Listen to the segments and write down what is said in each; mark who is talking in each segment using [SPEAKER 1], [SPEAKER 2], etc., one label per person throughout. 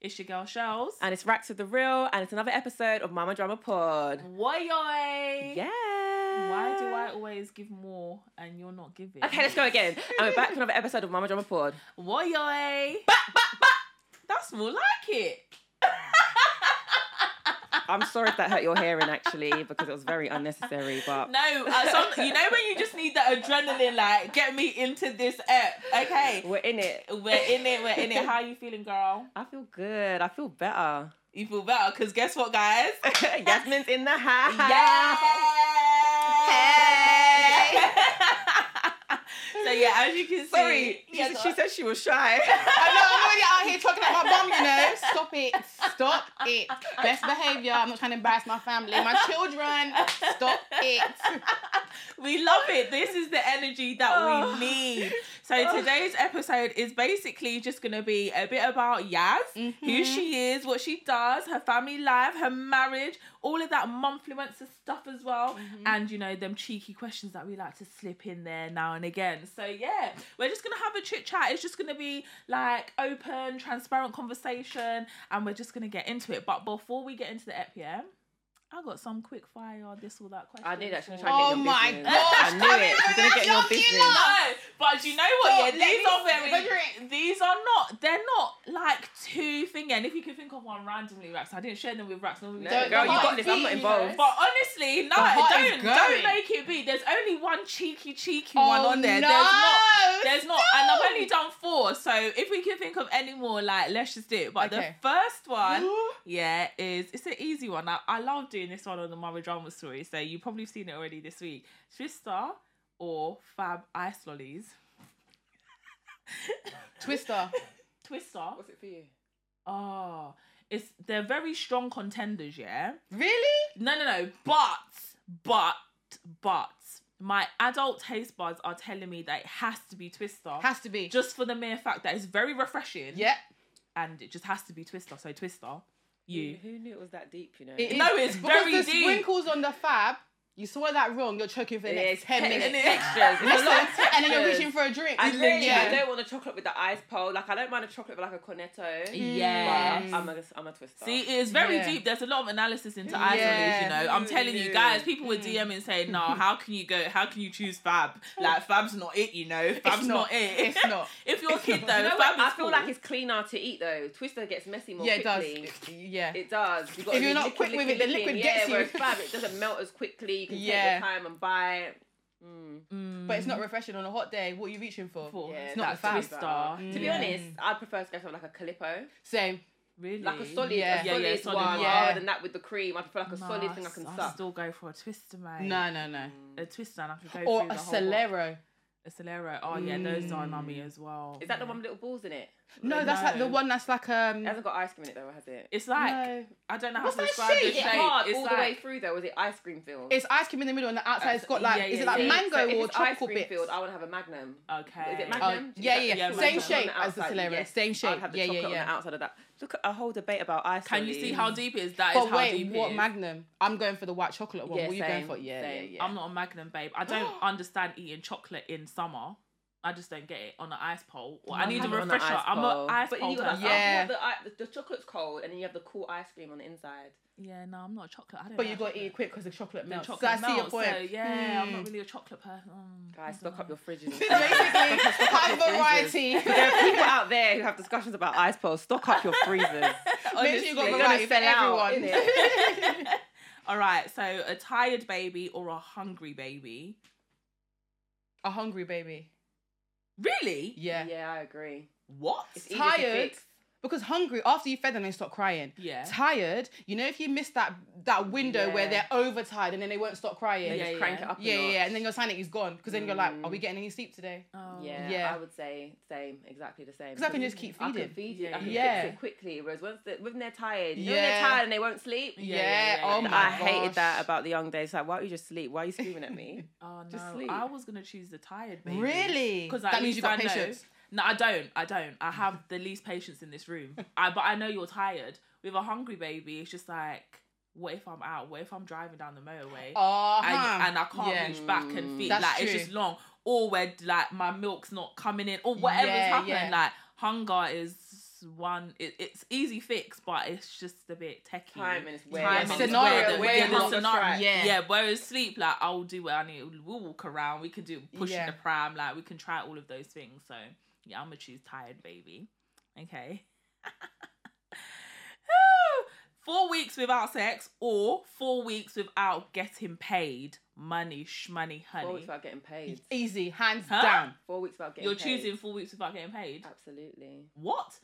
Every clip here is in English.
[SPEAKER 1] It's your girl Shells.
[SPEAKER 2] And it's Racks with the Real, and it's another episode of Mama Drama Pod.
[SPEAKER 1] Woyoy!
[SPEAKER 2] Yeah.
[SPEAKER 1] Why do I always give more and you're not giving?
[SPEAKER 2] Okay, let's go again. and we're back for another episode of Mama Drama Pod.
[SPEAKER 1] Woyoy! That's more like it.
[SPEAKER 2] I'm sorry if that hurt your hearing actually, because it was very unnecessary, but
[SPEAKER 1] No, uh, some, you know when you just need that adrenaline, like get me into this app. Okay,
[SPEAKER 2] we're in it.
[SPEAKER 1] we're in it. We're in it. How you feeling, girl?
[SPEAKER 2] I feel good. I feel better.
[SPEAKER 1] You feel better? Cause guess what, guys?
[SPEAKER 2] Yasmin's in the house.
[SPEAKER 1] Hey. so yeah, as you can see,
[SPEAKER 2] Sorry. She,
[SPEAKER 1] Yeah,
[SPEAKER 2] said-
[SPEAKER 1] go
[SPEAKER 2] she
[SPEAKER 1] on.
[SPEAKER 2] said she was shy.
[SPEAKER 3] I know I'm already out here talking about my mum, you know. Stop it. Stop it. Best behaviour. I'm not trying to embarrass my family, my children. Stop it.
[SPEAKER 1] we love it. This is the energy that
[SPEAKER 2] Oh.
[SPEAKER 1] we need. So today's episode is basically just gonna be a bit about Yaz,
[SPEAKER 2] Mm-hmm.
[SPEAKER 1] who she is, what she does, her family life, her marriage, all of that mumfluencer stuff as well,
[SPEAKER 2] Mm-hmm.
[SPEAKER 1] and you know them cheeky questions that we like to slip in there now and again. So yeah, we're just gonna have a chit chat. It's just gonna be like open, transparent conversation, and we're just gonna get into it. But before we get into the ep, yeah. I got some quick fire, this or that question.
[SPEAKER 2] I knew that she was trying to
[SPEAKER 3] Oh
[SPEAKER 2] get in your
[SPEAKER 3] my
[SPEAKER 2] business.
[SPEAKER 3] gosh,
[SPEAKER 2] I knew it. She's gonna get in your
[SPEAKER 3] Yasmin,
[SPEAKER 2] business.
[SPEAKER 1] No, but you know
[SPEAKER 3] Stop,
[SPEAKER 1] what? Yeah,
[SPEAKER 3] let
[SPEAKER 1] these
[SPEAKER 3] me
[SPEAKER 1] are
[SPEAKER 3] sip a
[SPEAKER 1] very.
[SPEAKER 3] drink.
[SPEAKER 1] These are not. They're not like two thing. And if you can think of one randomly, Rax, I didn't share them with Rax. Normally, we
[SPEAKER 2] No,
[SPEAKER 1] do.
[SPEAKER 2] girl, you
[SPEAKER 3] heart
[SPEAKER 2] got this.
[SPEAKER 3] is
[SPEAKER 2] I'm not
[SPEAKER 3] beating, you
[SPEAKER 2] involved.
[SPEAKER 3] know.
[SPEAKER 1] But honestly, no,
[SPEAKER 3] heart is
[SPEAKER 1] don't don't
[SPEAKER 3] going. Oh,
[SPEAKER 1] make it be. There's only one cheeky, cheeky one on there.
[SPEAKER 3] no.
[SPEAKER 1] Oh, There's not. There's not, and I've
[SPEAKER 3] No.
[SPEAKER 1] only done four. So if we can think of any more, like let's just do it. But
[SPEAKER 3] Okay.
[SPEAKER 1] the first one, yeah, is it's an easy one. I, I love doing this one on the Mama Drama story. So you probably have seen it already this week. Trista or Fab Ice Lollies.
[SPEAKER 3] Twister.
[SPEAKER 1] Twister.
[SPEAKER 2] What's it for you?
[SPEAKER 1] Oh, it's they're very strong contenders, yeah.
[SPEAKER 3] Really?
[SPEAKER 1] No, no, no. But, but, but, my adult taste buds are telling me that it has to be Twister,
[SPEAKER 3] Has to be.
[SPEAKER 1] just for the mere fact that it's very refreshing.
[SPEAKER 3] Yeah.
[SPEAKER 1] and it just has to be Twister. So Twister, you.
[SPEAKER 2] Who knew it was that deep, you know?
[SPEAKER 3] It is.
[SPEAKER 1] No, it's
[SPEAKER 3] because
[SPEAKER 1] very
[SPEAKER 3] the
[SPEAKER 1] deep.
[SPEAKER 3] sprinkles on the fab. You saw that wrong. You're choking for the next ten
[SPEAKER 2] te-
[SPEAKER 3] minutes.
[SPEAKER 2] textures. It's a lot of
[SPEAKER 3] and then you're
[SPEAKER 2] textures.
[SPEAKER 3] reaching for a drink.
[SPEAKER 2] I literally I
[SPEAKER 3] yeah.
[SPEAKER 2] don't want a chocolate with the ice pole. Like I don't mind a chocolate with like a cornetto.
[SPEAKER 1] Yeah.
[SPEAKER 3] Mm.
[SPEAKER 2] But I'm a, I'm a twister.
[SPEAKER 1] See, it is very
[SPEAKER 3] Yeah.
[SPEAKER 1] deep. There's a lot of analysis into eyes
[SPEAKER 3] Yeah.
[SPEAKER 1] on these, you know. I'm telling you
[SPEAKER 2] Mm.
[SPEAKER 1] guys, people were DMing saying, no, how can you go, how can you choose Fab? Like, Fab's not it, you know. Fab's not.
[SPEAKER 3] not.
[SPEAKER 1] it.
[SPEAKER 3] It's not.
[SPEAKER 1] if you're a kid, though,
[SPEAKER 2] You know
[SPEAKER 1] Fab
[SPEAKER 2] what?
[SPEAKER 1] is
[SPEAKER 2] I feel
[SPEAKER 1] cool.
[SPEAKER 2] like it's cleaner to eat though. Twister gets messy more
[SPEAKER 3] Yeah, it does.
[SPEAKER 2] quickly.
[SPEAKER 3] It- Yeah.
[SPEAKER 2] It does. You gotta
[SPEAKER 3] If you're
[SPEAKER 2] be
[SPEAKER 3] not
[SPEAKER 2] liquid,
[SPEAKER 3] quick with it, the liquid
[SPEAKER 2] yeah,
[SPEAKER 3] gets you.
[SPEAKER 2] Whereas fab, it doesn't melt as quickly. You can
[SPEAKER 3] Yeah.
[SPEAKER 2] take your time and buy. it. Mm.
[SPEAKER 1] Mm.
[SPEAKER 3] But it's not refreshing on a hot day. What are you reaching for?
[SPEAKER 1] Cool.
[SPEAKER 2] Yeah,
[SPEAKER 1] That's
[SPEAKER 3] not Fab.
[SPEAKER 1] Twister.
[SPEAKER 3] Mm.
[SPEAKER 2] To be
[SPEAKER 1] Yeah.
[SPEAKER 2] honest, I'd prefer to go something like a calippo,
[SPEAKER 3] Same.
[SPEAKER 1] really,
[SPEAKER 2] like a solid,
[SPEAKER 3] Yeah.
[SPEAKER 2] a
[SPEAKER 1] Yeah,
[SPEAKER 2] solid,
[SPEAKER 1] yeah, solid
[SPEAKER 2] one,
[SPEAKER 3] one.
[SPEAKER 2] rather
[SPEAKER 3] Yeah.
[SPEAKER 2] than that with the cream. I prefer like a
[SPEAKER 1] Nah,
[SPEAKER 2] solid thing I can
[SPEAKER 1] I'd
[SPEAKER 2] suck. Mm.
[SPEAKER 1] still go for a Twister, mate.
[SPEAKER 3] No, no, no.
[SPEAKER 1] A Twister, and I could go
[SPEAKER 3] Or
[SPEAKER 1] through
[SPEAKER 3] a Mm.
[SPEAKER 1] the whole lot.
[SPEAKER 3] Solero.
[SPEAKER 1] A Solero. Oh yeah, those are nummy as well.
[SPEAKER 2] Is that the one with little balls in it?
[SPEAKER 3] No, that's like the one that's like um.
[SPEAKER 2] It hasn't got ice cream in it though, has it?
[SPEAKER 1] It's like
[SPEAKER 3] no.
[SPEAKER 1] I don't know how
[SPEAKER 3] What's
[SPEAKER 1] to
[SPEAKER 3] that
[SPEAKER 1] describe the
[SPEAKER 3] shape?
[SPEAKER 1] shape.
[SPEAKER 2] Is it hard
[SPEAKER 1] It's
[SPEAKER 2] all the way
[SPEAKER 1] like
[SPEAKER 2] through though? Was it ice cream filled?
[SPEAKER 3] It's ice cream in the middle, and the outside it's got like,
[SPEAKER 1] Yeah,
[SPEAKER 3] is
[SPEAKER 1] yeah,
[SPEAKER 3] it like
[SPEAKER 1] yeah.
[SPEAKER 3] mango
[SPEAKER 2] So if
[SPEAKER 3] or
[SPEAKER 2] it's ice
[SPEAKER 3] tropical
[SPEAKER 2] cream
[SPEAKER 3] bits?
[SPEAKER 2] filled, I want to have a magnum.
[SPEAKER 1] okay.
[SPEAKER 2] Is it
[SPEAKER 3] Oh,
[SPEAKER 2] magnum? Is
[SPEAKER 3] yeah,
[SPEAKER 2] that-
[SPEAKER 3] yeah,
[SPEAKER 1] yeah,
[SPEAKER 3] same
[SPEAKER 1] mango.
[SPEAKER 3] shape
[SPEAKER 2] On the
[SPEAKER 3] as the
[SPEAKER 2] outside,
[SPEAKER 3] Solero,
[SPEAKER 2] yes.
[SPEAKER 3] same
[SPEAKER 2] I'd
[SPEAKER 3] shape.
[SPEAKER 2] have the
[SPEAKER 3] Yeah,
[SPEAKER 2] chocolate
[SPEAKER 3] yeah,
[SPEAKER 2] on the
[SPEAKER 3] yeah.
[SPEAKER 2] outside of that. Look at a whole debate about ice.
[SPEAKER 1] Can you
[SPEAKER 2] lollies.
[SPEAKER 1] see how deep it is? That is
[SPEAKER 3] But
[SPEAKER 1] how
[SPEAKER 3] wait,
[SPEAKER 1] deep it
[SPEAKER 3] what
[SPEAKER 1] is.
[SPEAKER 3] Magnum? I'm going for the white chocolate one.
[SPEAKER 2] Yeah,
[SPEAKER 3] what are you
[SPEAKER 2] same,
[SPEAKER 3] going for? Yeah,
[SPEAKER 2] same.
[SPEAKER 3] yeah, yeah.
[SPEAKER 1] I'm not a Magnum babe. I don't understand eating chocolate in summer. I just don't get it on an ice pole. Or I
[SPEAKER 2] Mum
[SPEAKER 1] need a
[SPEAKER 2] have it on an
[SPEAKER 1] refresher.
[SPEAKER 2] ice
[SPEAKER 1] I'm
[SPEAKER 2] pole.
[SPEAKER 1] an ice
[SPEAKER 2] But
[SPEAKER 1] pole.
[SPEAKER 2] you got
[SPEAKER 1] person.
[SPEAKER 3] like- Yeah.
[SPEAKER 2] the, i- the, the chocolate's cold, and then you have the cool ice cream on the inside.
[SPEAKER 1] yeah, no, I'm not a chocolate. I don't.
[SPEAKER 3] But
[SPEAKER 1] like
[SPEAKER 3] you got to eat
[SPEAKER 1] chocolate.
[SPEAKER 3] it quick because the chocolate
[SPEAKER 1] The
[SPEAKER 3] melts.
[SPEAKER 1] chocolate
[SPEAKER 3] so I see your
[SPEAKER 1] melts,
[SPEAKER 3] point.
[SPEAKER 1] So yeah, I'm
[SPEAKER 3] Hmm.
[SPEAKER 1] not really a chocolate person. Mm,
[SPEAKER 2] Guys,
[SPEAKER 1] I don't
[SPEAKER 2] stock up
[SPEAKER 1] know.
[SPEAKER 2] your fridges.
[SPEAKER 3] Basically, high variety.
[SPEAKER 2] there are people out there who have discussions about ice poles. Stock up your freezers.
[SPEAKER 3] Make sure
[SPEAKER 2] Honestly,
[SPEAKER 3] you got the
[SPEAKER 2] you're gonna
[SPEAKER 3] right for
[SPEAKER 2] sell out,
[SPEAKER 3] everyone.
[SPEAKER 1] All right, so a tired baby or a hungry baby?
[SPEAKER 3] A hungry baby.
[SPEAKER 1] Really?
[SPEAKER 3] Yeah.
[SPEAKER 2] Yeah, I agree.
[SPEAKER 1] What?
[SPEAKER 2] It's easier to
[SPEAKER 3] Tired?
[SPEAKER 2] fix.
[SPEAKER 3] Because hungry, after you fed them, they stop crying.
[SPEAKER 1] Yeah.
[SPEAKER 3] Tired, you know, if you miss that that window where
[SPEAKER 2] Yeah.
[SPEAKER 3] they're overtired and then they won't stop crying.
[SPEAKER 1] Yeah,
[SPEAKER 2] Just
[SPEAKER 1] yeah.
[SPEAKER 2] crank it up. a
[SPEAKER 3] Yeah, yeah,
[SPEAKER 2] notch.
[SPEAKER 3] yeah, and then your sanity's gone because then you're like,
[SPEAKER 2] Mm.
[SPEAKER 3] are we getting any sleep today?
[SPEAKER 1] Oh.
[SPEAKER 2] Yeah,
[SPEAKER 3] Yeah.
[SPEAKER 2] I would say same, exactly the same.
[SPEAKER 3] 'Cause I can just keep
[SPEAKER 2] I can
[SPEAKER 3] feeding.
[SPEAKER 2] feed you. I
[SPEAKER 1] Yeah,
[SPEAKER 2] can
[SPEAKER 3] yeah.
[SPEAKER 2] fix it quickly. Whereas once they when they're tired, you know when they're
[SPEAKER 3] Yeah.
[SPEAKER 2] tired and they won't sleep.
[SPEAKER 1] Yeah,
[SPEAKER 3] Yeah.
[SPEAKER 1] yeah, yeah.
[SPEAKER 3] Oh my
[SPEAKER 2] I
[SPEAKER 3] gosh.
[SPEAKER 2] hated that about the young days. Like, why don't you just sleep? Why are you screaming at me?
[SPEAKER 1] Oh no,
[SPEAKER 2] Just sleep.
[SPEAKER 1] I was gonna choose the tired baby.
[SPEAKER 3] Really?
[SPEAKER 1] Because
[SPEAKER 3] that means you got
[SPEAKER 1] I know,
[SPEAKER 3] patience.
[SPEAKER 1] No, I don't. I don't. I have the least patience in this room. I but I know you're tired. With a hungry baby, it's just like, what if I'm out? What if I'm driving down the motorway?
[SPEAKER 3] Uh-huh.
[SPEAKER 1] and, and I can't
[SPEAKER 3] Yeah.
[SPEAKER 1] reach back and feed.
[SPEAKER 3] That's
[SPEAKER 1] like it's
[SPEAKER 3] true.
[SPEAKER 1] just long, or where like my milk's not coming in, or whatever's
[SPEAKER 3] Yeah,
[SPEAKER 1] happening.
[SPEAKER 3] yeah.
[SPEAKER 1] Like hunger is one. It, it's easy fix, but it's just a bit techie.
[SPEAKER 2] Time and it's way
[SPEAKER 1] Time
[SPEAKER 3] Yeah,
[SPEAKER 1] and
[SPEAKER 3] scenario,
[SPEAKER 1] where the-
[SPEAKER 3] where
[SPEAKER 1] yeah, the
[SPEAKER 3] hunger
[SPEAKER 1] scenario-
[SPEAKER 3] strikes.
[SPEAKER 1] Yeah.
[SPEAKER 3] Yeah.
[SPEAKER 1] Whereas sleep, like I'll do what I need. We'll walk around. We can do pushing
[SPEAKER 3] Yeah.
[SPEAKER 1] the pram. Like we can try all of those things. So yeah, I'm gonna choose tired baby. Okay. Woo! four weeks without sex or four weeks without getting paid money shmoney
[SPEAKER 2] Four
[SPEAKER 1] honey
[SPEAKER 2] weeks without getting paid.
[SPEAKER 3] Easy, hands
[SPEAKER 1] Huh?
[SPEAKER 3] down.
[SPEAKER 2] Four weeks without getting
[SPEAKER 1] you're
[SPEAKER 2] paid. Uh,
[SPEAKER 1] choosing four weeks without getting paid
[SPEAKER 2] Absolutely.
[SPEAKER 1] what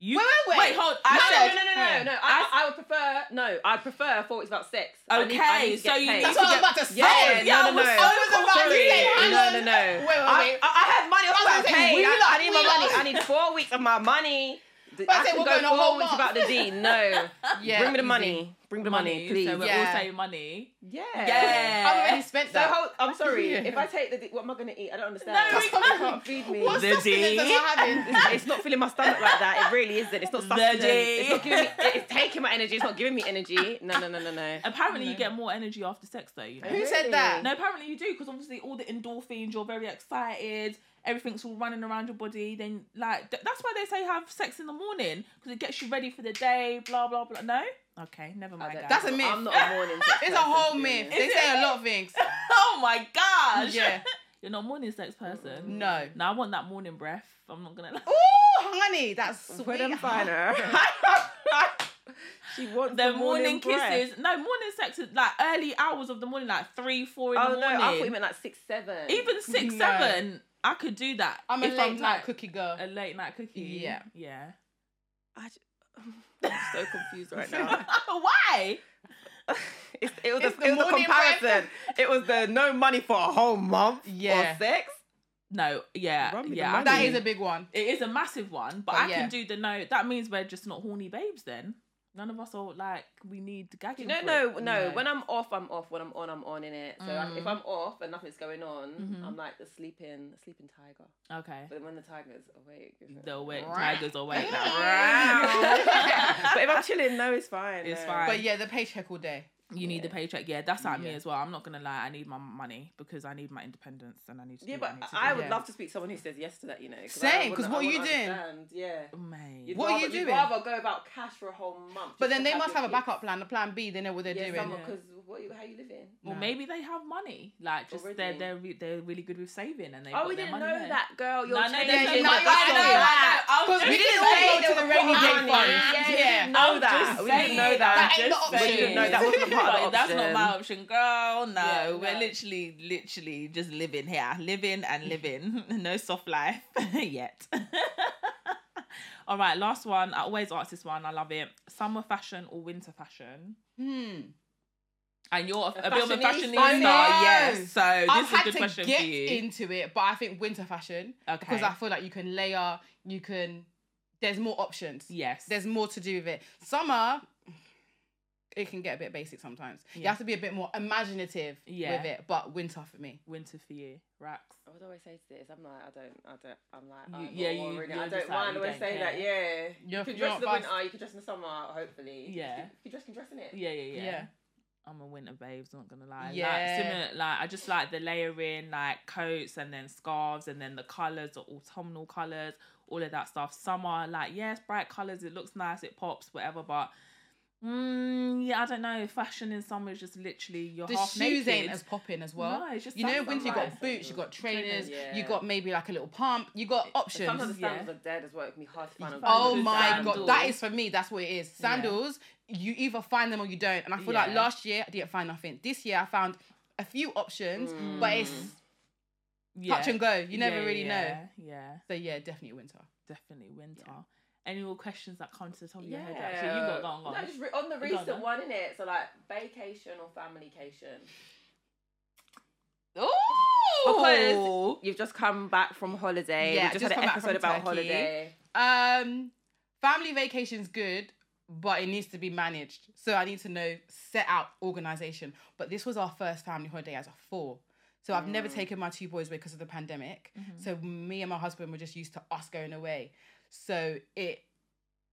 [SPEAKER 1] you
[SPEAKER 3] Wait, wait, wait.
[SPEAKER 1] hold
[SPEAKER 3] I
[SPEAKER 1] no,
[SPEAKER 3] said-
[SPEAKER 1] no, no,
[SPEAKER 2] no, no, no, no. I,
[SPEAKER 1] I-
[SPEAKER 2] I would prefer no. I'd prefer four weeks without sex. I need- I
[SPEAKER 1] Okay,
[SPEAKER 2] need to
[SPEAKER 1] so
[SPEAKER 2] get
[SPEAKER 1] you
[SPEAKER 2] paid.
[SPEAKER 1] need
[SPEAKER 3] That's
[SPEAKER 1] to
[SPEAKER 3] what I
[SPEAKER 1] get-
[SPEAKER 3] was about to say.
[SPEAKER 1] yeah,
[SPEAKER 2] Yeah, no,
[SPEAKER 1] I
[SPEAKER 2] no,
[SPEAKER 1] was-
[SPEAKER 2] no.
[SPEAKER 1] I
[SPEAKER 3] was about to
[SPEAKER 2] Sorry.
[SPEAKER 3] say, hang
[SPEAKER 2] no,
[SPEAKER 3] on.
[SPEAKER 2] no, no.
[SPEAKER 3] Wait, wait,
[SPEAKER 2] I,
[SPEAKER 3] wait.
[SPEAKER 2] I, I have money. I
[SPEAKER 3] That's what I'm
[SPEAKER 2] was
[SPEAKER 3] saying.
[SPEAKER 2] paid.
[SPEAKER 3] We
[SPEAKER 2] I,
[SPEAKER 3] lot-
[SPEAKER 2] I need
[SPEAKER 3] we
[SPEAKER 2] my
[SPEAKER 3] lot-
[SPEAKER 2] money. I need four weeks of my money. I,
[SPEAKER 3] I said
[SPEAKER 2] can
[SPEAKER 3] we're
[SPEAKER 2] go
[SPEAKER 3] going a
[SPEAKER 2] four
[SPEAKER 3] whole
[SPEAKER 2] weeks
[SPEAKER 3] month.
[SPEAKER 2] without the D. No.
[SPEAKER 3] Yeah,
[SPEAKER 2] Bring me the
[SPEAKER 3] easy.
[SPEAKER 2] money. Bring the money, please.
[SPEAKER 1] so we're
[SPEAKER 3] Yeah.
[SPEAKER 1] all saying money
[SPEAKER 2] yeah.
[SPEAKER 1] Yeah.
[SPEAKER 3] I've already spent
[SPEAKER 2] So
[SPEAKER 3] that.
[SPEAKER 2] hold, I'm sorry.
[SPEAKER 3] Yeah.
[SPEAKER 2] If I take the, D, what am I gonna eat? I don't understand.
[SPEAKER 1] No, we
[SPEAKER 2] you
[SPEAKER 1] can't.
[SPEAKER 2] can't feed me.
[SPEAKER 3] what
[SPEAKER 1] The D.
[SPEAKER 3] sustenance am I having?
[SPEAKER 2] it's not filling my stomach like that. It really isn't. It's not sustenance.
[SPEAKER 1] Bloody.
[SPEAKER 2] It's not giving me. It's taking my energy. It's not giving me energy. No, no, no, no, no.
[SPEAKER 1] apparently you
[SPEAKER 3] No.
[SPEAKER 1] get more energy after sex though you know
[SPEAKER 3] Who said that?
[SPEAKER 1] no apparently you do because obviously all the endorphins you're very excited everything's all running around your body then like th- that's why they say have sex in the morning because it gets you ready for the day blah blah blah no okay never mind guys.
[SPEAKER 3] That's a myth.
[SPEAKER 2] I'm not a morning. sex
[SPEAKER 3] It's a
[SPEAKER 2] person,
[SPEAKER 3] whole
[SPEAKER 2] to be
[SPEAKER 3] myth.
[SPEAKER 2] honest.
[SPEAKER 3] They
[SPEAKER 1] Is
[SPEAKER 3] say
[SPEAKER 1] it?
[SPEAKER 3] a lot of things.
[SPEAKER 1] oh my gosh
[SPEAKER 3] Yeah.
[SPEAKER 1] you're not a morning sex person
[SPEAKER 3] No.
[SPEAKER 1] no i want that morning breath i'm not gonna
[SPEAKER 3] Ooh, honey, that's sweet.
[SPEAKER 2] Put them
[SPEAKER 3] honey.
[SPEAKER 2] finer. she wants
[SPEAKER 1] the
[SPEAKER 2] the
[SPEAKER 1] morning,
[SPEAKER 2] breath.
[SPEAKER 1] kisses. No, morning sex is like early hours of the morning, like three, four in
[SPEAKER 2] Oh
[SPEAKER 1] the
[SPEAKER 2] no, I thought you
[SPEAKER 1] morning.
[SPEAKER 2] meant like six, seven.
[SPEAKER 1] Even six,
[SPEAKER 3] No.
[SPEAKER 1] seven, I could do that.
[SPEAKER 3] I'm a
[SPEAKER 1] if
[SPEAKER 3] late night
[SPEAKER 1] tired.
[SPEAKER 3] cookie girl.
[SPEAKER 1] A late night cookie.
[SPEAKER 3] Yeah.
[SPEAKER 1] yeah.
[SPEAKER 2] I j- I'm so confused right now.
[SPEAKER 1] Why?
[SPEAKER 2] It's, it was,
[SPEAKER 3] It's
[SPEAKER 2] a,
[SPEAKER 3] the
[SPEAKER 2] it was a
[SPEAKER 3] morning breath.
[SPEAKER 2] comparison. It was the no money for a whole month
[SPEAKER 3] Yeah.
[SPEAKER 2] or sex.
[SPEAKER 1] No, yeah,
[SPEAKER 2] Run with the
[SPEAKER 1] yeah. I
[SPEAKER 2] money.
[SPEAKER 3] That
[SPEAKER 1] can-
[SPEAKER 3] is a big one.
[SPEAKER 1] It is a massive one, but,
[SPEAKER 3] But
[SPEAKER 1] I
[SPEAKER 3] yeah.
[SPEAKER 1] can do the no. That means we're just not horny babes then. None of us are like we need gagging.
[SPEAKER 2] No,
[SPEAKER 1] for it.
[SPEAKER 2] no, no,
[SPEAKER 3] No.
[SPEAKER 2] When I'm off, I'm off. When I'm on, I'm on in it. So I-
[SPEAKER 1] Mm.
[SPEAKER 2] if I'm off and nothing's going on,
[SPEAKER 3] Mm-hmm.
[SPEAKER 1] Mhm.
[SPEAKER 2] I'm like the sleeping, the sleeping tiger.
[SPEAKER 1] Okay.
[SPEAKER 2] But when the tiger's awake, it's-
[SPEAKER 1] The wet
[SPEAKER 3] Rah.
[SPEAKER 1] tigers are wet.
[SPEAKER 2] but if I'm chilling, no, it's fine.
[SPEAKER 1] It's
[SPEAKER 2] no.
[SPEAKER 1] fine.
[SPEAKER 3] But yeah, the paycheck all day.
[SPEAKER 1] You need the
[SPEAKER 2] Yeah.
[SPEAKER 1] paycheck. Yeah, that's like me
[SPEAKER 3] Yeah.
[SPEAKER 1] as well. I'm not gonna lie. I need my money because I need my independence and I need to.
[SPEAKER 2] Yeah,
[SPEAKER 1] do what
[SPEAKER 2] but
[SPEAKER 1] I,
[SPEAKER 2] I
[SPEAKER 1] need
[SPEAKER 2] would
[SPEAKER 1] to
[SPEAKER 3] Yeah.
[SPEAKER 2] love to speak to someone who says yes to that, you know.
[SPEAKER 3] Same, 'cause what are you doing?
[SPEAKER 2] doing? Yeah.
[SPEAKER 1] do. Oh, Mate.
[SPEAKER 2] You'd
[SPEAKER 3] What are
[SPEAKER 2] rather-
[SPEAKER 3] you
[SPEAKER 2] You'd
[SPEAKER 3] doing?
[SPEAKER 2] rather go about cash for a whole month.
[SPEAKER 3] But
[SPEAKER 2] just to
[SPEAKER 3] then they must
[SPEAKER 2] your
[SPEAKER 3] have a
[SPEAKER 2] kids.
[SPEAKER 3] backup plan. A plan B. They know what they're
[SPEAKER 2] yeah,
[SPEAKER 3] doing.
[SPEAKER 1] someone-
[SPEAKER 2] because what you, how you living?
[SPEAKER 1] Well,
[SPEAKER 3] No.
[SPEAKER 1] maybe they have money. Like, just they're
[SPEAKER 2] Already.
[SPEAKER 1] they're re- they're really good with saving and they.
[SPEAKER 2] oh, we didn't know that, girl. You're
[SPEAKER 1] No, no,
[SPEAKER 2] changing.
[SPEAKER 1] no,
[SPEAKER 3] Yeah,
[SPEAKER 1] no,
[SPEAKER 3] you
[SPEAKER 1] no,
[SPEAKER 3] know,
[SPEAKER 1] I know,
[SPEAKER 3] I saw
[SPEAKER 1] I
[SPEAKER 3] that.
[SPEAKER 1] know. I was
[SPEAKER 3] 'Cause we
[SPEAKER 1] just
[SPEAKER 3] didn't
[SPEAKER 1] saying-
[SPEAKER 3] all go to the rainy day fund.
[SPEAKER 2] Yeah, we
[SPEAKER 3] Yeah.
[SPEAKER 2] didn't know
[SPEAKER 1] I'm
[SPEAKER 2] that.
[SPEAKER 1] just
[SPEAKER 2] We didn't
[SPEAKER 1] saying,
[SPEAKER 2] know that.
[SPEAKER 3] That ain't the
[SPEAKER 1] just
[SPEAKER 3] option.
[SPEAKER 1] saying.
[SPEAKER 2] We didn't know that wasn't a part of the
[SPEAKER 1] That's not
[SPEAKER 2] option.
[SPEAKER 1] my option, girl. No,
[SPEAKER 2] Yeah,
[SPEAKER 1] we're
[SPEAKER 2] no.
[SPEAKER 1] literally, literally just living here, living and living. no soft life yet. All right, last one. I always ask this one. I love it. Summer fashion or winter fashion?
[SPEAKER 3] Hmm.
[SPEAKER 1] And you're a,
[SPEAKER 2] A
[SPEAKER 1] a bit of a
[SPEAKER 2] fashionista.
[SPEAKER 1] fashionista,
[SPEAKER 3] I know.
[SPEAKER 1] yes. So this
[SPEAKER 3] I've
[SPEAKER 1] is a
[SPEAKER 3] had
[SPEAKER 1] good
[SPEAKER 3] to
[SPEAKER 1] question for
[SPEAKER 3] get
[SPEAKER 1] you.
[SPEAKER 3] into it, but I think winter fashion
[SPEAKER 1] okay.
[SPEAKER 3] because I feel like you can layer. You can. There's more options.
[SPEAKER 1] yes.
[SPEAKER 3] There's more to do with it. Summer, it can get a bit basic sometimes. You
[SPEAKER 1] Yeah.
[SPEAKER 3] have to be a bit more imaginative
[SPEAKER 1] Yeah.
[SPEAKER 3] with it. But winter for me.
[SPEAKER 1] winter for you, Rax.
[SPEAKER 2] What do I say to this? I'm like, I don't, I don't, I'm like,
[SPEAKER 1] You-
[SPEAKER 2] I'm
[SPEAKER 1] yeah,
[SPEAKER 2] yeah,
[SPEAKER 1] you-
[SPEAKER 2] you,
[SPEAKER 1] you're
[SPEAKER 2] I
[SPEAKER 1] just
[SPEAKER 2] don't
[SPEAKER 1] like,
[SPEAKER 2] mind.
[SPEAKER 1] you
[SPEAKER 2] I always
[SPEAKER 1] don't
[SPEAKER 2] say
[SPEAKER 1] care.
[SPEAKER 2] that, yeah.
[SPEAKER 3] You're-
[SPEAKER 2] you can
[SPEAKER 3] you're
[SPEAKER 2] dress in the
[SPEAKER 3] not
[SPEAKER 2] winter, you can dress in the summer, hopefully.
[SPEAKER 1] Yeah.
[SPEAKER 2] You can dress, you can dress in it.
[SPEAKER 1] Yeah, yeah, yeah.
[SPEAKER 3] Yeah.
[SPEAKER 1] I'm a winter babe, so I'm not gonna lie.
[SPEAKER 3] Yeah.
[SPEAKER 1] Like similar, like I just like the layering, like coats and then scarves and then the colours, the autumnal colours, all of that stuff. Summer, like yes, bright colours, it looks nice, it pops, whatever, but mm, yeah, I don't know. Fashion in summer is just literally your
[SPEAKER 3] The
[SPEAKER 1] half
[SPEAKER 3] shoes
[SPEAKER 1] naked.
[SPEAKER 3] ain't as popping as well.
[SPEAKER 1] No, it's just
[SPEAKER 3] you know,
[SPEAKER 1] summer.
[SPEAKER 3] winter you
[SPEAKER 2] Sunrise.
[SPEAKER 3] got boots, you got trainers,
[SPEAKER 1] Trainers,
[SPEAKER 2] yeah.
[SPEAKER 3] you got maybe like a little pump, you got options.
[SPEAKER 2] Sometimes the
[SPEAKER 1] Yeah.
[SPEAKER 2] sandals are dead as well. It can be hard to find. a
[SPEAKER 3] Oh
[SPEAKER 1] Sandals,
[SPEAKER 2] good
[SPEAKER 3] my
[SPEAKER 2] sandal.
[SPEAKER 3] god, that is for me. That's what it is.
[SPEAKER 1] Yeah.
[SPEAKER 3] Sandals, you either find them or you don't. And I feel like
[SPEAKER 1] Yeah.
[SPEAKER 3] last year I didn't find nothing. This year I found a few options,
[SPEAKER 2] Mm.
[SPEAKER 3] but it's
[SPEAKER 1] Yeah.
[SPEAKER 3] touch and go. You never
[SPEAKER 1] Yeah,
[SPEAKER 3] really know.
[SPEAKER 1] yeah, Yeah,
[SPEAKER 3] So yeah, definitely winter.
[SPEAKER 1] definitely winter. Any more questions that come to the top of your
[SPEAKER 2] Yeah.
[SPEAKER 1] head? Actually, you got gone,
[SPEAKER 2] No,
[SPEAKER 1] gone.
[SPEAKER 2] just re- on the
[SPEAKER 1] on,
[SPEAKER 2] recent
[SPEAKER 1] go on.
[SPEAKER 2] one, innit? So, like, vacation or familycation?
[SPEAKER 1] Ooh.
[SPEAKER 2] You've just come back from holiday.
[SPEAKER 3] Yeah,
[SPEAKER 2] we just,
[SPEAKER 3] just
[SPEAKER 2] had an
[SPEAKER 3] come back from
[SPEAKER 2] episode about
[SPEAKER 3] Turkey.
[SPEAKER 2] holiday.
[SPEAKER 3] Um, family vacation's good, but it needs to be managed. So I need to know set out organization. But this was our first family holiday as a four. So I've never taken my two boys away because of the pandemic. So me and my husband were just used to us going away. So it,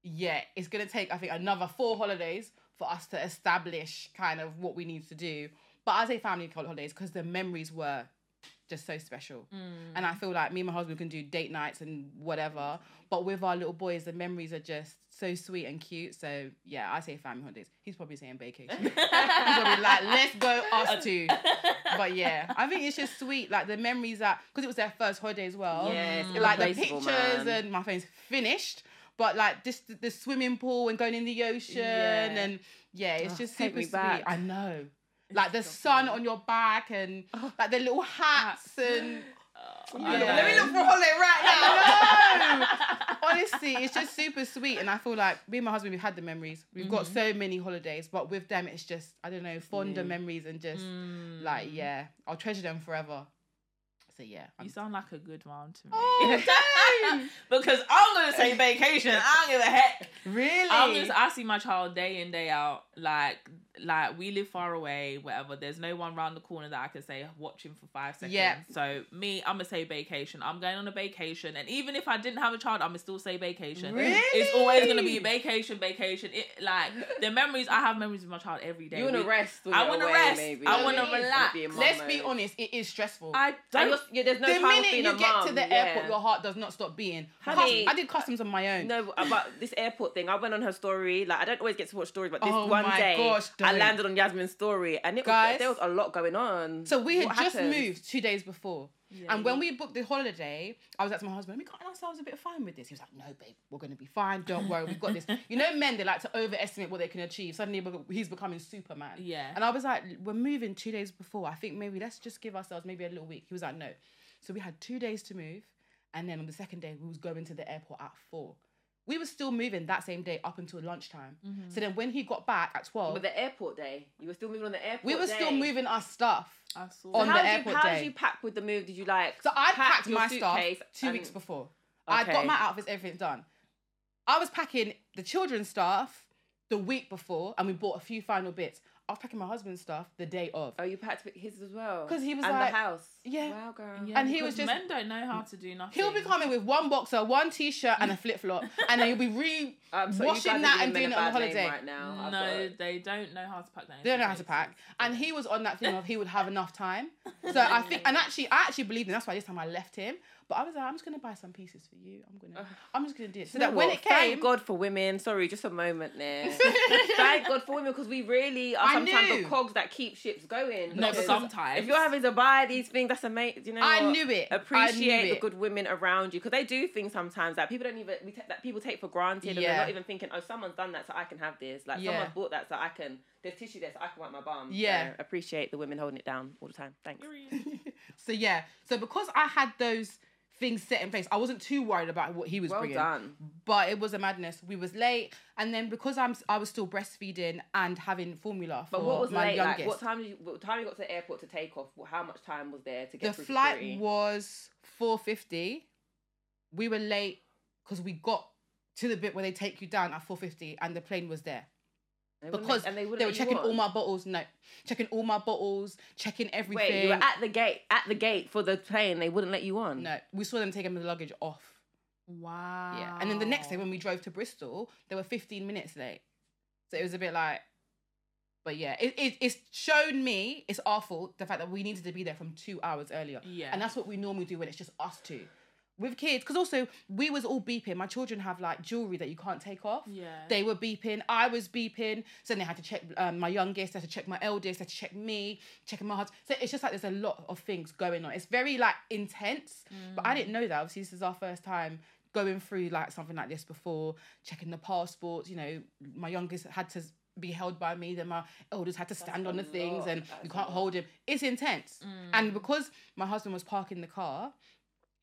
[SPEAKER 3] yeah, it's gonna take I think another four holidays for us to establish kind of what we need to do. But I say family holidays because the memories were just so special. And I feel like me and my husband can do date nights and whatever. But with our little boys, the memories are just so sweet and cute. So yeah, I say family holidays. He's probably saying vacation. He's probably like, let's go us two. But yeah, I think it's just sweet. Like the memories that because it was their first holiday as well.
[SPEAKER 2] Yes,
[SPEAKER 3] It- like the
[SPEAKER 2] irreplaceable,
[SPEAKER 3] pictures
[SPEAKER 2] man.
[SPEAKER 3] and my phone's finished. But like just the, the swimming pool and going in the ocean
[SPEAKER 1] Yeah.
[SPEAKER 3] and yeah, it's
[SPEAKER 2] Ugh,
[SPEAKER 3] just
[SPEAKER 2] take
[SPEAKER 3] super
[SPEAKER 2] me
[SPEAKER 3] sweet.
[SPEAKER 2] back.
[SPEAKER 3] I know. Like the sun on your back and like the little hats and
[SPEAKER 2] I know.
[SPEAKER 3] let me look for a holiday right now. No, honestly, it's just super sweet, and I feel like me and my husband we've had the memories. We've got so many holidays, but with them it's just I don't know fonder memories and just
[SPEAKER 1] Mm.
[SPEAKER 3] like yeah, I'll treasure them forever. So yeah,
[SPEAKER 1] You
[SPEAKER 3] I'm-
[SPEAKER 1] sound like a good mom to me.
[SPEAKER 3] Oh, dang.
[SPEAKER 1] because I'm gonna say vacation. I don't give a heck.
[SPEAKER 3] really?
[SPEAKER 1] I'm just, I see my child day in day out. Like like we live far away, whatever. There's no one round the corner that I can say watch him for five seconds.
[SPEAKER 3] Yeah.
[SPEAKER 1] So me, I'm gonna say vacation. I'm going on a vacation, and even if I didn't have a child, I'm gonna still say vacation.
[SPEAKER 3] Really?
[SPEAKER 1] It's always gonna be vacation, vacation. It like the memories. I have memories of my child every day.
[SPEAKER 2] You want to
[SPEAKER 1] We-
[SPEAKER 2] rest. when
[SPEAKER 1] I
[SPEAKER 2] you're
[SPEAKER 1] wanna
[SPEAKER 2] away,
[SPEAKER 1] rest.
[SPEAKER 2] Maybe.
[SPEAKER 1] I
[SPEAKER 2] Yeah.
[SPEAKER 3] wanna
[SPEAKER 2] You wanna
[SPEAKER 1] relax.
[SPEAKER 2] be in mum
[SPEAKER 3] Let's be
[SPEAKER 2] mode.
[SPEAKER 3] honest, it is stressful.
[SPEAKER 1] I
[SPEAKER 2] And
[SPEAKER 1] don't.
[SPEAKER 2] you're- yeah, there's no
[SPEAKER 3] the
[SPEAKER 2] time
[SPEAKER 3] minute
[SPEAKER 2] being
[SPEAKER 3] you
[SPEAKER 2] a
[SPEAKER 3] get to
[SPEAKER 2] mum,
[SPEAKER 3] the
[SPEAKER 2] yeah.
[SPEAKER 3] airport, your heart does not stop beating. Cus-
[SPEAKER 2] Honey.
[SPEAKER 3] I did customs on my own.
[SPEAKER 2] No, about this airport thing. I went on her story. Like I don't always get to watch stories, but this
[SPEAKER 3] Oh
[SPEAKER 2] one
[SPEAKER 3] my
[SPEAKER 2] day
[SPEAKER 3] gosh,
[SPEAKER 2] I
[SPEAKER 3] don't.
[SPEAKER 2] landed on Yasmin's story, and it
[SPEAKER 3] Guys.
[SPEAKER 2] was, there was a lot going on.
[SPEAKER 3] So we had
[SPEAKER 2] What
[SPEAKER 3] just
[SPEAKER 2] happened?
[SPEAKER 3] moved two days before. And when we booked the holiday, I was like to my husband, we got ourselves a bit fine with this. He was like, no, babe, we're going to be fine. Don't worry, we've got this. You know, men, they like to overestimate what they can achieve. Suddenly bec- he's becoming Superman.
[SPEAKER 1] Yeah.
[SPEAKER 3] And I was like, we're moving two days before. I think maybe let's just give ourselves maybe a little week. He was like, no. So we had two days to move. And then on the second day, we was going to the airport at four. We were still moving that same day up until lunchtime. So then when he got back at 12,
[SPEAKER 2] Mm-hmm. But the airport day, you were still moving on the airport.
[SPEAKER 3] we were still
[SPEAKER 2] day.
[SPEAKER 3] moving our stuff.
[SPEAKER 1] I saw
[SPEAKER 3] on
[SPEAKER 2] how
[SPEAKER 3] the
[SPEAKER 2] did
[SPEAKER 3] airport
[SPEAKER 2] you, How
[SPEAKER 3] day.
[SPEAKER 2] did you pack with the move? Did you like?
[SPEAKER 3] So I packed
[SPEAKER 2] your
[SPEAKER 3] my stuff
[SPEAKER 2] suitcase
[SPEAKER 3] two
[SPEAKER 2] and-
[SPEAKER 3] weeks before. I'd got
[SPEAKER 2] Okay.
[SPEAKER 3] my outfits, everything done. I was packing the children's stuff the week before, and we bought a few final bits. I was packing my husband's stuff the day of.
[SPEAKER 2] Oh, you packed his as well.
[SPEAKER 3] 'Cause he was
[SPEAKER 2] and
[SPEAKER 3] like-
[SPEAKER 2] the house.
[SPEAKER 3] Yeah.
[SPEAKER 2] Wow, girl.
[SPEAKER 1] Yeah,
[SPEAKER 3] and he was
[SPEAKER 1] because men
[SPEAKER 3] just-
[SPEAKER 1] don't know how to do nothing.
[SPEAKER 3] He'll be coming with one boxer, one t-shirt, and a flip flop, and then he'll be re
[SPEAKER 2] Um, so you guys are
[SPEAKER 3] washing that
[SPEAKER 2] giving
[SPEAKER 3] and
[SPEAKER 2] men
[SPEAKER 3] doing
[SPEAKER 2] a
[SPEAKER 3] it on
[SPEAKER 2] bad name
[SPEAKER 3] holiday.
[SPEAKER 2] right now. I've
[SPEAKER 1] No,
[SPEAKER 2] got-
[SPEAKER 1] they don't know how to pack that.
[SPEAKER 3] They don't know how to pack. And he was on that thing of he would have enough time. So I think, and actually, I actually believed him. That's why this time I left him. But I was like, I'm just gonna buy some pieces for you. I'm gonna, I'm just gonna do it. So
[SPEAKER 2] You know
[SPEAKER 3] that when
[SPEAKER 2] what?
[SPEAKER 3] it came,
[SPEAKER 2] thank God for women. Sorry, just a moment there. thank God for women because we really are
[SPEAKER 3] I
[SPEAKER 2] sometimes
[SPEAKER 3] knew.
[SPEAKER 2] the cogs that keep ships going.
[SPEAKER 1] No,
[SPEAKER 2] Because
[SPEAKER 1] sometimes.
[SPEAKER 2] if you're having to buy these things, that's amazing. You know,
[SPEAKER 3] I
[SPEAKER 2] what?
[SPEAKER 3] knew it. I knew
[SPEAKER 2] Appreciate the
[SPEAKER 3] it.
[SPEAKER 2] good women around you because they do things sometimes that people don't even we ta- that people take for granted and
[SPEAKER 3] Yeah.
[SPEAKER 2] they're not even thinking. Oh, someone's done that, so I can have this. Like
[SPEAKER 3] Yeah.
[SPEAKER 2] someone's bought that, so I can. There's tissue there, so I can wipe my bum.
[SPEAKER 3] Yeah.
[SPEAKER 2] So, appreciate the women holding it down all the time. Thanks.
[SPEAKER 3] So yeah, so because I had those things set in place, I wasn't too worried about what he was
[SPEAKER 2] Well
[SPEAKER 3] bringing.
[SPEAKER 2] done.
[SPEAKER 3] But it was a madness. We was late, and then because I'm I was still breastfeeding and having formula for
[SPEAKER 2] But what was
[SPEAKER 3] my
[SPEAKER 2] late?
[SPEAKER 3] youngest.
[SPEAKER 2] Like, what time did you? What time you got to the airport to take off? Wh- How much time was there to get
[SPEAKER 3] the
[SPEAKER 2] through
[SPEAKER 3] flight
[SPEAKER 2] security?
[SPEAKER 3] was four fifty. We were late because we got to the bit where they take you down at four fifty, and the plane was there.
[SPEAKER 2] They wouldn't
[SPEAKER 3] Because
[SPEAKER 2] let- and
[SPEAKER 3] they,
[SPEAKER 2] wouldn't
[SPEAKER 3] were
[SPEAKER 2] let you
[SPEAKER 3] checking all
[SPEAKER 2] on.
[SPEAKER 3] my bottles. No, checking all my bottles, checking everything.
[SPEAKER 2] Wait, you were at the gate at the gate for the plane. They wouldn't let you on.
[SPEAKER 3] no, we saw them taking the luggage off.
[SPEAKER 1] Wow.
[SPEAKER 3] Yeah. And then the next day when we drove to Bristol, they were 15 minutes late. So it was a bit like, but yeah, it, it, it's shown me, it's our fault, the fact that we needed to be there from two hours earlier.
[SPEAKER 1] Yeah.
[SPEAKER 3] And that's what we normally do when it's just us two. With kids, because also we was all beeping. My children have like jewelry that you can't take off.
[SPEAKER 1] Yeah.
[SPEAKER 3] They were beeping. I was beeping. So then they had to check um, my youngest. They had to check my eldest. They had to check me. Checking my husband. So it's just like there's a lot of things going on. It's very like intense. But
[SPEAKER 2] Mm.
[SPEAKER 3] I didn't know that. Obviously, this is our first time going through like something like this before. Checking the passports. You know, my youngest had to be held by me. Then my eldest had to stand
[SPEAKER 2] a
[SPEAKER 3] on the things,
[SPEAKER 2] lot.
[SPEAKER 3] and
[SPEAKER 2] That's
[SPEAKER 3] you
[SPEAKER 2] a
[SPEAKER 3] can't
[SPEAKER 2] lot. Mm.
[SPEAKER 3] hold him. It's intense. And because my husband was parking the car,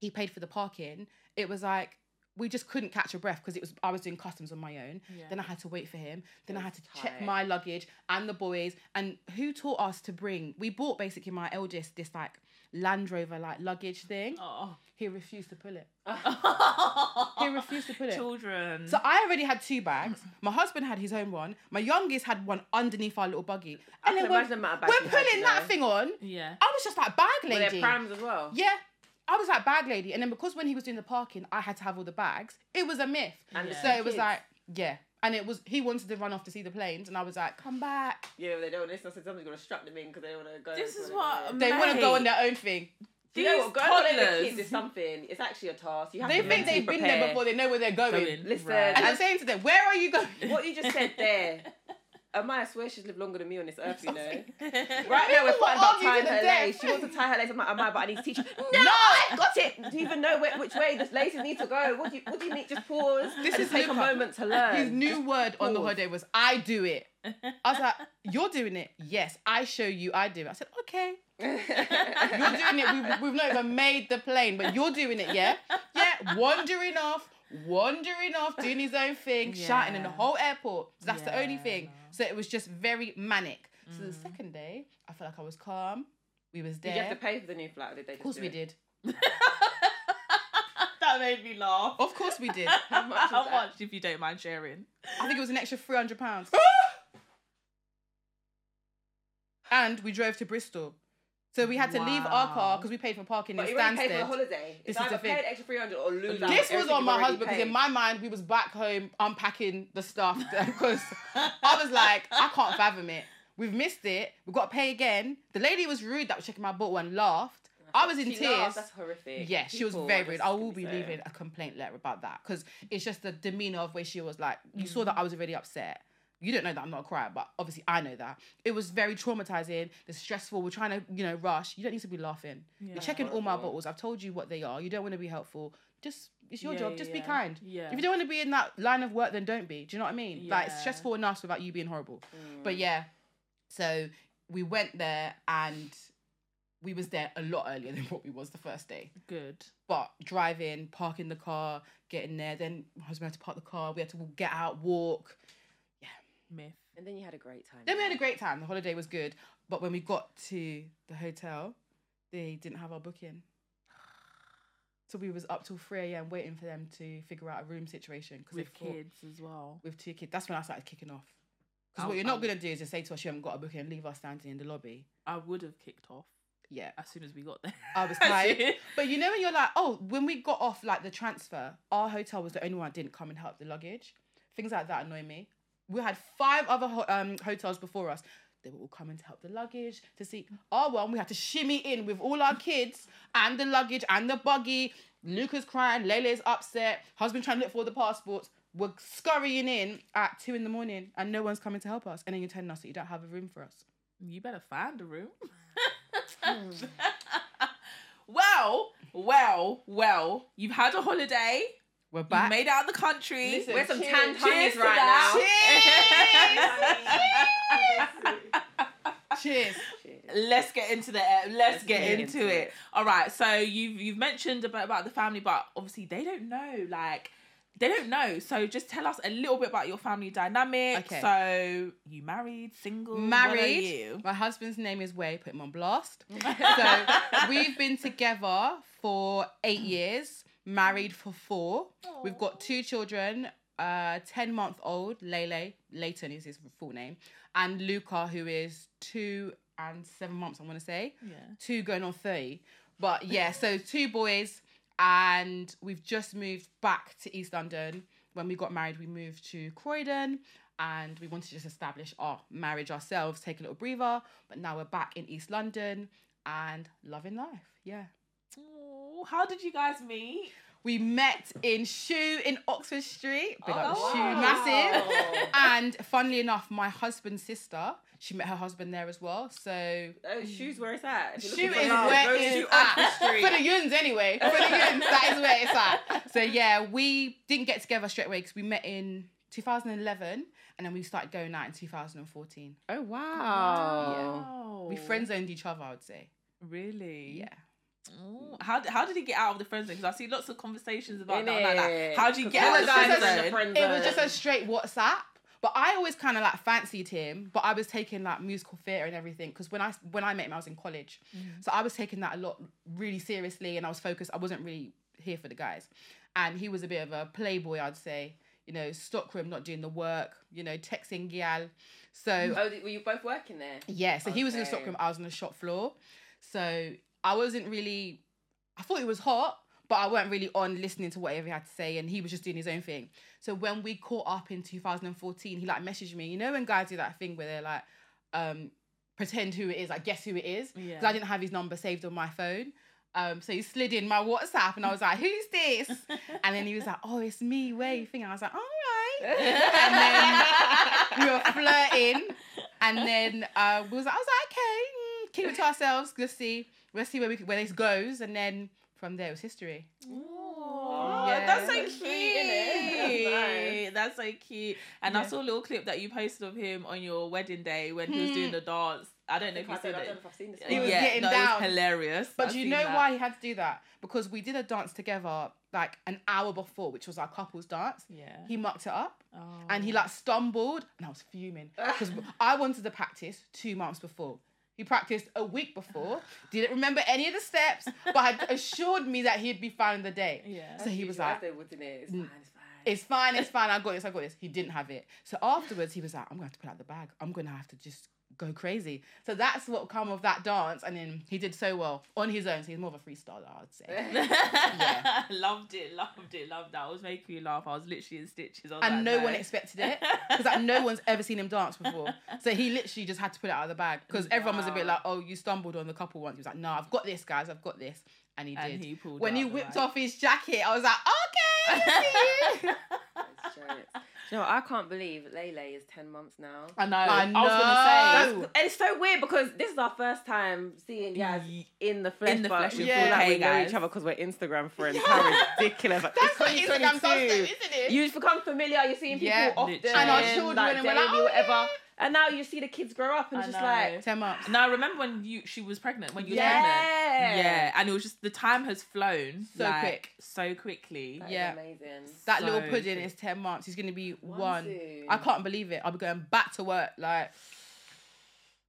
[SPEAKER 3] he paid for the parking. It was like we just couldn't catch a breath because it was I was doing customs on my own. Then I had to wait for him. Then I had to check
[SPEAKER 2] tight.
[SPEAKER 3] my luggage and the boys. And who taught us to bring? We bought basically my eldest this like Land Rover like luggage thing.
[SPEAKER 1] Oh.
[SPEAKER 3] He refused to pull it.
[SPEAKER 2] Oh.
[SPEAKER 3] He refused to pull it.
[SPEAKER 1] Children.
[SPEAKER 3] So I already had two bags. My husband had his own one. My youngest had one underneath our little buggy.
[SPEAKER 2] I
[SPEAKER 3] And
[SPEAKER 2] can
[SPEAKER 3] then we're,
[SPEAKER 2] imagine the amount of bags
[SPEAKER 3] we're
[SPEAKER 2] you had,
[SPEAKER 3] pulling
[SPEAKER 2] you
[SPEAKER 3] that
[SPEAKER 2] know.
[SPEAKER 3] thing on.
[SPEAKER 1] yeah.
[SPEAKER 3] I was just like bag
[SPEAKER 2] Were
[SPEAKER 3] lady.
[SPEAKER 2] there prams as well?
[SPEAKER 3] Yeah. I was like bag lady. And then because when he was doing the parking, I had to have all the bags, it was a myth.
[SPEAKER 2] And
[SPEAKER 1] Yeah.
[SPEAKER 2] the
[SPEAKER 3] So it was
[SPEAKER 2] kids.
[SPEAKER 3] like, yeah. And it was he wanted to run off to see the planes, and I was like, come back.
[SPEAKER 2] yeah, they don't listen. I said somebody's gonna strap them in because they don't want to go.
[SPEAKER 1] This
[SPEAKER 2] they
[SPEAKER 1] is
[SPEAKER 2] don't wanna
[SPEAKER 1] what
[SPEAKER 2] go.
[SPEAKER 3] They want to go
[SPEAKER 1] Mate.
[SPEAKER 3] on their own thing.
[SPEAKER 2] You know
[SPEAKER 1] These
[SPEAKER 2] what? Going holiday with kids
[SPEAKER 1] toddlers.
[SPEAKER 2] is something. It's actually a task. You have to
[SPEAKER 3] They think
[SPEAKER 2] mentally
[SPEAKER 3] they've been there
[SPEAKER 2] prepare.
[SPEAKER 3] before. They know where they're going.
[SPEAKER 1] Going.
[SPEAKER 2] Listen,
[SPEAKER 1] Right.
[SPEAKER 3] And I'm saying to them, where are you going?
[SPEAKER 2] What you just said there. Amaya swears Um, she's lived longer than me on this earth, you know. Right now
[SPEAKER 3] People
[SPEAKER 2] we're
[SPEAKER 3] will
[SPEAKER 2] fighting about
[SPEAKER 3] argue to
[SPEAKER 2] tying her
[SPEAKER 3] death.
[SPEAKER 2] lace. She wants to tie her lace. I'm like, Amaya, but I need to teach you.
[SPEAKER 3] No,
[SPEAKER 2] I got it. Do you even know where, which way the laces need to go? What do you What do you need? Just pause.
[SPEAKER 3] This
[SPEAKER 2] and
[SPEAKER 3] is
[SPEAKER 2] take a
[SPEAKER 3] Luca.
[SPEAKER 2] moment to learn.
[SPEAKER 3] His new word on the
[SPEAKER 2] pause.
[SPEAKER 3] holiday was I do it. I was like, You're doing it? Yes, I show you, I do it. I said, Okay. You're doing it. We've, we've not even made the plane, but you're doing it, yeah? Yeah, wandering off, wandering off, doing his own thing, shouting in the
[SPEAKER 1] Yeah.
[SPEAKER 3] whole airport. That's the only
[SPEAKER 1] Yeah,
[SPEAKER 3] thing.
[SPEAKER 1] no.
[SPEAKER 3] So it was just very manic. So the second day, I felt like I was calm. We was
[SPEAKER 2] Mm. Did
[SPEAKER 3] there.
[SPEAKER 2] you have to pay for the new flat? Or did they? Just
[SPEAKER 3] of course
[SPEAKER 2] do
[SPEAKER 3] we
[SPEAKER 2] it?
[SPEAKER 3] did.
[SPEAKER 1] that made me laugh.
[SPEAKER 3] Of course we did.
[SPEAKER 1] How
[SPEAKER 2] much is
[SPEAKER 1] much,
[SPEAKER 2] that?
[SPEAKER 1] if you don't mind sharing?
[SPEAKER 3] I think it was an extra three hundred pounds. and we drove to Bristol, so we had to leave our
[SPEAKER 1] Wow.
[SPEAKER 3] car because we paid for parking
[SPEAKER 2] But
[SPEAKER 3] in
[SPEAKER 2] you already paid for the
[SPEAKER 3] Stansted.
[SPEAKER 2] holiday.
[SPEAKER 3] This
[SPEAKER 2] It's
[SPEAKER 3] is
[SPEAKER 2] either
[SPEAKER 3] the thing.
[SPEAKER 2] pay the extra three hundred or lose. out
[SPEAKER 3] This was
[SPEAKER 2] everything
[SPEAKER 3] on my
[SPEAKER 2] you've already
[SPEAKER 3] husband because in
[SPEAKER 2] paid.
[SPEAKER 3] my mind we was back home unpacking the stuff because I was like, I can't fathom it. We've missed it. We've got to pay again. The lady was rude that was checking my bottle and laughed. I was in
[SPEAKER 2] She
[SPEAKER 3] tears.
[SPEAKER 2] laughed, That's horrific.
[SPEAKER 3] Yeah, she was
[SPEAKER 2] People
[SPEAKER 3] very
[SPEAKER 2] are
[SPEAKER 3] rude.
[SPEAKER 2] just
[SPEAKER 3] I
[SPEAKER 2] gonna
[SPEAKER 3] will be
[SPEAKER 2] so-
[SPEAKER 3] leaving a complaint letter about that because it's just the demeanor of where she was like, you saw
[SPEAKER 2] Mm.
[SPEAKER 3] that I was already upset. You don't know that I'm not a crier, but obviously I know that. It was very traumatizing. It's stressful. We're trying to, you know, rush. You don't need to be laughing.
[SPEAKER 1] Yeah.
[SPEAKER 3] You're checking all my
[SPEAKER 2] Horrible.
[SPEAKER 3] bottles. I've told you what they are. You don't want to be helpful. Just, it's your
[SPEAKER 1] Yeah,
[SPEAKER 3] job.
[SPEAKER 1] yeah,
[SPEAKER 3] Just be
[SPEAKER 1] yeah.
[SPEAKER 3] kind.
[SPEAKER 1] Yeah.
[SPEAKER 3] If you don't want to be in that line of work, then don't be. Do you know what I mean? Like, it's
[SPEAKER 1] Yeah. Mm.
[SPEAKER 3] stressful enough without you being horrible. But yeah, so we went there and we was there a lot earlier than what we was the first day
[SPEAKER 1] Good.
[SPEAKER 3] but driving, parking the car, getting there. Then my husband had to park the car. We had to w- get out, walk.
[SPEAKER 1] Myth.
[SPEAKER 2] And then you had a great time.
[SPEAKER 3] Then we had a great time. The holiday was good. But when we got to the hotel, they didn't have our booking. So we was up till 3 a.m. waiting for them to figure out a room situation. 'cause they
[SPEAKER 1] With
[SPEAKER 3] thought-
[SPEAKER 1] kids as well.
[SPEAKER 3] With two kids. That's when I started kicking off. Because
[SPEAKER 1] I'll-
[SPEAKER 3] what you're not
[SPEAKER 1] I'll-
[SPEAKER 3] going to do is just say to us, you haven't got a booking and leave us standing in the lobby.
[SPEAKER 1] I would have kicked off
[SPEAKER 3] Yeah.
[SPEAKER 1] as soon as we got there.
[SPEAKER 3] I was tired. But you know when you're like, oh, when we got off like the transfer, our hotel was the only one that didn't come and help the luggage. Things like that annoy me. We had five other ho- um, hotels before us. They were all coming to help the luggage to see our one. We had to shimmy in with all our kids and the luggage and the buggy. Luca's crying, Lele's upset, husband trying to look for the passports. We're scurrying in at two in the morning and no one's coming to help us. And then you're telling us that you don't have a room for us.
[SPEAKER 1] You better find a room. well, well, well. You've had a holiday.
[SPEAKER 3] We're
[SPEAKER 1] You
[SPEAKER 3] back.
[SPEAKER 1] made it out of the country.
[SPEAKER 3] Listen,
[SPEAKER 2] We're some
[SPEAKER 3] Cheers.
[SPEAKER 2] tanned
[SPEAKER 1] Cheers
[SPEAKER 2] honeys
[SPEAKER 1] to
[SPEAKER 2] right
[SPEAKER 1] that.
[SPEAKER 2] now.
[SPEAKER 3] Cheers.
[SPEAKER 1] Let's get into the uh, let's, let's get,
[SPEAKER 2] get
[SPEAKER 1] into,
[SPEAKER 2] into
[SPEAKER 1] it.
[SPEAKER 2] it.
[SPEAKER 1] All right. So you've you've mentioned about about the family, but obviously they don't know. Like they don't know. So just tell us a little bit about your family dynamic.
[SPEAKER 3] Okay.
[SPEAKER 1] So you married, single, what are
[SPEAKER 3] married.
[SPEAKER 1] you?
[SPEAKER 3] My husband's name is Way. Put him on blast. so we've been together for eight years. Married for four. We've got two children. Uh, ten month old Lele Layton is his full name, and Luca who is two and seven months. I want to say
[SPEAKER 1] Yeah.
[SPEAKER 3] two going on three. But yeah, so two boys, and we've just moved back to East London. When we got married, we moved to Croydon and we wanted to just establish our marriage ourselves, take a little breather. But now we're back in East London and loving life. Yeah.
[SPEAKER 1] Aw, How did you guys meet?
[SPEAKER 3] We met in Shoe in Oxford Street. Big up
[SPEAKER 1] Oh,
[SPEAKER 3] Shoe
[SPEAKER 1] wow.
[SPEAKER 3] Massive. and funnily enough, my husband's sister, she met her husband there as well. So
[SPEAKER 2] Oh, shoes, where it's at. If you're
[SPEAKER 3] Shoot
[SPEAKER 2] looking
[SPEAKER 3] is
[SPEAKER 2] for love,
[SPEAKER 3] where
[SPEAKER 2] go
[SPEAKER 3] it is
[SPEAKER 2] shoot
[SPEAKER 3] at.
[SPEAKER 2] up the street.
[SPEAKER 3] For the yuns, anyway. For the yuns, that is where it's at. So yeah, we didn't get together straight away because we met in 2011, and then we started going out in 2014.
[SPEAKER 2] Oh wow.
[SPEAKER 1] Wow.
[SPEAKER 3] We friend zoned each other, I would say.
[SPEAKER 1] Really?
[SPEAKER 3] Yeah.
[SPEAKER 1] Ooh, How, d- how did he get out of the friend zone? Because I see lots of conversations about that. Like,
[SPEAKER 2] Innit?
[SPEAKER 1] how did you
[SPEAKER 2] 'Cause
[SPEAKER 1] get out of
[SPEAKER 3] all
[SPEAKER 1] the
[SPEAKER 3] the guys
[SPEAKER 1] friend
[SPEAKER 3] are in
[SPEAKER 1] zone?
[SPEAKER 2] the friend
[SPEAKER 3] It was just
[SPEAKER 2] zone.
[SPEAKER 3] a straight WhatsApp. But I always kind of like fancied him, but I was taking like musical theatre and everything because when I when I met him, I was in college, so I was taking that a lot really seriously, and I was focused. I wasn't really here for the guys, and he was a bit of a playboy, I'd say. You know, stockroom not doing the work. You know, texting gyal. So
[SPEAKER 2] Oh, did- were you both working there?
[SPEAKER 3] yeah, so he was in the
[SPEAKER 2] Okay.
[SPEAKER 3] stockroom, I was on the shop floor. So I wasn't really I thought it was hot, but I weren't really on listening to whatever he had to say and he was just doing his own thing. So when we caught up in 2014, he like messaged me, you know when guys do that thing where they're like, um, pretend who it is, like guess who it is. Because
[SPEAKER 1] Yeah.
[SPEAKER 3] I didn't have his number saved on my phone. Um, so he slid in my WhatsApp and I was like, Who's this? and then he was like, Oh, it's me, where you think? I was like, All right and then we were flirting, and then uh, we was like, I was like, okay, mm, keep it to ourselves. Let's see, let's see where we where this goes, and then from there it was history.
[SPEAKER 1] Oh,
[SPEAKER 3] Yeah.
[SPEAKER 1] that's so
[SPEAKER 2] That's
[SPEAKER 1] cute.
[SPEAKER 2] sweet, innit?
[SPEAKER 1] That's so cute. And I
[SPEAKER 3] Yeah.
[SPEAKER 1] saw a little clip that you posted of him on your wedding day when he was
[SPEAKER 3] Hmm.
[SPEAKER 1] doing the dance. I don't know if you
[SPEAKER 2] I
[SPEAKER 1] said
[SPEAKER 2] don't know
[SPEAKER 1] it.
[SPEAKER 2] if I've seen this
[SPEAKER 3] He
[SPEAKER 2] one.
[SPEAKER 3] was
[SPEAKER 1] yeah,
[SPEAKER 3] getting
[SPEAKER 1] no,
[SPEAKER 3] down.
[SPEAKER 1] It was hilarious.
[SPEAKER 3] But
[SPEAKER 1] I've
[SPEAKER 3] do you
[SPEAKER 1] seen
[SPEAKER 3] know
[SPEAKER 1] that.
[SPEAKER 3] why he had to do that? Because we did a dance together like an hour before, which was our couples dance.
[SPEAKER 1] Yeah.
[SPEAKER 3] He mucked it up.
[SPEAKER 1] Oh.
[SPEAKER 3] and he like stumbled and I was fuming because I wanted to practice two months before. He practiced a week before, didn't remember any of the steps, but had assured me that he'd be fine in the day.
[SPEAKER 1] Yeah.
[SPEAKER 3] So he
[SPEAKER 2] You
[SPEAKER 3] was
[SPEAKER 2] guys
[SPEAKER 3] like,
[SPEAKER 2] did, wasn't it? It's fine, it's fine.
[SPEAKER 3] it's fine, it's fine, I got this, I got this. He didn't have it. So afterwards, he was like, I'm gonna have to put out the bag. I'm gonna have to just go crazy. So that's what come of that dance. And then he did so well on his own. So he's more of a freestyler, I'd say. Yeah.
[SPEAKER 1] loved it, loved it, loved that. I was making me laugh. I was literally in stitches. I was
[SPEAKER 3] And
[SPEAKER 1] like,
[SPEAKER 3] no one expected it. because like no one's ever seen him dance before. So he literally just had to put it out of the bag because everyone was a bit
[SPEAKER 1] Wow.
[SPEAKER 3] like, "Oh, you stumbled on the couple once." He was like, "No, I've got this, guys. I've got this," and he did.
[SPEAKER 1] And he pulled
[SPEAKER 3] when
[SPEAKER 1] out
[SPEAKER 3] he
[SPEAKER 1] the
[SPEAKER 3] whipped
[SPEAKER 1] mic.
[SPEAKER 3] off his jacket, I was like, "Okay." I see you."
[SPEAKER 2] That's jokes. Do you know, what? I can't believe Lele is 10 months now.
[SPEAKER 1] I know.
[SPEAKER 3] I
[SPEAKER 1] I was gonna say
[SPEAKER 3] know.
[SPEAKER 2] And it's so weird because this is our first time seeing Yaz
[SPEAKER 1] Ye-
[SPEAKER 2] in the flesh.
[SPEAKER 1] in the
[SPEAKER 2] but
[SPEAKER 1] flesh
[SPEAKER 2] we
[SPEAKER 1] in
[SPEAKER 2] feel
[SPEAKER 3] 4K,
[SPEAKER 2] like we know
[SPEAKER 1] guys.
[SPEAKER 2] each other because we're Instagram friends. How ridiculous. Like,
[SPEAKER 3] That's what
[SPEAKER 2] it's
[SPEAKER 3] Instagram does, though,
[SPEAKER 2] 2022.
[SPEAKER 3] isn't it?
[SPEAKER 2] You become familiar, you're seeing people
[SPEAKER 3] Yeah.
[SPEAKER 2] often.
[SPEAKER 1] Literally. And our
[SPEAKER 3] children,
[SPEAKER 2] like,
[SPEAKER 3] and we're like,
[SPEAKER 2] daily,
[SPEAKER 3] "Oh,
[SPEAKER 2] whatever.
[SPEAKER 3] yeah."
[SPEAKER 2] And now you see the kids grow up and
[SPEAKER 1] I
[SPEAKER 2] just
[SPEAKER 1] know.
[SPEAKER 2] like,
[SPEAKER 3] Ten months.
[SPEAKER 1] Now remember when you she was pregnant when you were pregnant.
[SPEAKER 2] yeah.
[SPEAKER 1] Yeah, and it was just the time has flown
[SPEAKER 3] So
[SPEAKER 1] like,
[SPEAKER 3] quick.
[SPEAKER 1] so quickly.
[SPEAKER 2] That is
[SPEAKER 3] Yeah.
[SPEAKER 2] amazing.
[SPEAKER 3] That
[SPEAKER 1] So
[SPEAKER 3] little pudding
[SPEAKER 1] sick.
[SPEAKER 3] is ten months. He's gonna be
[SPEAKER 2] One
[SPEAKER 3] one.
[SPEAKER 2] soon.
[SPEAKER 3] I can't believe it. I'll be going back to work like.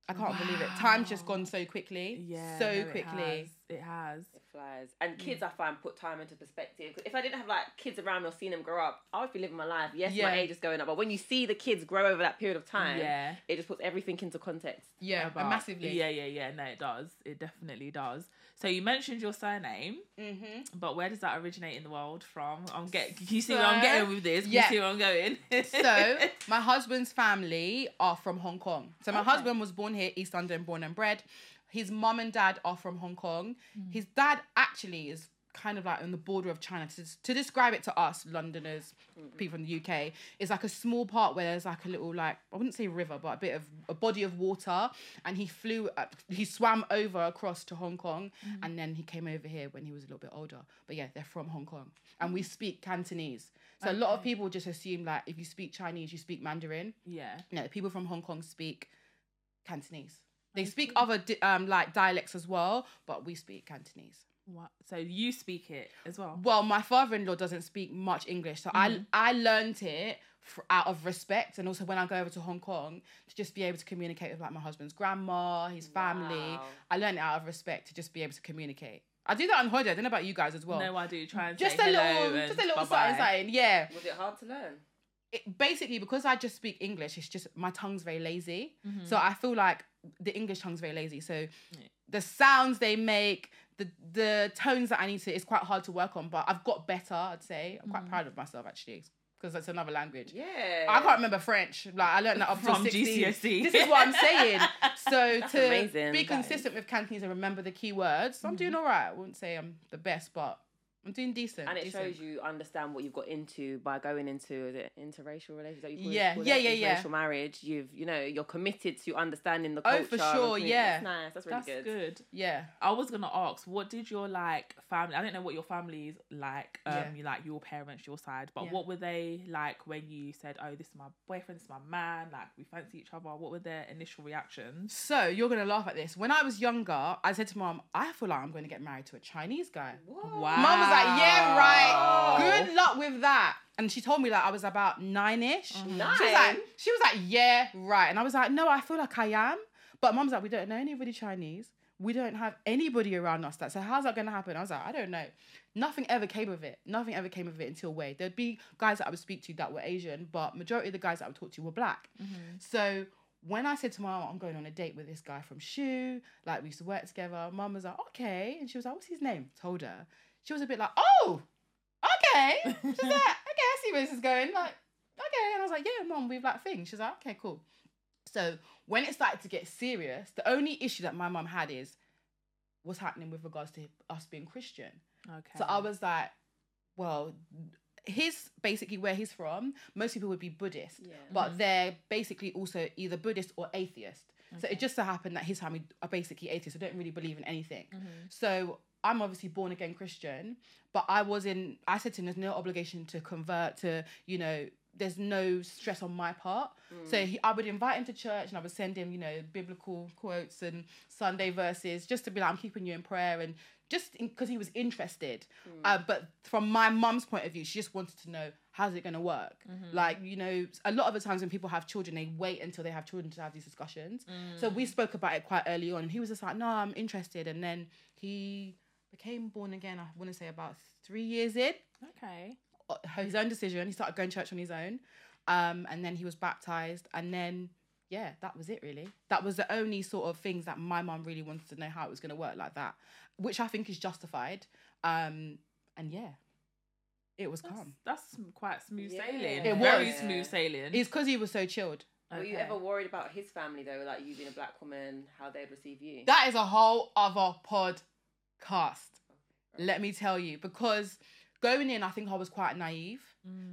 [SPEAKER 3] I can't believe it. Time's just
[SPEAKER 1] Wow.
[SPEAKER 3] gone so quickly.
[SPEAKER 1] Yeah,
[SPEAKER 3] So
[SPEAKER 1] no, it
[SPEAKER 3] quickly.
[SPEAKER 1] has, It has.
[SPEAKER 2] It flies. And kids, I find, put time into perspective. 'Cause If I didn't have like kids around me or seen them grow up, I would be living my life. Yes,
[SPEAKER 3] Yeah.
[SPEAKER 2] my age is going up, but when you see the kids grow over that period of time,
[SPEAKER 1] Yeah.
[SPEAKER 2] it just puts everything into context.
[SPEAKER 3] Yeah, and
[SPEAKER 1] about-
[SPEAKER 3] massively.
[SPEAKER 1] Yeah, yeah, yeah. No, it does. It definitely does. So you mentioned your surname,
[SPEAKER 3] Mhm.
[SPEAKER 1] but where does that originate in the world from? I'm get. Can you see where I'm getting with this? Can
[SPEAKER 3] Yeah.
[SPEAKER 1] You see where I'm going?
[SPEAKER 3] so my husband's family are from Hong Kong. So my
[SPEAKER 1] Okay.
[SPEAKER 3] husband was born here, East London, born and bred. His mum and dad are from Hong Kong. His dad actually is kind of like on the border of China. To, to describe it to us Londoners, people from the UK, is like a small part where there's like a little like I wouldn't say river, but a bit of a body of water. And he flew, up, he swam over across to Hong Kong, and then he came over here when he was a little bit older. But yeah, they're from Hong Kong, and we speak Cantonese. So a lot of people just assume like if you speak Chinese, you speak Mandarin.
[SPEAKER 1] yeah.
[SPEAKER 3] No, people from Hong Kong speak Cantonese. They speak other di- um, like dialects as well, but we speak Cantonese.
[SPEAKER 1] What? So you speak it as well.
[SPEAKER 3] Well, my father-in-law doesn't speak much English, so
[SPEAKER 1] Mm-hmm.
[SPEAKER 3] I I learned it fr out of respect, and also when I go over to Hong Kong to just be able to communicate with like my husband's grandma, his family.
[SPEAKER 2] Wow.
[SPEAKER 3] I learned it out of respect to just be able to communicate. I do that on holiday. I don't know about you guys as well.
[SPEAKER 1] no, I do try and
[SPEAKER 3] just
[SPEAKER 1] say
[SPEAKER 3] a
[SPEAKER 1] hello
[SPEAKER 3] little,
[SPEAKER 1] and
[SPEAKER 3] just a little
[SPEAKER 1] bye-bye.
[SPEAKER 3] something, something. Yeah.
[SPEAKER 2] Was it hard to learn?
[SPEAKER 3] it, basically because I just speak English, it's just my tongue's very lazy.
[SPEAKER 2] Mm-hmm.
[SPEAKER 3] So I feel like the English tongue's very lazy. So the sounds they make, the the tones that I need to, it's quite hard to work on. But I've got better, I'd say. I'm quite proud of myself actually because that's another language.
[SPEAKER 2] Mm-hmm. Yeah.
[SPEAKER 3] I can't remember French. Like I learned that up
[SPEAKER 1] From
[SPEAKER 3] to 16.
[SPEAKER 1] GCSE.
[SPEAKER 3] This is what I'm saying. So to
[SPEAKER 2] E. amazing,
[SPEAKER 3] be
[SPEAKER 2] that is. Mm-hmm.
[SPEAKER 3] consistent with Cantonese and remember the key words, I'm doing all right. I wouldn't say I'm the best, but I'm doing decent.
[SPEAKER 2] And it
[SPEAKER 3] decent.
[SPEAKER 2] shows you understand what you've got into by going into is it interracial relations. Is that what you call it?
[SPEAKER 3] Yeah,
[SPEAKER 2] Call
[SPEAKER 3] yeah,
[SPEAKER 2] it?
[SPEAKER 3] yeah, yeah.
[SPEAKER 2] Interracial marriage. You've you know you're committed to understanding the culture.
[SPEAKER 3] Oh, for
[SPEAKER 2] and
[SPEAKER 3] sure,
[SPEAKER 2] community.
[SPEAKER 3] yeah.
[SPEAKER 2] That's nice. That's really
[SPEAKER 1] That's
[SPEAKER 2] good.
[SPEAKER 1] good.
[SPEAKER 3] Yeah.
[SPEAKER 1] I was gonna ask, what did your like family? I don't know what your family's like. Um,
[SPEAKER 3] Yeah.
[SPEAKER 1] you like your parents, your side, but
[SPEAKER 3] Yeah.
[SPEAKER 1] what were they like when you said, "Oh, this is my boyfriend, this is my man," like we fancy each other? What were their initial reactions?
[SPEAKER 3] So you're gonna laugh at this. When I was younger, I said to mom, "I feel like I'm gonna get married to a Chinese guy."
[SPEAKER 2] What?
[SPEAKER 1] Wow.
[SPEAKER 3] Mum was was like, yeah, right.
[SPEAKER 2] Wow.
[SPEAKER 3] Good luck with that. And she told me that I was about nine ish. She was like,
[SPEAKER 2] Nine?
[SPEAKER 3] she was like, yeah, right. And I was like, no, I feel like I am. But mum's like, we don't know anybody Chinese. We don't have anybody around us that. So how's that gonna happen? I was like, I don't know. Nothing ever came of it. Nothing ever came of it until way. There'd be guys that I would speak to that were Asian, but majority of the guys that I would talk to were black.
[SPEAKER 1] Mm-hmm.
[SPEAKER 3] So when I said to my mum, I'm going on a date with this guy from Shoe, like we used to work together, mum was like, okay. And she was like, what's his name? Told her. She was a bit like, oh, okay. She's like, okay, I see where this is going. Like, okay. And I was like, yeah, mum, we've like things. She's like, okay, cool. So when it started to get serious, the only issue that my mum had is what's happening with regards to us being Christian.
[SPEAKER 1] Okay.
[SPEAKER 3] So I was like, well, his basically where he's from, most people would be Buddhist,
[SPEAKER 2] Yeah.
[SPEAKER 3] but they're basically also either Buddhist or atheist. So it just so happened that his family are basically atheists, so don't really believe in anything.
[SPEAKER 1] Mm. Mm-hmm.
[SPEAKER 3] So I'm obviously born again Christian, but I was in, I said to him, there's no obligation to convert to, you know, there's no stress on my part. So he, I would invite him to church and I would send him, you know, biblical quotes and Sunday verses just to be like, I'm keeping you in prayer and just because he was interested. Uh, but from my mum's point of view, she just wanted to know how's it going to work. Like, you know, a lot of the times when people have children, they wait until they have children to have these discussions. So we spoke about it quite early on. And he was just like, no, I'm interested. And then he became born again, I want to say about three years in
[SPEAKER 1] okay.
[SPEAKER 3] uh, his own decision. He started going to church on his own, um, and then he was baptized, and then yeah, that was it really. That was the only sort of things that my mum really wanted to know how it was going to work like that, which I think is justified. Um, and yeah, it was
[SPEAKER 1] That's,
[SPEAKER 3] calm.
[SPEAKER 1] that's quite smooth
[SPEAKER 2] Yeah.
[SPEAKER 1] sailing.
[SPEAKER 3] It
[SPEAKER 1] Very
[SPEAKER 3] was.
[SPEAKER 1] smooth sailing.
[SPEAKER 3] It's because he was so chilled.
[SPEAKER 2] Were you
[SPEAKER 1] Okay.
[SPEAKER 2] ever worried about his family though, like you being a black woman, how they'd receive you?
[SPEAKER 3] That is a whole other podcast. Let me tell you, because going in, I think I was quite naive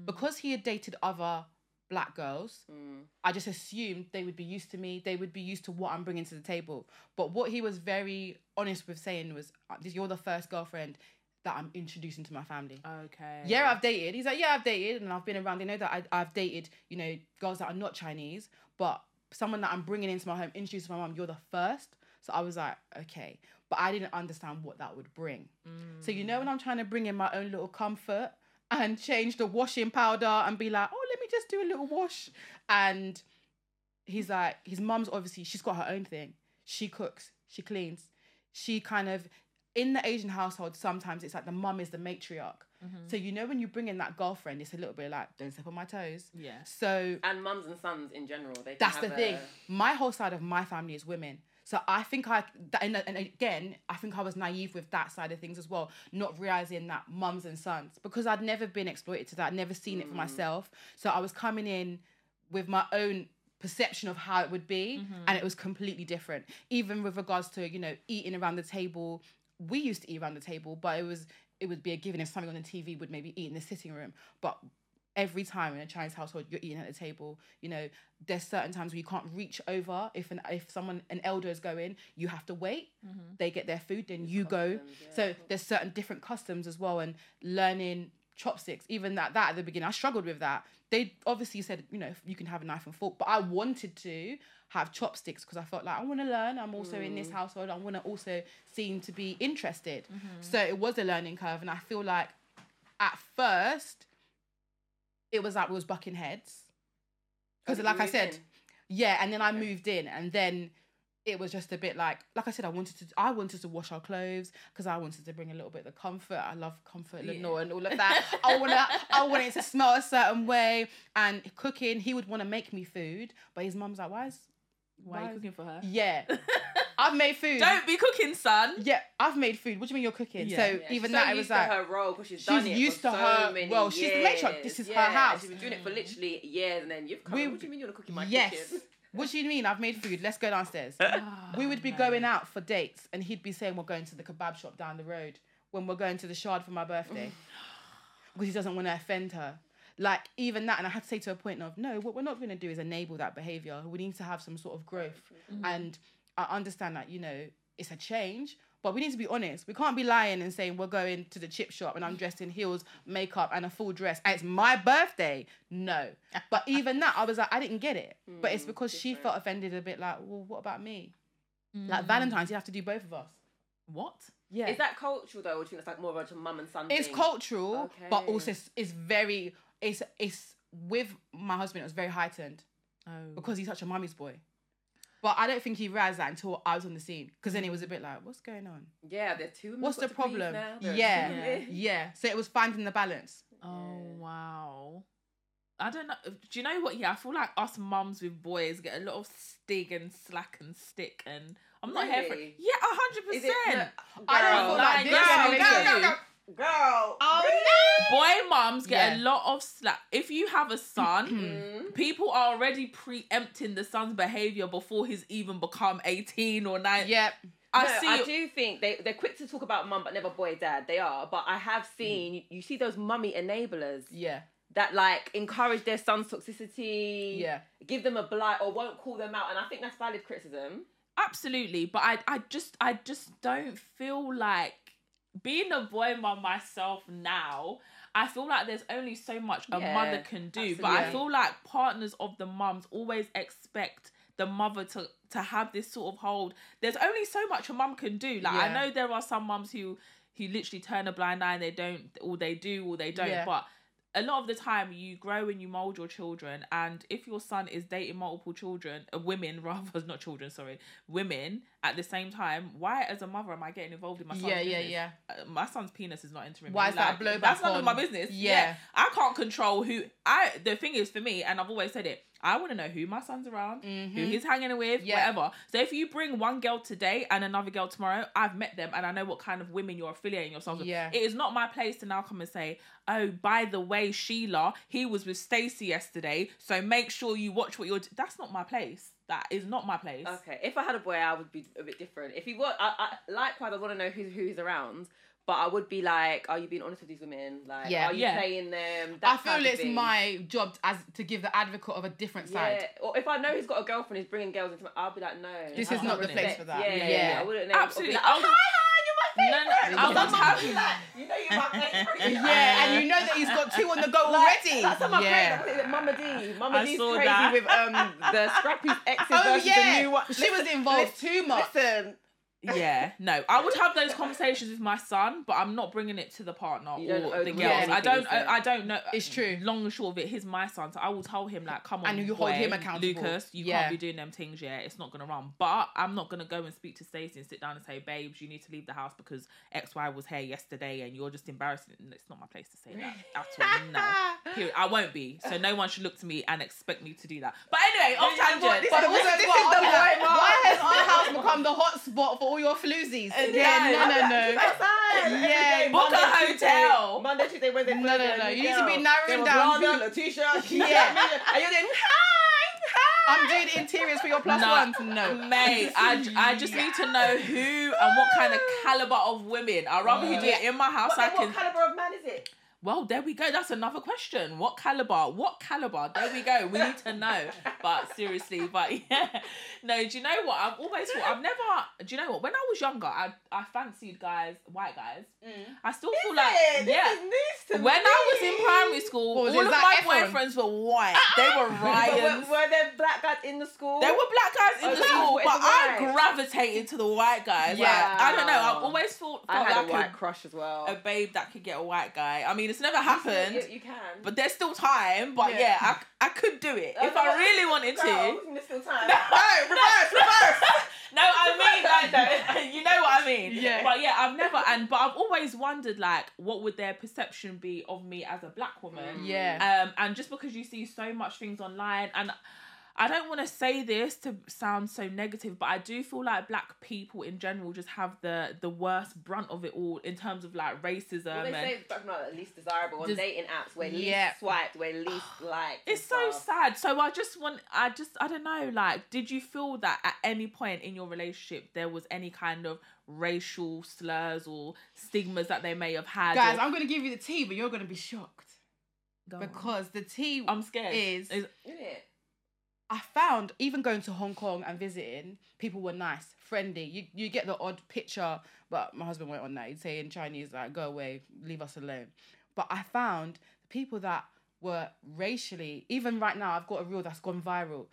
[SPEAKER 3] because he had dated other black girls.
[SPEAKER 2] Mm.
[SPEAKER 3] I just assumed they would be used to me. They would be used to what I'm bringing to the table. But what he was very honest with saying was, "Uh, "You're the first girlfriend that I'm introducing to my family."
[SPEAKER 1] Okay.
[SPEAKER 3] Yeah, I've dated. He's like, yeah, I've dated, and I've been around. They know that I, I've dated, you know, girls that are not Chinese, but someone that I'm bringing into my home, introduced to my mom, you're the first. So I was like, okay, but I didn't understand what that would bring. So you know, when I'm trying to bring in my own little comfort and change the washing powder and be like, oh, let me just do a little wash, and he's like, his mum's obviously she's got her own thing. She cooks, she cleans, she kind of in the Asian household, sometimes it's like the mum is the matriarch. So you know when you bring in that girlfriend, it's a little bit like don't step on my toes.
[SPEAKER 1] Yeah.
[SPEAKER 3] So
[SPEAKER 2] And mums and sons in general, they can
[SPEAKER 3] that's
[SPEAKER 2] have
[SPEAKER 3] the
[SPEAKER 2] a,
[SPEAKER 3] thing. My whole side of my family is women. So I think I that, and, and again I think I was naive with that side of things as well, not realizing that mums and sons because I'd never been exploited to that, I'd never seen
[SPEAKER 2] Mm.
[SPEAKER 3] it for myself. So I was coming in with my own perception of how it would be
[SPEAKER 2] Mm-hmm.
[SPEAKER 3] and it was completely different even with regards to you know eating around the table we used to eat around the table but it was it would be a given if something on the tv would maybe eat in the sitting room but every time in a chinese household you're eating at the table you know there's certain times where you can't reach over if an if someone an elder is going you have to wait they get their food then you go
[SPEAKER 2] customs, yeah.
[SPEAKER 3] so there's certain different customs as well and learning chopsticks even that that at the beginning i struggled with that they obviously said you know you can have a knife and fork but i wanted to have chopsticks because i felt like i want to learn i'm also in this household i want to also seem to be interested so it was a learning curve and i feel like at first it was like we was bucking heads because
[SPEAKER 2] Did
[SPEAKER 3] like
[SPEAKER 2] you
[SPEAKER 3] i
[SPEAKER 2] move
[SPEAKER 3] said
[SPEAKER 2] in?
[SPEAKER 3] yeah and then i moved in and then it was just a bit like like i said i wanted to i wanted to wash our clothes because i wanted to bring a little bit of comfort i love comfort lenore and all of that i want to i want it to smell a certain way and cooking he would want to make me food but his mum's like why is
[SPEAKER 1] Why are you cooking for her?
[SPEAKER 3] yeah i've made food
[SPEAKER 1] Don't be cooking, son.
[SPEAKER 3] yeah i've made food what do you mean you're cooking
[SPEAKER 1] Yeah.
[SPEAKER 3] so
[SPEAKER 2] Yeah,
[SPEAKER 3] even
[SPEAKER 2] she's
[SPEAKER 3] that
[SPEAKER 2] so
[SPEAKER 3] it
[SPEAKER 2] used
[SPEAKER 3] was
[SPEAKER 2] to
[SPEAKER 3] like
[SPEAKER 2] her role because she's,
[SPEAKER 3] she's
[SPEAKER 2] done it
[SPEAKER 3] used
[SPEAKER 2] for
[SPEAKER 3] to
[SPEAKER 2] so
[SPEAKER 3] her-
[SPEAKER 2] many
[SPEAKER 3] well, she's the
[SPEAKER 2] years.
[SPEAKER 3] matriarch. This is her
[SPEAKER 2] Yeah,
[SPEAKER 3] house.
[SPEAKER 2] She's been doing it for literally years, and then you've come.
[SPEAKER 3] We-
[SPEAKER 2] what do you mean you want to cook in my
[SPEAKER 3] yes.
[SPEAKER 2] kitchen?
[SPEAKER 3] What do you mean? I've made food. Let's go downstairs. we would be going out for dates, and he'd be saying we're going to the kebab shop down the road when we're going to the Shard for my birthday, because he doesn't want to offend her. Like even that, and I had to say to a point of no. What we're not going to do is enable that behavior. We need to have some sort of growth, and I understand that you know it's a change. But we need to be honest. We can't be lying and saying we're going to the chip shop and I'm dressed in heels, makeup, and a full dress. And it's my birthday. No. But even that, I was like, I didn't get it. but it's because she felt offended a bit like, well, what about me? Like Valentine's, you have to do both of us.
[SPEAKER 1] What?
[SPEAKER 4] Yeah.
[SPEAKER 2] Is that cultural though, or do you think it's like more of a mum and son?
[SPEAKER 3] It's
[SPEAKER 2] thing?
[SPEAKER 3] cultural, but
[SPEAKER 2] Okay.
[SPEAKER 3] also it's, it's very it's it's with my husband. It was very heightened
[SPEAKER 4] Oh.
[SPEAKER 3] because he's such a mummy's boy. But I don't think he realized that until I was on the scene. Because then he was a bit like, "What's going on?
[SPEAKER 2] Yeah, they're two. women
[SPEAKER 3] What's
[SPEAKER 2] got to
[SPEAKER 3] the
[SPEAKER 2] breathe
[SPEAKER 3] problem?
[SPEAKER 2] now, they're
[SPEAKER 3] Yeah.
[SPEAKER 2] human.
[SPEAKER 3] Yeah." So it was finding the balance.
[SPEAKER 2] Yeah.
[SPEAKER 1] Oh wow. I don't know. Do you know what? Yeah, I feel like us mums with boys get a lot of stig and slack and stick, and I'm not here for it.
[SPEAKER 2] Really?
[SPEAKER 1] Yeah, hundred
[SPEAKER 2] Is it-
[SPEAKER 1] percent.
[SPEAKER 2] no,
[SPEAKER 3] I don't
[SPEAKER 2] girl,
[SPEAKER 3] feel
[SPEAKER 1] like
[SPEAKER 2] girl,
[SPEAKER 1] this
[SPEAKER 2] girl,
[SPEAKER 1] generation-
[SPEAKER 2] girl, girl, girl.
[SPEAKER 3] Oh,
[SPEAKER 1] Boy mums get a
[SPEAKER 3] Yeah.
[SPEAKER 1] lot of slack. If you have a son,
[SPEAKER 2] Mm.
[SPEAKER 1] people are already preempting the son's behavior before he's even become 18 or 19.
[SPEAKER 3] Yep.
[SPEAKER 1] I
[SPEAKER 2] No,
[SPEAKER 1] see.
[SPEAKER 2] I do think they they're quick to talk about mum, but never boy dad. They are, but I have
[SPEAKER 3] Mm.
[SPEAKER 2] seen you, you see those mummy enablers
[SPEAKER 3] Yeah.
[SPEAKER 2] that like encourage their son's toxicity,
[SPEAKER 3] Yeah.
[SPEAKER 2] give them a blight or won't call them out, and I think that's valid criticism.
[SPEAKER 1] absolutely but i i just i just don't feel like being a boy mom myself now i feel like there's only so much a
[SPEAKER 2] Yeah,
[SPEAKER 1] mother can do but i
[SPEAKER 2] absolutely.
[SPEAKER 1] feel like partners of the mums always expect the mother to to have this sort of hold there's only so much a mum can do like i
[SPEAKER 3] Yeah.
[SPEAKER 1] know there are some mums who who literally turn a blind eye and they don't or they do or they don't
[SPEAKER 3] Yeah.
[SPEAKER 1] but a lot of the time you grow and you mold your children and if your son is dating multiple children uh, women rather not children sorry women at the same time why as a mother am i getting involved in my son's
[SPEAKER 3] Yeah, yeah,
[SPEAKER 1] business?
[SPEAKER 3] yeah.
[SPEAKER 1] Uh, my son's penis is not entering
[SPEAKER 3] Why
[SPEAKER 1] me.
[SPEAKER 3] is that a
[SPEAKER 1] Like,
[SPEAKER 3] blowback
[SPEAKER 1] that's none of
[SPEAKER 3] on-
[SPEAKER 1] my business yeah.
[SPEAKER 3] Yeah.
[SPEAKER 1] i can't control who i the thing is for me and i've always said it i want to know who my son's around who
[SPEAKER 3] Mhm.
[SPEAKER 1] he's hanging with
[SPEAKER 3] Yeah.
[SPEAKER 1] whatever so if you bring one girl today and another girl tomorrow i've met them and i know what kind of women you're affiliating yourself with
[SPEAKER 3] Yeah.
[SPEAKER 1] it is not my place to now come and say, "Oh, by the way, Sheila, he was with Stacey yesterday, so make sure you watch what you're." d-" That's not my place. That is not my place.
[SPEAKER 2] Okay, if I had a boy, I would be a bit different. If he was, I, I, likewise, I want to know who who he's around, but I would be like, are you being honest with these women? Like,
[SPEAKER 3] Yeah.
[SPEAKER 2] are you
[SPEAKER 1] Yeah.
[SPEAKER 2] playing them?
[SPEAKER 3] I
[SPEAKER 2] That type
[SPEAKER 3] feel
[SPEAKER 2] of
[SPEAKER 3] it's
[SPEAKER 2] thing.
[SPEAKER 3] my job as to give the advocate of a different
[SPEAKER 2] Yeah,
[SPEAKER 3] side.
[SPEAKER 2] or if I know he's got a girlfriend, he's bringing girls into my. I'll be like, no,
[SPEAKER 3] This
[SPEAKER 1] is not
[SPEAKER 2] I
[SPEAKER 1] the
[SPEAKER 2] wouldn't
[SPEAKER 1] place
[SPEAKER 2] expect-
[SPEAKER 3] for that.
[SPEAKER 2] Yeah, yeah,
[SPEAKER 3] Yeah.
[SPEAKER 2] yeah, I wouldn't. know. I'll be
[SPEAKER 1] Absolutely.
[SPEAKER 2] like,
[SPEAKER 1] I
[SPEAKER 2] oh,
[SPEAKER 1] was-
[SPEAKER 2] hi, hi, you're my favorite.
[SPEAKER 1] No, no, I was happy.
[SPEAKER 2] you know you're my favorite.
[SPEAKER 3] Yeah, and you know that he's got two on the go
[SPEAKER 2] Uh, Like,
[SPEAKER 3] already.
[SPEAKER 2] That's how my
[SPEAKER 3] yeah.
[SPEAKER 2] friend. I Mama D. Mama
[SPEAKER 1] I
[SPEAKER 2] D's
[SPEAKER 1] saw
[SPEAKER 2] crazy
[SPEAKER 1] that.
[SPEAKER 2] with um the Scrappy's exes
[SPEAKER 3] Oh
[SPEAKER 2] versus the new
[SPEAKER 3] yeah,
[SPEAKER 2] one.
[SPEAKER 3] she was involved too much.
[SPEAKER 2] Listen,
[SPEAKER 1] Yeah, no, I would have those conversations with my son, but I'm not bringing it to the partner
[SPEAKER 2] You don't
[SPEAKER 1] or
[SPEAKER 2] owe
[SPEAKER 1] the
[SPEAKER 2] them
[SPEAKER 1] girls.
[SPEAKER 3] anything,
[SPEAKER 1] I don't.
[SPEAKER 2] is there?
[SPEAKER 1] I, I don't know.
[SPEAKER 3] It's true.
[SPEAKER 1] Long and short of it, he's my son, so I will tell him like, "Come on,
[SPEAKER 3] And you hold
[SPEAKER 1] boy,
[SPEAKER 3] him accountable.
[SPEAKER 1] Lucas. You
[SPEAKER 3] Yeah.
[SPEAKER 1] can't be doing them things yet. It's not gonna run." But I'm not gonna go and speak to Stacey and sit down and say, "Babes, you need to leave the house because X Y was here yesterday, and you're just embarrassing." It's not my place to say that at all. No. Period. I won't be. So no one should look to me and expect me to do that. But anyway, off
[SPEAKER 2] Yeah, yeah, what-
[SPEAKER 1] tangent.
[SPEAKER 2] this-
[SPEAKER 3] But
[SPEAKER 2] This
[SPEAKER 3] also,
[SPEAKER 2] is
[SPEAKER 3] this
[SPEAKER 2] what
[SPEAKER 3] is the
[SPEAKER 2] I'm
[SPEAKER 3] right
[SPEAKER 2] like,
[SPEAKER 3] Why has our house become the hotspot for all your floozies?
[SPEAKER 2] I'm
[SPEAKER 3] Yeah, no, no, no.
[SPEAKER 2] outside. Every
[SPEAKER 3] Yeah,
[SPEAKER 2] day,
[SPEAKER 1] book a
[SPEAKER 2] Monday, Tuesday,
[SPEAKER 1] hotel.
[SPEAKER 2] Monday, Tuesday, Wednesday,
[SPEAKER 3] No,
[SPEAKER 2] Thursday,
[SPEAKER 3] no, no,
[SPEAKER 2] new
[SPEAKER 3] you need to be
[SPEAKER 2] girl.
[SPEAKER 3] narrowing
[SPEAKER 2] There was
[SPEAKER 3] down
[SPEAKER 2] Lana,
[SPEAKER 3] who-
[SPEAKER 2] Letitia, she-
[SPEAKER 3] Yeah.
[SPEAKER 2] and you're doing hi, hi.
[SPEAKER 3] I'm doing interiors for your plus
[SPEAKER 1] No.
[SPEAKER 3] ones. No.
[SPEAKER 1] Mate, I, I just need to know who and what kind of caliber of women. I'd rather you do it in my house.
[SPEAKER 2] But
[SPEAKER 1] I
[SPEAKER 2] then
[SPEAKER 1] can.
[SPEAKER 2] what caliber of man is it?
[SPEAKER 1] Well, there we go. That's another question. What caliber? What caliber? There we go. We need to know. But seriously, but yeah. No, do you know what? I've always thought, I've never, do you know what? When I was younger, I, I fancied guys, white guys. I still feel like,
[SPEAKER 2] Yeah, this
[SPEAKER 1] yeah.
[SPEAKER 2] is news to
[SPEAKER 1] When I was
[SPEAKER 2] me.
[SPEAKER 1] in primary school,
[SPEAKER 3] What was
[SPEAKER 1] all
[SPEAKER 3] it,
[SPEAKER 1] of
[SPEAKER 3] Zac
[SPEAKER 1] my
[SPEAKER 3] Efron?
[SPEAKER 1] boyfriends were white. They were
[SPEAKER 2] But
[SPEAKER 1] Ryans.
[SPEAKER 2] were, were there black guys in the school?
[SPEAKER 1] There were black guys in
[SPEAKER 2] Oh,
[SPEAKER 1] the
[SPEAKER 2] that
[SPEAKER 1] school,
[SPEAKER 2] was
[SPEAKER 1] but
[SPEAKER 2] the
[SPEAKER 1] I
[SPEAKER 2] white.
[SPEAKER 1] gravitated to the white guys.
[SPEAKER 3] Yeah.
[SPEAKER 1] Like, I don't know. I've always thought,
[SPEAKER 2] I
[SPEAKER 1] felt
[SPEAKER 2] had
[SPEAKER 1] like
[SPEAKER 2] a white
[SPEAKER 1] a,
[SPEAKER 2] crush as well.
[SPEAKER 1] a babe that could get a white guy. I mean, it's never
[SPEAKER 2] Yeah,
[SPEAKER 1] happened,
[SPEAKER 2] You, you can.
[SPEAKER 1] but there's still time. But
[SPEAKER 3] Yeah.
[SPEAKER 1] yeah, I, I could do it
[SPEAKER 2] Oh,
[SPEAKER 1] if
[SPEAKER 2] no,
[SPEAKER 1] I really wanted to.
[SPEAKER 2] Girls, there's still time.
[SPEAKER 1] reverse, reverse. No, I mean like you know what I mean.
[SPEAKER 3] Yeah.
[SPEAKER 1] But yeah, I've never and but I've always wondered like what would their perception be of me as a black woman?
[SPEAKER 3] Yeah.
[SPEAKER 1] um, and just because you see so much things online and i don't want to say this to sound so negative but i do feel like black people in general just have the the worst brunt of it all in terms of like racism
[SPEAKER 2] Well, they
[SPEAKER 1] and
[SPEAKER 2] say it's not the least desirable on
[SPEAKER 1] Des-
[SPEAKER 2] dating apps. We're
[SPEAKER 3] Yeah.
[SPEAKER 2] least swiped. We're least liked. and
[SPEAKER 1] it's so
[SPEAKER 2] stuff.
[SPEAKER 1] sad so i just want i just i don't know like did you feel that at any point in your relationship there was any kind of racial slurs or stigmas that they may have had
[SPEAKER 3] Guys,
[SPEAKER 1] or-
[SPEAKER 3] I'm going to give you the tea, but you're going to be shocked. Oh,
[SPEAKER 1] Go on.
[SPEAKER 3] Because the tea
[SPEAKER 1] i'm scared
[SPEAKER 3] is-
[SPEAKER 2] isn't it?
[SPEAKER 3] I found even going to Hong Kong and visiting, people were nice, friendly. You you get the odd picture, but my husband went on that. He'd say in Chinese, like, go away, leave us alone. But I found people that were racially, even right now, I've got a reel that's gone viral.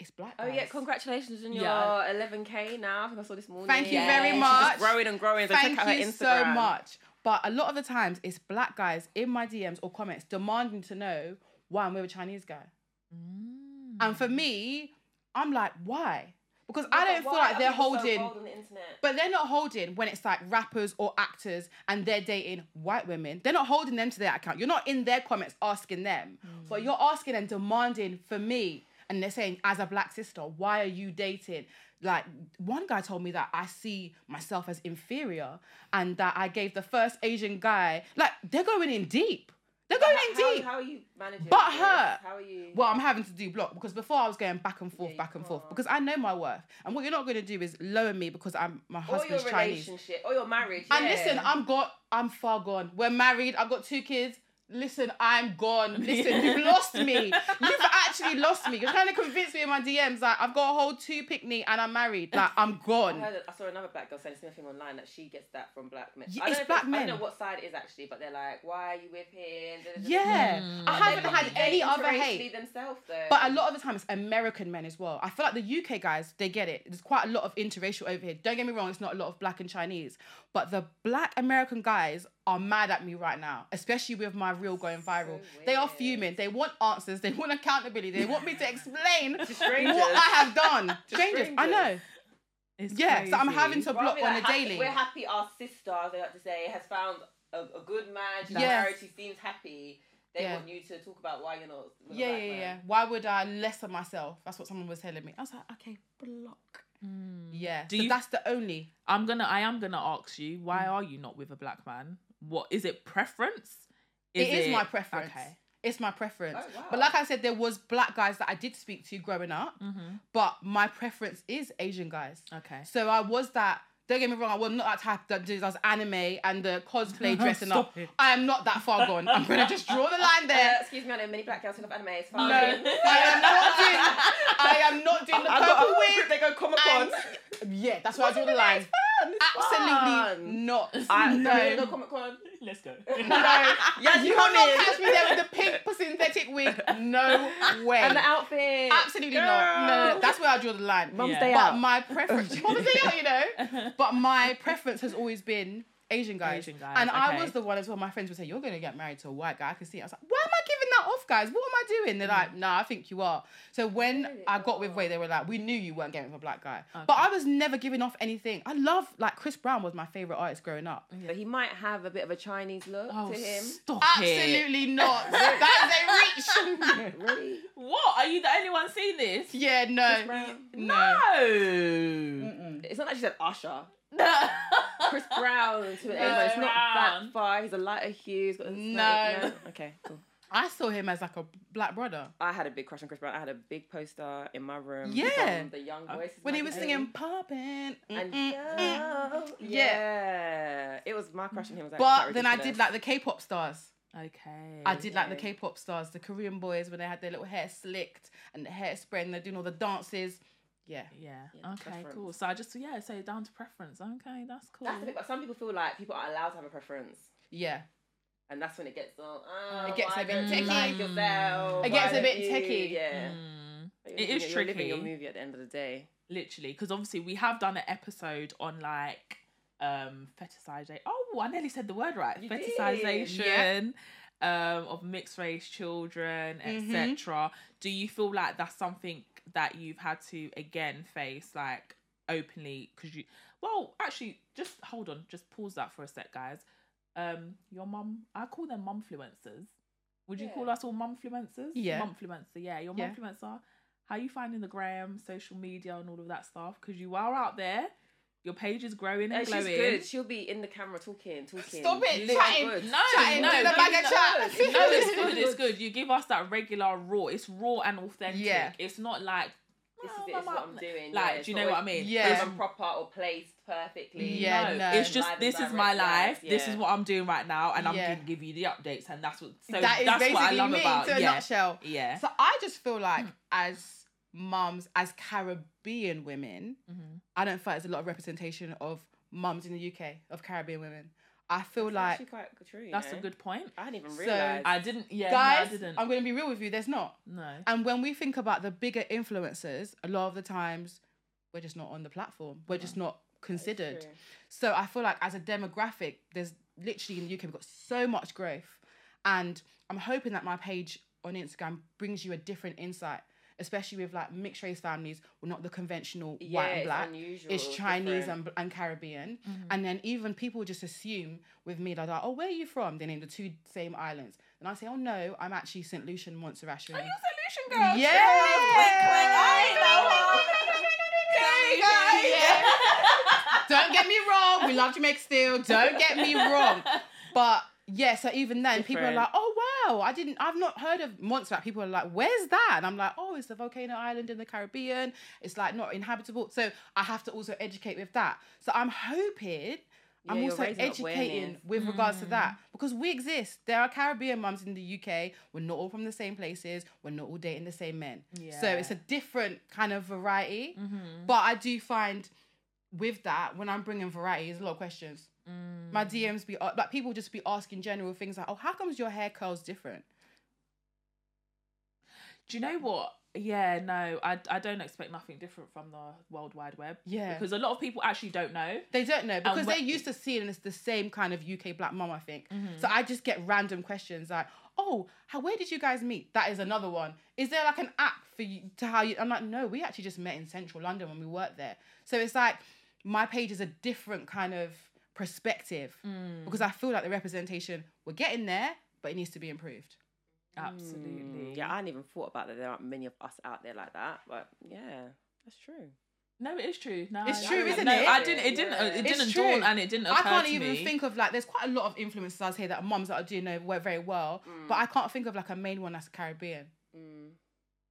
[SPEAKER 3] it's black.
[SPEAKER 2] Oh
[SPEAKER 3] guys.
[SPEAKER 2] yeah, congratulations on your
[SPEAKER 3] Yeah.
[SPEAKER 2] 11k now. I think I saw this morning.
[SPEAKER 3] Thank you
[SPEAKER 2] Yeah.
[SPEAKER 3] very
[SPEAKER 2] She's
[SPEAKER 3] much.
[SPEAKER 2] Just growing and growing. So
[SPEAKER 3] Thank
[SPEAKER 2] check out her
[SPEAKER 3] you
[SPEAKER 2] Instagram.
[SPEAKER 3] so much. But a lot of the times, it's black guys in my DMs or comments demanding to know why I'm with a Chinese guy.
[SPEAKER 2] Mm.
[SPEAKER 3] And for me, I'm like, why? Because I don't feel like they're holding. But they're not holding when it's like rappers or actors and they're dating white women. They're not holding them to their account. You're not in their comments asking them,
[SPEAKER 2] Mm.
[SPEAKER 3] but you're asking and demanding for me. And they're saying, as a black sister, why are you dating? Like one guy told me that I see myself as inferior and that I gave the first Asian guy, like, they're going in deep. They're going in
[SPEAKER 2] how,
[SPEAKER 3] deep.
[SPEAKER 2] How are you managing?
[SPEAKER 3] But
[SPEAKER 2] this?
[SPEAKER 3] her.
[SPEAKER 2] How are you?
[SPEAKER 3] Well, I'm having to do block because before I was going back and forth,
[SPEAKER 2] you
[SPEAKER 3] back and forth
[SPEAKER 2] are.
[SPEAKER 3] because I know my worth. And what you're not going to do is lower me because I'm my
[SPEAKER 2] or your
[SPEAKER 3] husband's Chinese.
[SPEAKER 2] relationship, or your marriage.
[SPEAKER 3] And
[SPEAKER 2] yeah.
[SPEAKER 3] listen, I'm got, I'm far gone. We're married. I've got two kids. Listen, I'm gone. Listen, you've lost me. You've actually lost me. You're trying to convince me in my DMs that I've got a whole two picnic and I'm married. Like I'm
[SPEAKER 2] I,
[SPEAKER 3] gone.
[SPEAKER 2] heard, I saw another black girl saying something online that she gets that from black men. I
[SPEAKER 3] Yeah,
[SPEAKER 2] don't
[SPEAKER 3] it's
[SPEAKER 2] know if
[SPEAKER 3] black
[SPEAKER 2] I
[SPEAKER 3] men.
[SPEAKER 2] don't know what side it is actually, but they're like, "Why are you with him?" Da, da, da, da.
[SPEAKER 3] Yeah, I
[SPEAKER 2] Mm. They-
[SPEAKER 3] haven't had
[SPEAKER 2] they
[SPEAKER 3] any other
[SPEAKER 2] interracially
[SPEAKER 3] hate.
[SPEAKER 2] Themselves though.
[SPEAKER 3] But a lot of the time, it's American men as well. I feel like the UK guys, they get it. There's quite a lot of interracial over here. Don't get me wrong, it's not a lot of black and Chinese. But the black American guys are mad at me right now, especially with my reel going viral. they are
[SPEAKER 2] weird.
[SPEAKER 3] fuming. They want answers. They want accountability. They want me to explain
[SPEAKER 2] strangers.
[SPEAKER 3] what I have done. strangers. I
[SPEAKER 2] strangers.
[SPEAKER 3] know.
[SPEAKER 1] It's
[SPEAKER 3] Yeah, so I'm having to
[SPEAKER 2] Rather
[SPEAKER 3] block
[SPEAKER 2] than
[SPEAKER 3] on
[SPEAKER 2] like
[SPEAKER 3] a
[SPEAKER 2] happy-
[SPEAKER 3] daily.
[SPEAKER 2] We're happy our sister, they like to say, has found a, a good man. She's
[SPEAKER 3] Yes.
[SPEAKER 2] married. She seems happy. They
[SPEAKER 3] Yeah.
[SPEAKER 2] want you to talk about why you're not. with a
[SPEAKER 3] Yeah,
[SPEAKER 2] black
[SPEAKER 3] yeah,
[SPEAKER 2] man.
[SPEAKER 3] yeah. Why would I lessen myself? That's what someone was telling me. I was like, okay, block.
[SPEAKER 2] Mm.
[SPEAKER 3] Yeah.
[SPEAKER 1] Do
[SPEAKER 3] so
[SPEAKER 1] you-
[SPEAKER 3] that's the only.
[SPEAKER 1] I'm gonna I am gonna ask you, why are you not with a black man? What is it preference?
[SPEAKER 3] it is my preference.
[SPEAKER 1] Okay.
[SPEAKER 3] It's my preference.
[SPEAKER 2] Oh, wow.
[SPEAKER 3] But like I said, there was black guys that I did speak to growing up, but my preference is Asian guys.
[SPEAKER 1] Mm-hmm, Okay.
[SPEAKER 3] So I was that. Don't get me wrong. I was not that type that does does anime and the cosplay dressing up.
[SPEAKER 1] Stop it.
[SPEAKER 3] I am not that far gone. I'm gonna just draw the line
[SPEAKER 2] Uh,
[SPEAKER 3] there.
[SPEAKER 2] excuse me, I know many black girls who love anime. It's
[SPEAKER 3] No,
[SPEAKER 2] fine.
[SPEAKER 3] I am not doing. I am not doing the purple wig.
[SPEAKER 2] They go Comic
[SPEAKER 3] Yeah, that's why I draw the line. Absolutely not.
[SPEAKER 2] I
[SPEAKER 3] no.
[SPEAKER 2] no Comic Con.
[SPEAKER 1] Let's go.
[SPEAKER 3] No.
[SPEAKER 2] Yeah,
[SPEAKER 3] You will not catch me there with the pink synthetic wig. No way.
[SPEAKER 2] And the outfit.
[SPEAKER 3] Absolutely not. No,
[SPEAKER 2] Girl.
[SPEAKER 3] that's where I draw the line.
[SPEAKER 2] Mum's
[SPEAKER 1] Yeah.
[SPEAKER 2] day
[SPEAKER 3] But
[SPEAKER 2] out.
[SPEAKER 3] my preference, Mum's Day Out, you know. But my preference has always been Asian guys.
[SPEAKER 1] Asian guys,
[SPEAKER 3] and I
[SPEAKER 1] okay.
[SPEAKER 3] was the one as well. My friends would say, "You're going to get married to a white guy." I can see. It. I was like, "Why am I giving that off, guys? What am I doing?" They're like, "Nah, I think you are." So when
[SPEAKER 2] Really?
[SPEAKER 3] I got with Way, they were like, "We knew you weren't getting with a black guy." But I was never giving off anything. I love like Chris Brown was my favorite artist growing up.
[SPEAKER 2] but he might have a bit of a Chinese look
[SPEAKER 1] Oh,
[SPEAKER 2] to him.
[SPEAKER 1] stop it.
[SPEAKER 3] Absolutely not. that is a reach.
[SPEAKER 2] Really?
[SPEAKER 1] What? Are you the only one seeing this?
[SPEAKER 3] yeah, no,
[SPEAKER 2] Chris Brown?
[SPEAKER 1] No.
[SPEAKER 3] no.
[SPEAKER 2] It's not like she said Usher.
[SPEAKER 1] No.
[SPEAKER 2] Chris Brown to an no, It's not that
[SPEAKER 1] Brown.
[SPEAKER 2] far. He's a lighter hue. He's got a
[SPEAKER 3] No.
[SPEAKER 2] snake- no. Okay, cool.
[SPEAKER 3] I saw him as like a black brother.
[SPEAKER 2] I had a big crush on Chris Brown. I had a big poster in my room.
[SPEAKER 3] Yeah.
[SPEAKER 2] From the Young Voices.
[SPEAKER 3] Uh, when he was singing
[SPEAKER 2] magazine.
[SPEAKER 3] poppin'.
[SPEAKER 2] And
[SPEAKER 3] mm, mm, mm.
[SPEAKER 2] yeah. It was my crush on him. It Was like,
[SPEAKER 3] But
[SPEAKER 2] quite
[SPEAKER 3] then I did
[SPEAKER 2] ridiculous.
[SPEAKER 3] like the K-pop stars.
[SPEAKER 1] Okay.
[SPEAKER 3] I did like the
[SPEAKER 2] Okay.
[SPEAKER 3] K-pop stars, the Korean boys when they had their little hair slicked and the hair spread and they're doing all the dances. Yeah.
[SPEAKER 1] Yeah.
[SPEAKER 2] Yeah,
[SPEAKER 1] okay,
[SPEAKER 2] preference.
[SPEAKER 1] cool. So I just yeah, so down to preference. Okay, that's cool.
[SPEAKER 2] That's the thing, but some people feel like people are allowed to have a preference.
[SPEAKER 3] Yeah.
[SPEAKER 2] And that's when it gets all, oh,
[SPEAKER 3] It gets a
[SPEAKER 2] why
[SPEAKER 3] bit
[SPEAKER 2] don't you
[SPEAKER 3] techie.
[SPEAKER 2] Like yourself?
[SPEAKER 1] It
[SPEAKER 2] Why
[SPEAKER 3] gets a
[SPEAKER 2] don't
[SPEAKER 3] bit
[SPEAKER 2] you?"
[SPEAKER 3] techie.
[SPEAKER 2] Yeah.
[SPEAKER 1] Mm,
[SPEAKER 2] But
[SPEAKER 1] It
[SPEAKER 2] you're-
[SPEAKER 1] is
[SPEAKER 2] you're living your
[SPEAKER 1] tricky.
[SPEAKER 2] movie at the end of the day.
[SPEAKER 1] literally, because obviously we have done an episode on like um fetishization. Oh, I nearly said the word right.
[SPEAKER 2] You did.
[SPEAKER 1] fetishization um of mixed race children,
[SPEAKER 2] Mm-hmm.
[SPEAKER 3] Mhm.
[SPEAKER 1] etc. Do you feel like that's something that you've had to again face like openly because you well actually just hold on just pause that for a sec guys um your mum i call them mumfluencers would you
[SPEAKER 2] Yeah.
[SPEAKER 1] call us all mumfluencers
[SPEAKER 3] Yeah.
[SPEAKER 1] mumfluencer yeah your
[SPEAKER 3] Yeah.
[SPEAKER 1] mumfluencer how you finding the gram social media and all of that stuff because you are out there your page is growing and
[SPEAKER 2] And she's
[SPEAKER 1] glowing
[SPEAKER 2] good. She'll be in the camera talking, talking.
[SPEAKER 3] Stop it,
[SPEAKER 2] She's
[SPEAKER 3] chatting.
[SPEAKER 2] good.
[SPEAKER 1] no
[SPEAKER 3] Chatting,
[SPEAKER 1] no
[SPEAKER 3] doing a
[SPEAKER 1] no,
[SPEAKER 3] bag
[SPEAKER 1] no,
[SPEAKER 3] of chat.
[SPEAKER 1] no, it's good it's good you give us that regular raw it's raw and authentic
[SPEAKER 3] Yeah.
[SPEAKER 1] it's not like
[SPEAKER 2] This is
[SPEAKER 1] "Oh,
[SPEAKER 2] it. This is what
[SPEAKER 1] mama,"
[SPEAKER 2] I'm doing.
[SPEAKER 1] like
[SPEAKER 2] yeah, it's
[SPEAKER 1] do you
[SPEAKER 2] not
[SPEAKER 1] know what i
[SPEAKER 2] always
[SPEAKER 1] mean
[SPEAKER 3] Yeah.
[SPEAKER 2] Even proper or placed perfectly.
[SPEAKER 3] Yeah,
[SPEAKER 1] no,
[SPEAKER 3] no.
[SPEAKER 1] it's just
[SPEAKER 2] Live and
[SPEAKER 1] this is
[SPEAKER 2] direct,
[SPEAKER 1] my
[SPEAKER 2] yes,
[SPEAKER 1] life. This
[SPEAKER 2] yeah.
[SPEAKER 1] is what I'm doing right now, and I'm
[SPEAKER 3] Yeah.
[SPEAKER 1] gonna give you the updates, and that's what. So
[SPEAKER 3] that is
[SPEAKER 1] that's
[SPEAKER 3] basically
[SPEAKER 1] what I love
[SPEAKER 3] me
[SPEAKER 1] about.
[SPEAKER 3] to a
[SPEAKER 1] yeah,
[SPEAKER 3] nutshell.
[SPEAKER 1] yeah. Mm.
[SPEAKER 3] So I just feel like as mums, as Caribbean
[SPEAKER 2] Mm-hmm.
[SPEAKER 3] women, I don't feel like there's a lot of representation of mums in the UK of Caribbean women. I feel
[SPEAKER 2] That's
[SPEAKER 3] like
[SPEAKER 2] actually quite good, true. you
[SPEAKER 1] That's a
[SPEAKER 2] know?
[SPEAKER 1] good point.
[SPEAKER 2] I didn't even
[SPEAKER 3] So-
[SPEAKER 2] realize.
[SPEAKER 1] I didn't. Yeah,
[SPEAKER 3] guys,
[SPEAKER 1] no, I didn't.
[SPEAKER 3] I'm going to be real with you. There's not.
[SPEAKER 1] no.
[SPEAKER 3] And when we think about the bigger influencers, a lot of the times we're just not on the platform. We're just not considered.
[SPEAKER 2] True.
[SPEAKER 3] So I feel like as a demographic, there's literally in the UK we've got so much growth, and I'm hoping that my page on Instagram brings you a different insight, especially with like mixed race families, well not the conventional
[SPEAKER 2] Yeah,
[SPEAKER 3] white and
[SPEAKER 2] it's
[SPEAKER 3] black.
[SPEAKER 2] unusual,
[SPEAKER 3] It's Chinese
[SPEAKER 2] different.
[SPEAKER 3] and, and Caribbean,
[SPEAKER 1] Mm-hmm.
[SPEAKER 3] and then even people just assume with me like, oh, where are you from? They name the two same islands, and I say, oh no, I'm actually Saint Lucian, Montserrat.
[SPEAKER 1] Are you a solution girl?
[SPEAKER 3] Yeah. Don't get me wrong, we love Jamaica still. Don't get me wrong, but yeah. So even then, people are
[SPEAKER 2] Different.
[SPEAKER 3] like, "Oh wow, I didn't, I've not heard of Montserrat." People are like, "Where's that?" And I'm like, "Oh, it's a volcano island in the Caribbean. It's like not inhabitable." So I have to also educate with that. So I'm hoping. I'm
[SPEAKER 2] Yeah, you're
[SPEAKER 3] also
[SPEAKER 2] raising
[SPEAKER 3] educating
[SPEAKER 2] awareness. Mm.
[SPEAKER 3] with regards to that because we exist. There are Caribbean mums in the UK. We're not all from the same places. We're not all dating the same men. So
[SPEAKER 1] Yeah. Mm-hmm.
[SPEAKER 3] it's a different kind of variety. Mm-hmm. But I do find with that, when I'm bringing variety, there's a lot of questions.
[SPEAKER 1] Mm.
[SPEAKER 3] My DMs be uh, like people just be asking general things like, "Oh, how comes your hair curls different?"
[SPEAKER 1] Do you know what? Yeah, no, I, I don't expect nothing different from the World Wide Web.
[SPEAKER 3] Yeah.
[SPEAKER 1] Because a lot of people actually don't know.
[SPEAKER 3] They don't know because
[SPEAKER 1] wh- Mm-hmm.
[SPEAKER 3] they're used to seeing it's the same kind of UK black mom, I think. So I just get random questions like, "Oh, how where did you guys meet?" That is another one. Is there like an app for you to how you? I'm like, no, we actually just met in Central London when we worked there. So it's like my page is a different kind of perspective
[SPEAKER 1] Mm.
[SPEAKER 3] because I feel like the representation we're getting there, but it needs to be improved. Mm,
[SPEAKER 1] Absolutely.
[SPEAKER 2] Yeah, I hadn't even thought about that. There aren't many of us out there like that, but yeah, that's true.
[SPEAKER 1] No, it is true. No,
[SPEAKER 3] It's
[SPEAKER 1] I-
[SPEAKER 3] true,
[SPEAKER 1] no,
[SPEAKER 3] isn't
[SPEAKER 1] no,
[SPEAKER 3] it?
[SPEAKER 1] I didn't. It didn't. It
[SPEAKER 3] It's
[SPEAKER 1] didn't
[SPEAKER 3] true.
[SPEAKER 1] dawn, and it didn't. Occur
[SPEAKER 3] I can't
[SPEAKER 1] to
[SPEAKER 3] even
[SPEAKER 1] me.
[SPEAKER 3] think of like there's quite a lot of influencers out here that are mums that I do know work very well,
[SPEAKER 1] Mm.
[SPEAKER 3] but I can't think of like a main one that's Caribbean.
[SPEAKER 2] Mm.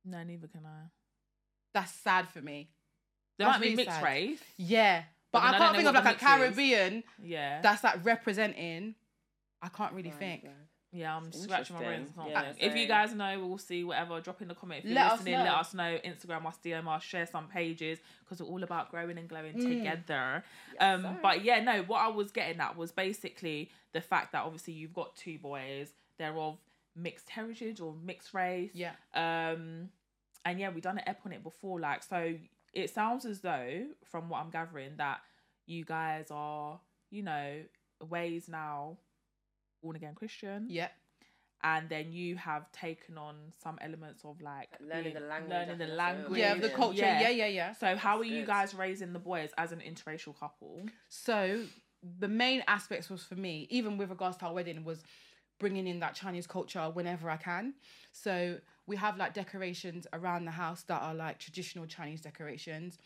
[SPEAKER 1] No, neither can I.
[SPEAKER 3] That's sad for me.
[SPEAKER 1] There
[SPEAKER 3] That's
[SPEAKER 1] might be
[SPEAKER 3] really
[SPEAKER 1] mixed
[SPEAKER 3] sad.
[SPEAKER 1] race.
[SPEAKER 3] Yeah.
[SPEAKER 1] But
[SPEAKER 3] But,
[SPEAKER 1] then
[SPEAKER 3] I
[SPEAKER 1] I
[SPEAKER 3] can't
[SPEAKER 1] don't
[SPEAKER 3] think
[SPEAKER 1] know
[SPEAKER 3] of
[SPEAKER 1] what
[SPEAKER 3] like a
[SPEAKER 1] the mix is.
[SPEAKER 3] Caribbean
[SPEAKER 1] Yeah.
[SPEAKER 3] that's like representing. I can't really think.
[SPEAKER 1] yeah, I'm
[SPEAKER 2] It's
[SPEAKER 1] scratching my brains.
[SPEAKER 2] interesting.
[SPEAKER 1] I can't
[SPEAKER 2] Yeah,
[SPEAKER 1] think. if you
[SPEAKER 2] same.
[SPEAKER 1] guys know, we'll see. Whatever, drop in the comment. If you're
[SPEAKER 3] Let us
[SPEAKER 1] listening,
[SPEAKER 3] know.
[SPEAKER 1] let us know. Instagram us, DM us, share some pages because we're all about growing and glowing
[SPEAKER 3] Mm.
[SPEAKER 1] together. um,
[SPEAKER 2] sir.
[SPEAKER 1] but yeah, no. What I was getting at was basically the fact that obviously you've got two boys. They're of mixed heritage or mixed race.
[SPEAKER 3] Yeah.
[SPEAKER 1] Um, and yeah, we done an ep on it before. Like, so it sounds as though, from what I'm gathering, that you guys are, you know, ways now born again Christian,
[SPEAKER 3] Yeah.
[SPEAKER 1] and then you have taken on some elements of like
[SPEAKER 2] Learning the language, I
[SPEAKER 1] learning the
[SPEAKER 2] think that's what it
[SPEAKER 1] language,
[SPEAKER 2] was.
[SPEAKER 3] Yeah, the
[SPEAKER 2] Really?
[SPEAKER 3] culture. Yeah, yeah, yeah.
[SPEAKER 1] So, how
[SPEAKER 2] That's
[SPEAKER 1] are you
[SPEAKER 2] good.
[SPEAKER 1] guys raising the boys as an interracial couple?
[SPEAKER 3] So the main aspects was for me, even with regards to our wedding, was bringing in that Chinese culture whenever I can. So we have like decorations around the house that are like traditional Chinese decorations.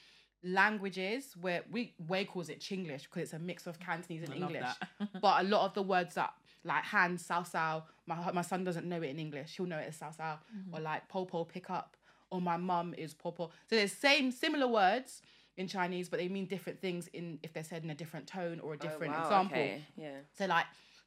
[SPEAKER 3] Languages where we Way calls it Chinglish because it's a mix of Cantonese and
[SPEAKER 1] love
[SPEAKER 3] English.
[SPEAKER 1] that.
[SPEAKER 3] but a lot of the words that like hand, sao sao, my hu- my son doesn't know it in English. He'll know it as sao sao
[SPEAKER 2] Mm-hmm.
[SPEAKER 3] or like po po pick up or my mum is po po. So there's same similar words in Chinese, but they mean different things in if they're said in a different tone or a
[SPEAKER 2] Oh,
[SPEAKER 3] different
[SPEAKER 2] wow,
[SPEAKER 3] example.
[SPEAKER 2] okay, Yeah.
[SPEAKER 3] So like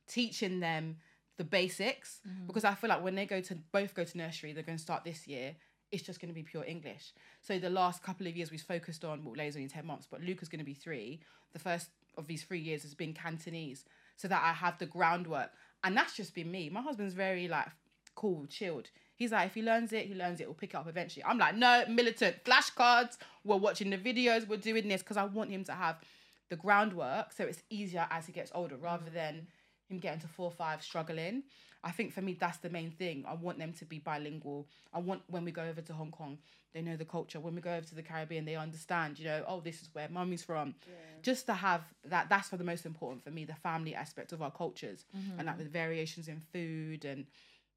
[SPEAKER 3] teaching them the basics because I feel like when they go to both go to nursery, they're going to start this year. It's just going to be pure English. So the last couple of years we've focused on well, Leia's only ten months, but Luca's going to be three. The first of these three years has been Cantonese, so that I have the groundwork, and that's just been me. My husband's very like cool, chilled. He's like, if he learns it, he learns it. We'll pick it up eventually. I'm like, no, militant flashcards. We're watching the videos. We're doing this because I want him to have the groundwork so it's easier as he gets older rather than him getting to four or five struggling i think for me that's the main thing i want them to be bilingual i want when we go over to hong kong they know the culture when we go over to the caribbean they understand you know oh this is where mummy's from just to have that that's for the most important for me the family aspect of our cultures and like the variations in food and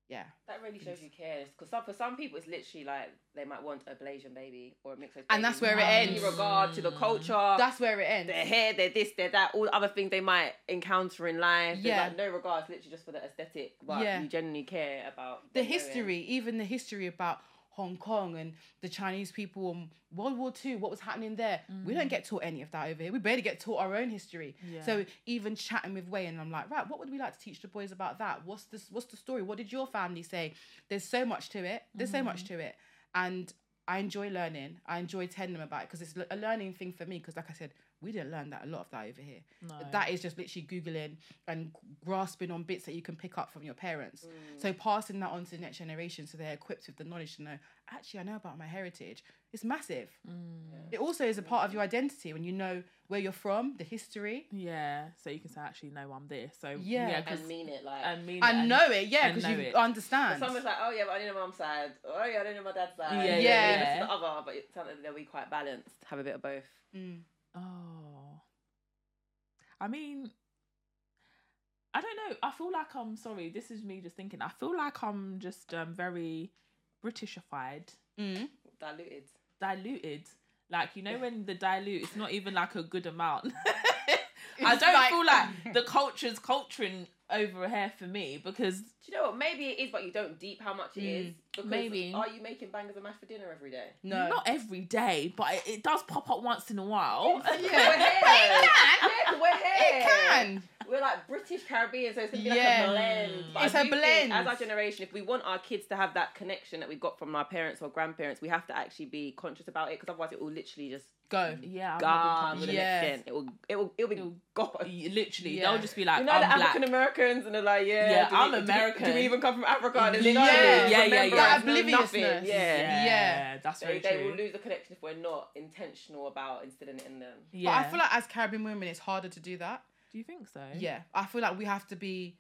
[SPEAKER 3] yeah
[SPEAKER 2] That really shows you care. Because some, for some people, it's literally like they might want a Blasian baby or a mixed race
[SPEAKER 3] And
[SPEAKER 2] baby.
[SPEAKER 3] that's where it
[SPEAKER 2] In
[SPEAKER 3] ends.
[SPEAKER 2] regard to the culture,
[SPEAKER 3] that's where it ends
[SPEAKER 2] their hair, their this, their that, all other things they might encounter in life. There's,
[SPEAKER 3] Yeah.
[SPEAKER 2] Like, no regards, literally just for the aesthetic, but
[SPEAKER 3] Yeah.
[SPEAKER 2] you genuinely care about
[SPEAKER 3] the
[SPEAKER 2] them knowing.
[SPEAKER 3] history, even the history about Hong Kong and the Chinese people and World War II, what was happening there. We don't get taught any of that over here. We barely get taught our own history. So even chatting with Way and I'm like, right, what would we like to teach the boys about that? What's this what's the story? What did your family say? There's so much to it. There's so much to it. And I enjoy learning. I enjoy telling them about it because it's a learning thing for me. Because like I said, We didn't learn that a lot of that over here.
[SPEAKER 1] No.
[SPEAKER 3] That is just literally googling and grasping on bits that you can pick up from your parents.
[SPEAKER 1] Mm.
[SPEAKER 3] So passing that on to the next generation, so they're equipped with the knowledge to know. Actually, I know about my heritage. It's massive. It also is a part of your identity when you know where you're from, the history.
[SPEAKER 1] yeah. So you can say, actually, no, I'm this. So
[SPEAKER 3] Yeah.
[SPEAKER 1] yeah, 'cause-
[SPEAKER 2] and mean it like.
[SPEAKER 1] and mean
[SPEAKER 3] I
[SPEAKER 1] it.
[SPEAKER 3] know it, yeah,
[SPEAKER 1] and
[SPEAKER 3] because
[SPEAKER 1] know
[SPEAKER 3] you
[SPEAKER 1] it.
[SPEAKER 3] understand.
[SPEAKER 2] Someone's like, oh yeah, but I know my mum's side. Oh yeah, I don't know my dad's side.
[SPEAKER 1] Yeah,
[SPEAKER 2] yeah,
[SPEAKER 3] yeah.
[SPEAKER 2] yeah. This is the other, but it's something they'll be quite balanced. Have a bit of both.
[SPEAKER 3] Mm.
[SPEAKER 1] Oh. I mean, I don't know. I feel like I'm sorry. This is me just thinking. I feel like I'm just um, very Britishified,
[SPEAKER 3] Mm.
[SPEAKER 2] Diluted.
[SPEAKER 1] diluted. Like, you know, when the dilute, it's not even like a good amount. I
[SPEAKER 3] It's
[SPEAKER 1] don't
[SPEAKER 3] like-
[SPEAKER 1] feel like the culture's culturing over here for me because
[SPEAKER 2] Do you know what? Maybe it is, but you don't deep how much it is. Because
[SPEAKER 1] maybe.
[SPEAKER 2] Are you making bangers and mash for dinner every day?
[SPEAKER 3] No.
[SPEAKER 1] not every day, but it, it does pop up once in a while.
[SPEAKER 2] We're
[SPEAKER 3] Yeah.
[SPEAKER 2] here. Yeah, we're here.
[SPEAKER 3] It can.
[SPEAKER 2] We're like British Caribbean, so it's gonna be like
[SPEAKER 3] Yeah.
[SPEAKER 2] a blend. But
[SPEAKER 3] It's
[SPEAKER 2] I
[SPEAKER 3] a
[SPEAKER 2] do think
[SPEAKER 3] blend.
[SPEAKER 2] As our generation, if we want our kids to have that connection that we've got from our parents or grandparents, we have to actually be conscious about it because otherwise, it will literally just
[SPEAKER 3] Go.
[SPEAKER 1] yeah, I'm not
[SPEAKER 2] gone
[SPEAKER 1] being
[SPEAKER 2] with
[SPEAKER 1] conscious.
[SPEAKER 2] the
[SPEAKER 3] Yeah.
[SPEAKER 2] next gen. It will, it will, it will be
[SPEAKER 1] It'll-
[SPEAKER 2] gone.
[SPEAKER 1] Y- Literally,
[SPEAKER 3] Yeah.
[SPEAKER 1] they'll just be like,
[SPEAKER 2] You know
[SPEAKER 1] I'm
[SPEAKER 2] the
[SPEAKER 1] black.
[SPEAKER 2] African Americans, and they're like, yeah,
[SPEAKER 1] Yeah,
[SPEAKER 2] do
[SPEAKER 1] I'm
[SPEAKER 2] we- do we-
[SPEAKER 1] American.
[SPEAKER 2] Do we, even come from Africa? And it's
[SPEAKER 1] Yeah,
[SPEAKER 2] no,
[SPEAKER 3] yeah,
[SPEAKER 1] yeah,
[SPEAKER 2] remember
[SPEAKER 1] yeah.
[SPEAKER 2] us, no nothing.
[SPEAKER 3] Obliviousness.
[SPEAKER 2] Yeah.
[SPEAKER 1] yeah,
[SPEAKER 3] Yeah.
[SPEAKER 1] that's
[SPEAKER 2] They,
[SPEAKER 1] very
[SPEAKER 2] they
[SPEAKER 1] true.
[SPEAKER 2] will lose the connection if we're not intentional about instilling it in them.
[SPEAKER 1] yeah,
[SPEAKER 3] But I feel like as Caribbean women, it's harder to do that.
[SPEAKER 1] do you think
[SPEAKER 2] Eh?
[SPEAKER 1] so?
[SPEAKER 3] Yeah. I feel like we have to be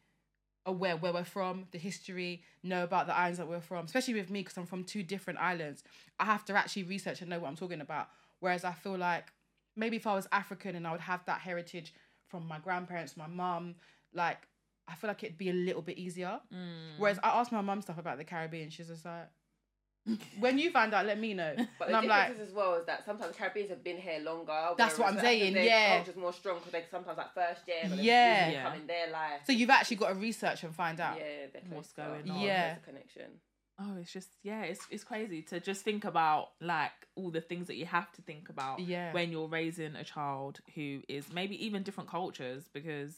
[SPEAKER 3] aware where we're from, the history, know about the islands that we're from, especially with me because I'm from two different islands. I have to actually research and know what I'm talking about. Whereas I feel like maybe if I was African and I would have that heritage from my grandparents, my mum, like I feel like it'd be a little bit easier.
[SPEAKER 2] Mm.
[SPEAKER 3] Whereas I asked my mum stuff about the Caribbean, she's just like, when you find out, let me know.
[SPEAKER 2] But
[SPEAKER 3] and
[SPEAKER 2] the
[SPEAKER 3] I'm like,
[SPEAKER 2] difference is as well is that sometimes Caribbeans have been here longer.
[SPEAKER 3] That's
[SPEAKER 2] whereas
[SPEAKER 3] what I'm
[SPEAKER 2] the
[SPEAKER 3] saying,
[SPEAKER 2] African
[SPEAKER 3] yeah.
[SPEAKER 2] culture's more strong because they sometimes like first gen. Or
[SPEAKER 3] Yeah.
[SPEAKER 2] yeah,
[SPEAKER 1] Yeah.
[SPEAKER 2] come in their life.
[SPEAKER 3] so you've actually got to research and find
[SPEAKER 2] yeah,
[SPEAKER 3] out.
[SPEAKER 2] they're
[SPEAKER 1] What's
[SPEAKER 2] closer.
[SPEAKER 1] going
[SPEAKER 3] on? Yeah.
[SPEAKER 2] There's a connection.
[SPEAKER 1] Oh, it's just yeah, it's it's crazy to just think about like all the things that you have to think about
[SPEAKER 3] Yeah.
[SPEAKER 1] when you're raising a child who is maybe even different cultures because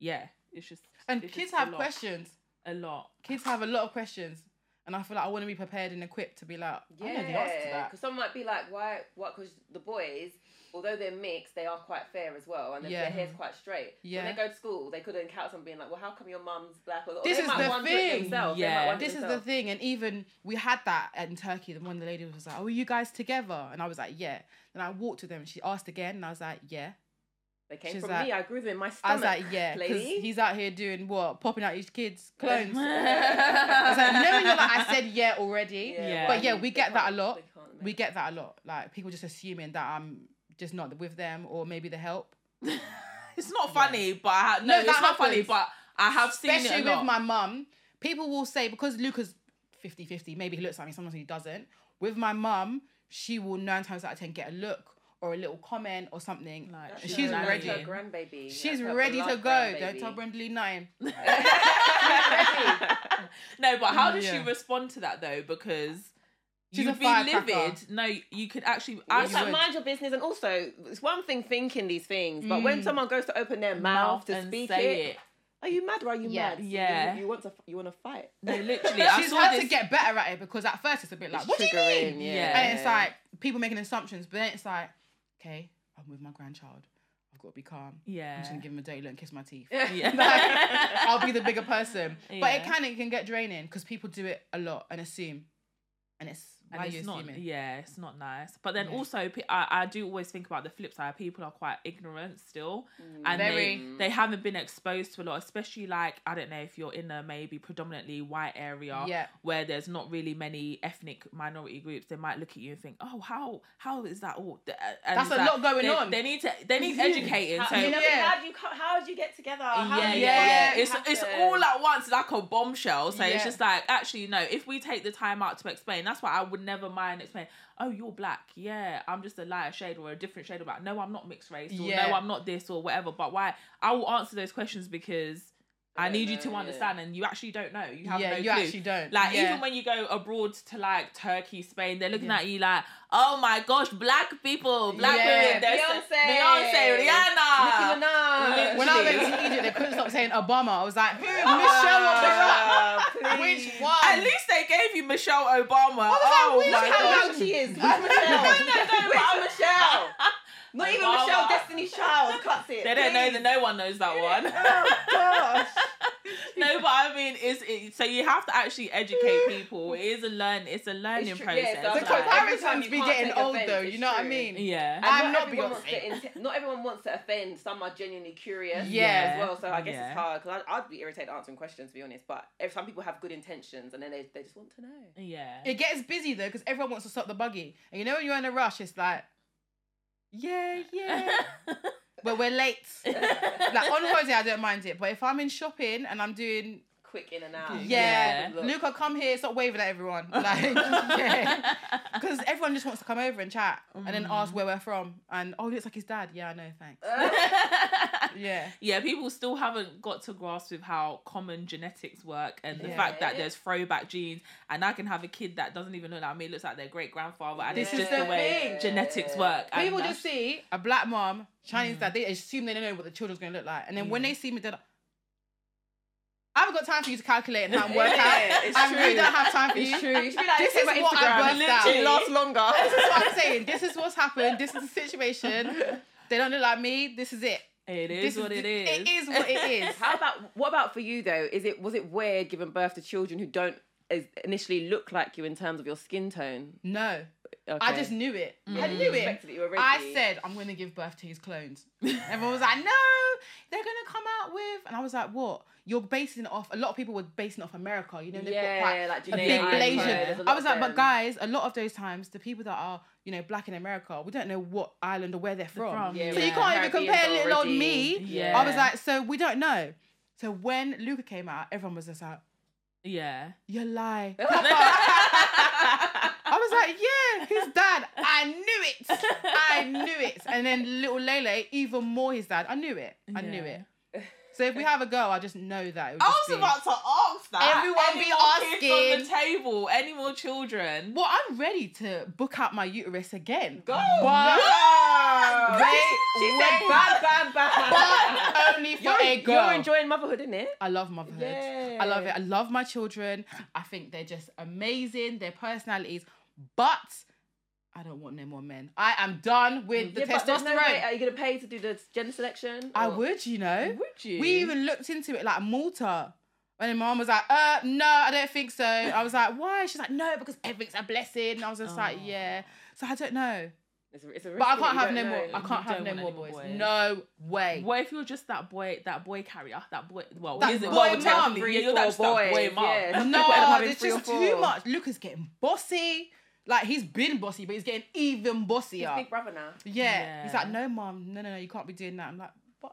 [SPEAKER 1] yeah, it's just
[SPEAKER 3] And
[SPEAKER 1] it's
[SPEAKER 3] kids
[SPEAKER 1] just a
[SPEAKER 3] have
[SPEAKER 1] lot-
[SPEAKER 3] questions.
[SPEAKER 1] a lot.
[SPEAKER 3] Kids have a lot of questions. And I feel like I want to be prepared and equipped to be like, yeah, I know the answer to
[SPEAKER 2] Yeah,
[SPEAKER 3] that.
[SPEAKER 2] because some might be like, why? What? Because the boys, although they're mixed, they are quite fair as well, and their-
[SPEAKER 3] Yeah.
[SPEAKER 2] their hair's quite straight.
[SPEAKER 3] Yeah.
[SPEAKER 2] When they go to school, they could encounter someone being like, well, how come your mum's black? Or, or
[SPEAKER 3] This
[SPEAKER 2] they
[SPEAKER 3] is
[SPEAKER 2] might
[SPEAKER 3] the
[SPEAKER 2] wonder it
[SPEAKER 3] thing.
[SPEAKER 2] themselves. They might
[SPEAKER 1] Yeah.
[SPEAKER 2] wonder
[SPEAKER 3] This is the
[SPEAKER 2] themselves.
[SPEAKER 3] thing. And even we had that in Turkey. The one the lady was like, oh, are you guys together? And I was like, yeah. Then I walked to them and she asked again. And I was like, yeah.
[SPEAKER 2] They came
[SPEAKER 3] She's
[SPEAKER 2] from
[SPEAKER 3] like-
[SPEAKER 2] me. I grew them in my stomach.
[SPEAKER 3] I was like, yeah. Because
[SPEAKER 2] lady.
[SPEAKER 3] he's out here doing what? Popping out his kids' clones. I was
[SPEAKER 2] It's
[SPEAKER 3] like, you know when you're like, I said yeah already?
[SPEAKER 1] Yeah.
[SPEAKER 3] But yeah,
[SPEAKER 2] why?
[SPEAKER 3] we
[SPEAKER 2] They
[SPEAKER 3] get that
[SPEAKER 2] can't-
[SPEAKER 3] a lot.
[SPEAKER 2] they can't
[SPEAKER 3] We
[SPEAKER 2] make-
[SPEAKER 3] get that a lot. Like people just assuming that I'm just not with them or maybe the help.
[SPEAKER 1] It's not funny, but I ha- no,
[SPEAKER 3] No,
[SPEAKER 1] it's
[SPEAKER 3] that
[SPEAKER 1] not funny,
[SPEAKER 3] happens.
[SPEAKER 1] but I have seen
[SPEAKER 3] especially
[SPEAKER 1] it a lot.
[SPEAKER 3] with my mum people will say because luca's 50 50 maybe he looks at me sometimes he doesn't with my mum she will nine times out of ten get a look or a little comment or something
[SPEAKER 1] Like,
[SPEAKER 3] And
[SPEAKER 2] That's
[SPEAKER 1] she's
[SPEAKER 3] she's
[SPEAKER 2] her-
[SPEAKER 1] ready.
[SPEAKER 3] ready
[SPEAKER 2] That's her grandbaby.
[SPEAKER 3] she's
[SPEAKER 2] That's her
[SPEAKER 3] ready to
[SPEAKER 2] blood
[SPEAKER 3] go don't
[SPEAKER 2] grandbaby.
[SPEAKER 3] tell brenda nine
[SPEAKER 1] No, but how does she
[SPEAKER 3] Yeah.
[SPEAKER 1] respond to that though? Because
[SPEAKER 3] She's
[SPEAKER 1] you'd
[SPEAKER 3] a
[SPEAKER 1] be
[SPEAKER 3] firecracker.
[SPEAKER 1] livid. No, you could actually.
[SPEAKER 2] I
[SPEAKER 1] I
[SPEAKER 2] was
[SPEAKER 3] You
[SPEAKER 2] like,
[SPEAKER 3] would.
[SPEAKER 2] mind your business, and also it's one thing thinking these things, but
[SPEAKER 3] Mm.
[SPEAKER 2] when someone goes to open their mouth, to
[SPEAKER 1] and
[SPEAKER 2] speak
[SPEAKER 1] say
[SPEAKER 2] it, are you mad or are you
[SPEAKER 3] Yeah.
[SPEAKER 2] mad? You-
[SPEAKER 1] Yeah.
[SPEAKER 2] you, want to you want to fight?
[SPEAKER 1] No, literally, I
[SPEAKER 3] she's
[SPEAKER 1] saw
[SPEAKER 3] had
[SPEAKER 1] this.
[SPEAKER 3] to get better at it because at first it's a bit like what do you mean
[SPEAKER 2] Yeah.
[SPEAKER 1] Yeah.
[SPEAKER 3] and it's like people making assumptions but then it's like okay i'm with my grandchild i've got to be calm i'm
[SPEAKER 1] yeah,
[SPEAKER 3] just gonna give him a dirty look and kiss my teeth
[SPEAKER 1] yeah.
[SPEAKER 3] I'll be the bigger person. But it
[SPEAKER 1] Yeah.
[SPEAKER 3] can it can get draining because people do it a lot and assume, and it's why
[SPEAKER 1] and
[SPEAKER 3] are you
[SPEAKER 1] it's not,
[SPEAKER 3] assuming?
[SPEAKER 1] yeah, it's not nice. But then
[SPEAKER 3] Yeah.
[SPEAKER 1] also, pe- I, I do always think about the flip side. People are quite ignorant still, and
[SPEAKER 3] Mm. Very.
[SPEAKER 1] they they haven't been exposed to a lot, especially like I don't know if you're in a maybe predominantly white area
[SPEAKER 3] Yeah.
[SPEAKER 1] where there's not really many ethnic minority groups. They might look at you and think, oh, how how is that all? th- And
[SPEAKER 3] That's
[SPEAKER 1] it's
[SPEAKER 3] a lot going
[SPEAKER 1] they,
[SPEAKER 3] on.
[SPEAKER 1] They need to they need educating.
[SPEAKER 2] How,
[SPEAKER 1] so
[SPEAKER 2] you
[SPEAKER 1] yeah,
[SPEAKER 2] know,
[SPEAKER 3] Yeah.
[SPEAKER 2] how, did you, co- how did you get together? How
[SPEAKER 1] yeah,
[SPEAKER 2] did you-
[SPEAKER 1] yeah.
[SPEAKER 3] Uh-huh. Yeah.
[SPEAKER 1] It's it's all at once like a bombshell. So
[SPEAKER 3] Yeah.
[SPEAKER 1] it's just like actually no. If we take the time out to explain, that's why I would never mind explain. Oh, you're black. Yeah, I'm just a lighter shade or a different shade of black. No, I'm not mixed race. Or
[SPEAKER 3] Yeah.
[SPEAKER 1] No, I'm not this or whatever. But why? I will answer those questions because I
[SPEAKER 2] don't
[SPEAKER 1] need you
[SPEAKER 2] know,
[SPEAKER 1] to
[SPEAKER 2] yeah.
[SPEAKER 1] understand, and you actually don't know. You have
[SPEAKER 3] yeah,
[SPEAKER 1] no
[SPEAKER 3] you
[SPEAKER 1] clue.
[SPEAKER 3] actually don't.
[SPEAKER 1] Like
[SPEAKER 3] yeah.
[SPEAKER 1] even when you go abroad to like Turkey, Spain, they're looking
[SPEAKER 3] Yeah.
[SPEAKER 1] at you like, oh my gosh, black people, black
[SPEAKER 3] Yeah.
[SPEAKER 1] women, they're so-
[SPEAKER 2] Beyonce.
[SPEAKER 1] Beyonce, Rihanna.
[SPEAKER 2] Nicki Minaj.
[SPEAKER 3] when I went to
[SPEAKER 1] Literally.
[SPEAKER 3] Egypt, they couldn't stop saying Obama. I was like, who? Michelle Obama?
[SPEAKER 2] Ah,
[SPEAKER 3] Which
[SPEAKER 2] please.
[SPEAKER 3] one?
[SPEAKER 1] At least they gave you Michelle Obama.
[SPEAKER 3] that
[SPEAKER 1] Oh
[SPEAKER 3] weird?
[SPEAKER 1] my
[SPEAKER 2] Look how
[SPEAKER 1] god.
[SPEAKER 2] loud she is. Which Michelle? Which Michelle? Not even even
[SPEAKER 1] Wawa.
[SPEAKER 2] Michelle Destiny's Child cuts it.
[SPEAKER 1] They don't know
[SPEAKER 2] please.
[SPEAKER 1] that no one knows that one.
[SPEAKER 3] Oh, gosh.
[SPEAKER 1] no, but I mean, it's it, so you have to actually educate people. It is a learn. It's a learning
[SPEAKER 2] It's true,
[SPEAKER 1] process.
[SPEAKER 2] yeah, so I
[SPEAKER 3] The
[SPEAKER 2] was like,
[SPEAKER 1] like-
[SPEAKER 2] every time
[SPEAKER 3] comparisons
[SPEAKER 2] you
[SPEAKER 3] be
[SPEAKER 2] can't
[SPEAKER 3] getting
[SPEAKER 2] take
[SPEAKER 3] old
[SPEAKER 2] offense,
[SPEAKER 3] though.
[SPEAKER 2] it's
[SPEAKER 3] You know what I
[SPEAKER 2] true.
[SPEAKER 3] mean?
[SPEAKER 1] yeah.
[SPEAKER 2] And
[SPEAKER 3] I'm not
[SPEAKER 2] everyone wants
[SPEAKER 3] Beyonce.
[SPEAKER 2] to inte- Not everyone wants to offend. Some are genuinely curious.
[SPEAKER 3] Yeah.
[SPEAKER 2] As well, so I guess
[SPEAKER 1] Yeah.
[SPEAKER 2] it's hard because I'd be irritated answering questions to be honest. But if some people have good intentions and then they, they just want to know.
[SPEAKER 1] yeah.
[SPEAKER 3] It gets busy though because everyone wants to stop the buggy, and you know when you're in a rush, it's like, yeah, yeah, but we're late. Like on holiday, I don't mind it, but if I'm in shopping and I'm doing,
[SPEAKER 2] Quick in and out.
[SPEAKER 3] yeah,
[SPEAKER 1] Yeah.
[SPEAKER 2] Look.
[SPEAKER 3] Luca, come here, stop waving at everyone, like, yeah. Because everyone just wants to come over and chat and then
[SPEAKER 2] Mm.
[SPEAKER 3] ask where we're from. And oh, he looks like his dad. Yeah, I know, thanks.
[SPEAKER 2] Uh.
[SPEAKER 3] Yeah.
[SPEAKER 1] Yeah, people still haven't got to grasp with how common genetics work and the
[SPEAKER 3] Yeah.
[SPEAKER 1] fact that there's throwback genes, and I can have a kid that doesn't even look like me, looks like their great grandfather, and it's
[SPEAKER 3] This is
[SPEAKER 1] just the,
[SPEAKER 3] the
[SPEAKER 1] way
[SPEAKER 2] thing.
[SPEAKER 1] genetics work. and
[SPEAKER 3] People
[SPEAKER 1] that's-
[SPEAKER 3] just see a black mom,
[SPEAKER 2] Mm.
[SPEAKER 3] Chinese dad, they assume they don't know what the children's going to look like. And then when they see me, they're like, I haven't got time for you to calculate and how and work out.
[SPEAKER 2] Yeah, it's
[SPEAKER 3] I really
[SPEAKER 2] true.
[SPEAKER 3] don't have time for
[SPEAKER 2] It's
[SPEAKER 3] you.
[SPEAKER 2] true. You should be like,
[SPEAKER 3] This
[SPEAKER 2] "Take
[SPEAKER 3] is
[SPEAKER 2] my
[SPEAKER 3] what I
[SPEAKER 2] Instagram."
[SPEAKER 3] worked out.
[SPEAKER 2] Literally. lasts
[SPEAKER 3] This is
[SPEAKER 2] longer.
[SPEAKER 3] what I'm saying. This is what's happened. This is the situation. They don't look like me. This is it.
[SPEAKER 1] It is
[SPEAKER 3] This
[SPEAKER 1] what it is.
[SPEAKER 3] It is what it is.
[SPEAKER 2] How about what about for you though? Is it was it weird giving birth to children who don't is- initially look like you in terms of your skin tone?
[SPEAKER 3] No,
[SPEAKER 2] Okay. Mm.
[SPEAKER 3] I just knew it. I knew it.
[SPEAKER 2] Expected it already.
[SPEAKER 3] I said I'm gonna give birth to his clones. Everyone was like, no, they're gonna come out with, and I was like, what? You're basing it off. A lot of people were basing it off America. You know, they've
[SPEAKER 2] Yeah,
[SPEAKER 3] got quite
[SPEAKER 2] like
[SPEAKER 3] a
[SPEAKER 2] genetic
[SPEAKER 3] big
[SPEAKER 1] code,
[SPEAKER 2] there's a
[SPEAKER 3] Blasian.
[SPEAKER 2] lot
[SPEAKER 3] I was like,
[SPEAKER 2] of
[SPEAKER 3] but
[SPEAKER 2] them."
[SPEAKER 3] guys, a lot of those times, the people that are you know black in America, we don't know what island or where they're from.
[SPEAKER 1] from,
[SPEAKER 2] Yeah,
[SPEAKER 3] So you
[SPEAKER 2] yeah.
[SPEAKER 3] can't even
[SPEAKER 2] Caribbean's
[SPEAKER 3] compare little old
[SPEAKER 2] already-
[SPEAKER 3] me.
[SPEAKER 1] Yeah.
[SPEAKER 3] I was like, so we don't know. So when Luca came out, everyone was just like,
[SPEAKER 1] Yeah.
[SPEAKER 3] you lie. I was like, yeah, his dad. I knew it. I knew it. And then little Lele, even more his dad. I knew it. I knew
[SPEAKER 1] Yeah.
[SPEAKER 3] it. So if we have a girl, I just know that. It would
[SPEAKER 1] I
[SPEAKER 3] just
[SPEAKER 1] was
[SPEAKER 3] be-
[SPEAKER 1] about to ask that.
[SPEAKER 3] Everyone
[SPEAKER 1] Any
[SPEAKER 3] be
[SPEAKER 1] more kids
[SPEAKER 3] asking.
[SPEAKER 1] on the table. Any more children?
[SPEAKER 3] Well, I'm ready to book out my uterus again.
[SPEAKER 2] Go.
[SPEAKER 3] But,
[SPEAKER 1] No.
[SPEAKER 3] wait,
[SPEAKER 2] She said,
[SPEAKER 3] wait.
[SPEAKER 2] "Bam, bam, bam."
[SPEAKER 3] but only for
[SPEAKER 2] You're,
[SPEAKER 3] a girl.
[SPEAKER 2] you're enjoying motherhood, isn't it?
[SPEAKER 3] I love motherhood. I love it. I love my children. I think they're just amazing. Their personalities, but I don't want no more men. I am done with the
[SPEAKER 2] Mm, Yeah, but there's
[SPEAKER 3] testosterone.
[SPEAKER 2] no way- Are you gonna pay to do the gender selection?
[SPEAKER 3] I
[SPEAKER 2] Or-
[SPEAKER 3] would, you know.
[SPEAKER 1] Would you?
[SPEAKER 3] We even looked into it, like Malta. And then my mum was like, uh, no, I don't think so. I was like, why? She's like, no, because everything's a blessing. And I was just like,
[SPEAKER 1] Oh.
[SPEAKER 3] yeah. So I don't know.
[SPEAKER 2] It's a, it's a risk,
[SPEAKER 3] But I
[SPEAKER 2] isn't it?
[SPEAKER 3] can't
[SPEAKER 2] You
[SPEAKER 3] have
[SPEAKER 2] don't
[SPEAKER 3] no more.
[SPEAKER 2] know.
[SPEAKER 3] I can't have
[SPEAKER 1] don't
[SPEAKER 3] no
[SPEAKER 1] want
[SPEAKER 3] more
[SPEAKER 1] any more
[SPEAKER 3] boys.
[SPEAKER 1] boys.
[SPEAKER 3] No way.
[SPEAKER 1] What if you're just that boy, that boy carrier, that boy? Well,
[SPEAKER 3] That
[SPEAKER 1] is it
[SPEAKER 3] boy
[SPEAKER 1] well, technically,
[SPEAKER 3] mum.
[SPEAKER 1] Yeah, you're that, just that boy
[SPEAKER 2] Boys,
[SPEAKER 1] mum.
[SPEAKER 2] yeah.
[SPEAKER 3] No,
[SPEAKER 2] End up having
[SPEAKER 3] there's
[SPEAKER 2] three or
[SPEAKER 3] just too
[SPEAKER 2] four.
[SPEAKER 3] much. Luca's getting bossy. Like, he's been bossy, but he's getting even
[SPEAKER 2] He's
[SPEAKER 3] bossier.
[SPEAKER 2] Big brother now.
[SPEAKER 3] Yeah. He's
[SPEAKER 1] Yeah.
[SPEAKER 3] like, no, mom, no, no, no, you can't be doing that. I'm like, but
[SPEAKER 2] Uh,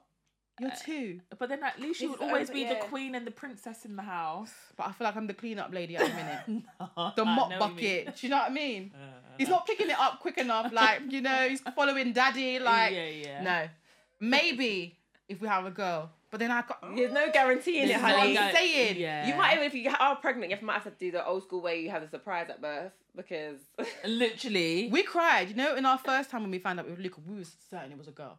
[SPEAKER 3] you're two.
[SPEAKER 1] But then at least you
[SPEAKER 2] This
[SPEAKER 1] would
[SPEAKER 2] is the
[SPEAKER 1] always
[SPEAKER 2] over-
[SPEAKER 1] be the
[SPEAKER 2] yeah.
[SPEAKER 1] queen and the princess in the house.
[SPEAKER 3] But I feel like I'm the cleanup lady at the minute. the
[SPEAKER 1] Ah, I
[SPEAKER 3] mop
[SPEAKER 1] know what you mean. Uh,
[SPEAKER 3] bucket. Do you know what I mean? He's not picking it up quick enough. Like, you know, he's following daddy. Like,
[SPEAKER 1] yeah, yeah.
[SPEAKER 3] no. Maybe if we have a girl. But then I got.
[SPEAKER 1] Oh.
[SPEAKER 2] There's no guarantee in it,
[SPEAKER 1] There's no
[SPEAKER 2] honey.
[SPEAKER 3] guarantee.
[SPEAKER 1] go-
[SPEAKER 3] saying.
[SPEAKER 1] Yeah.
[SPEAKER 2] You might even if you are pregnant, you might have to do the old school way you have a surprise at birth because
[SPEAKER 1] literally.
[SPEAKER 3] We cried. You know, in our first time when we found out with Luca, we were certain it was a girl.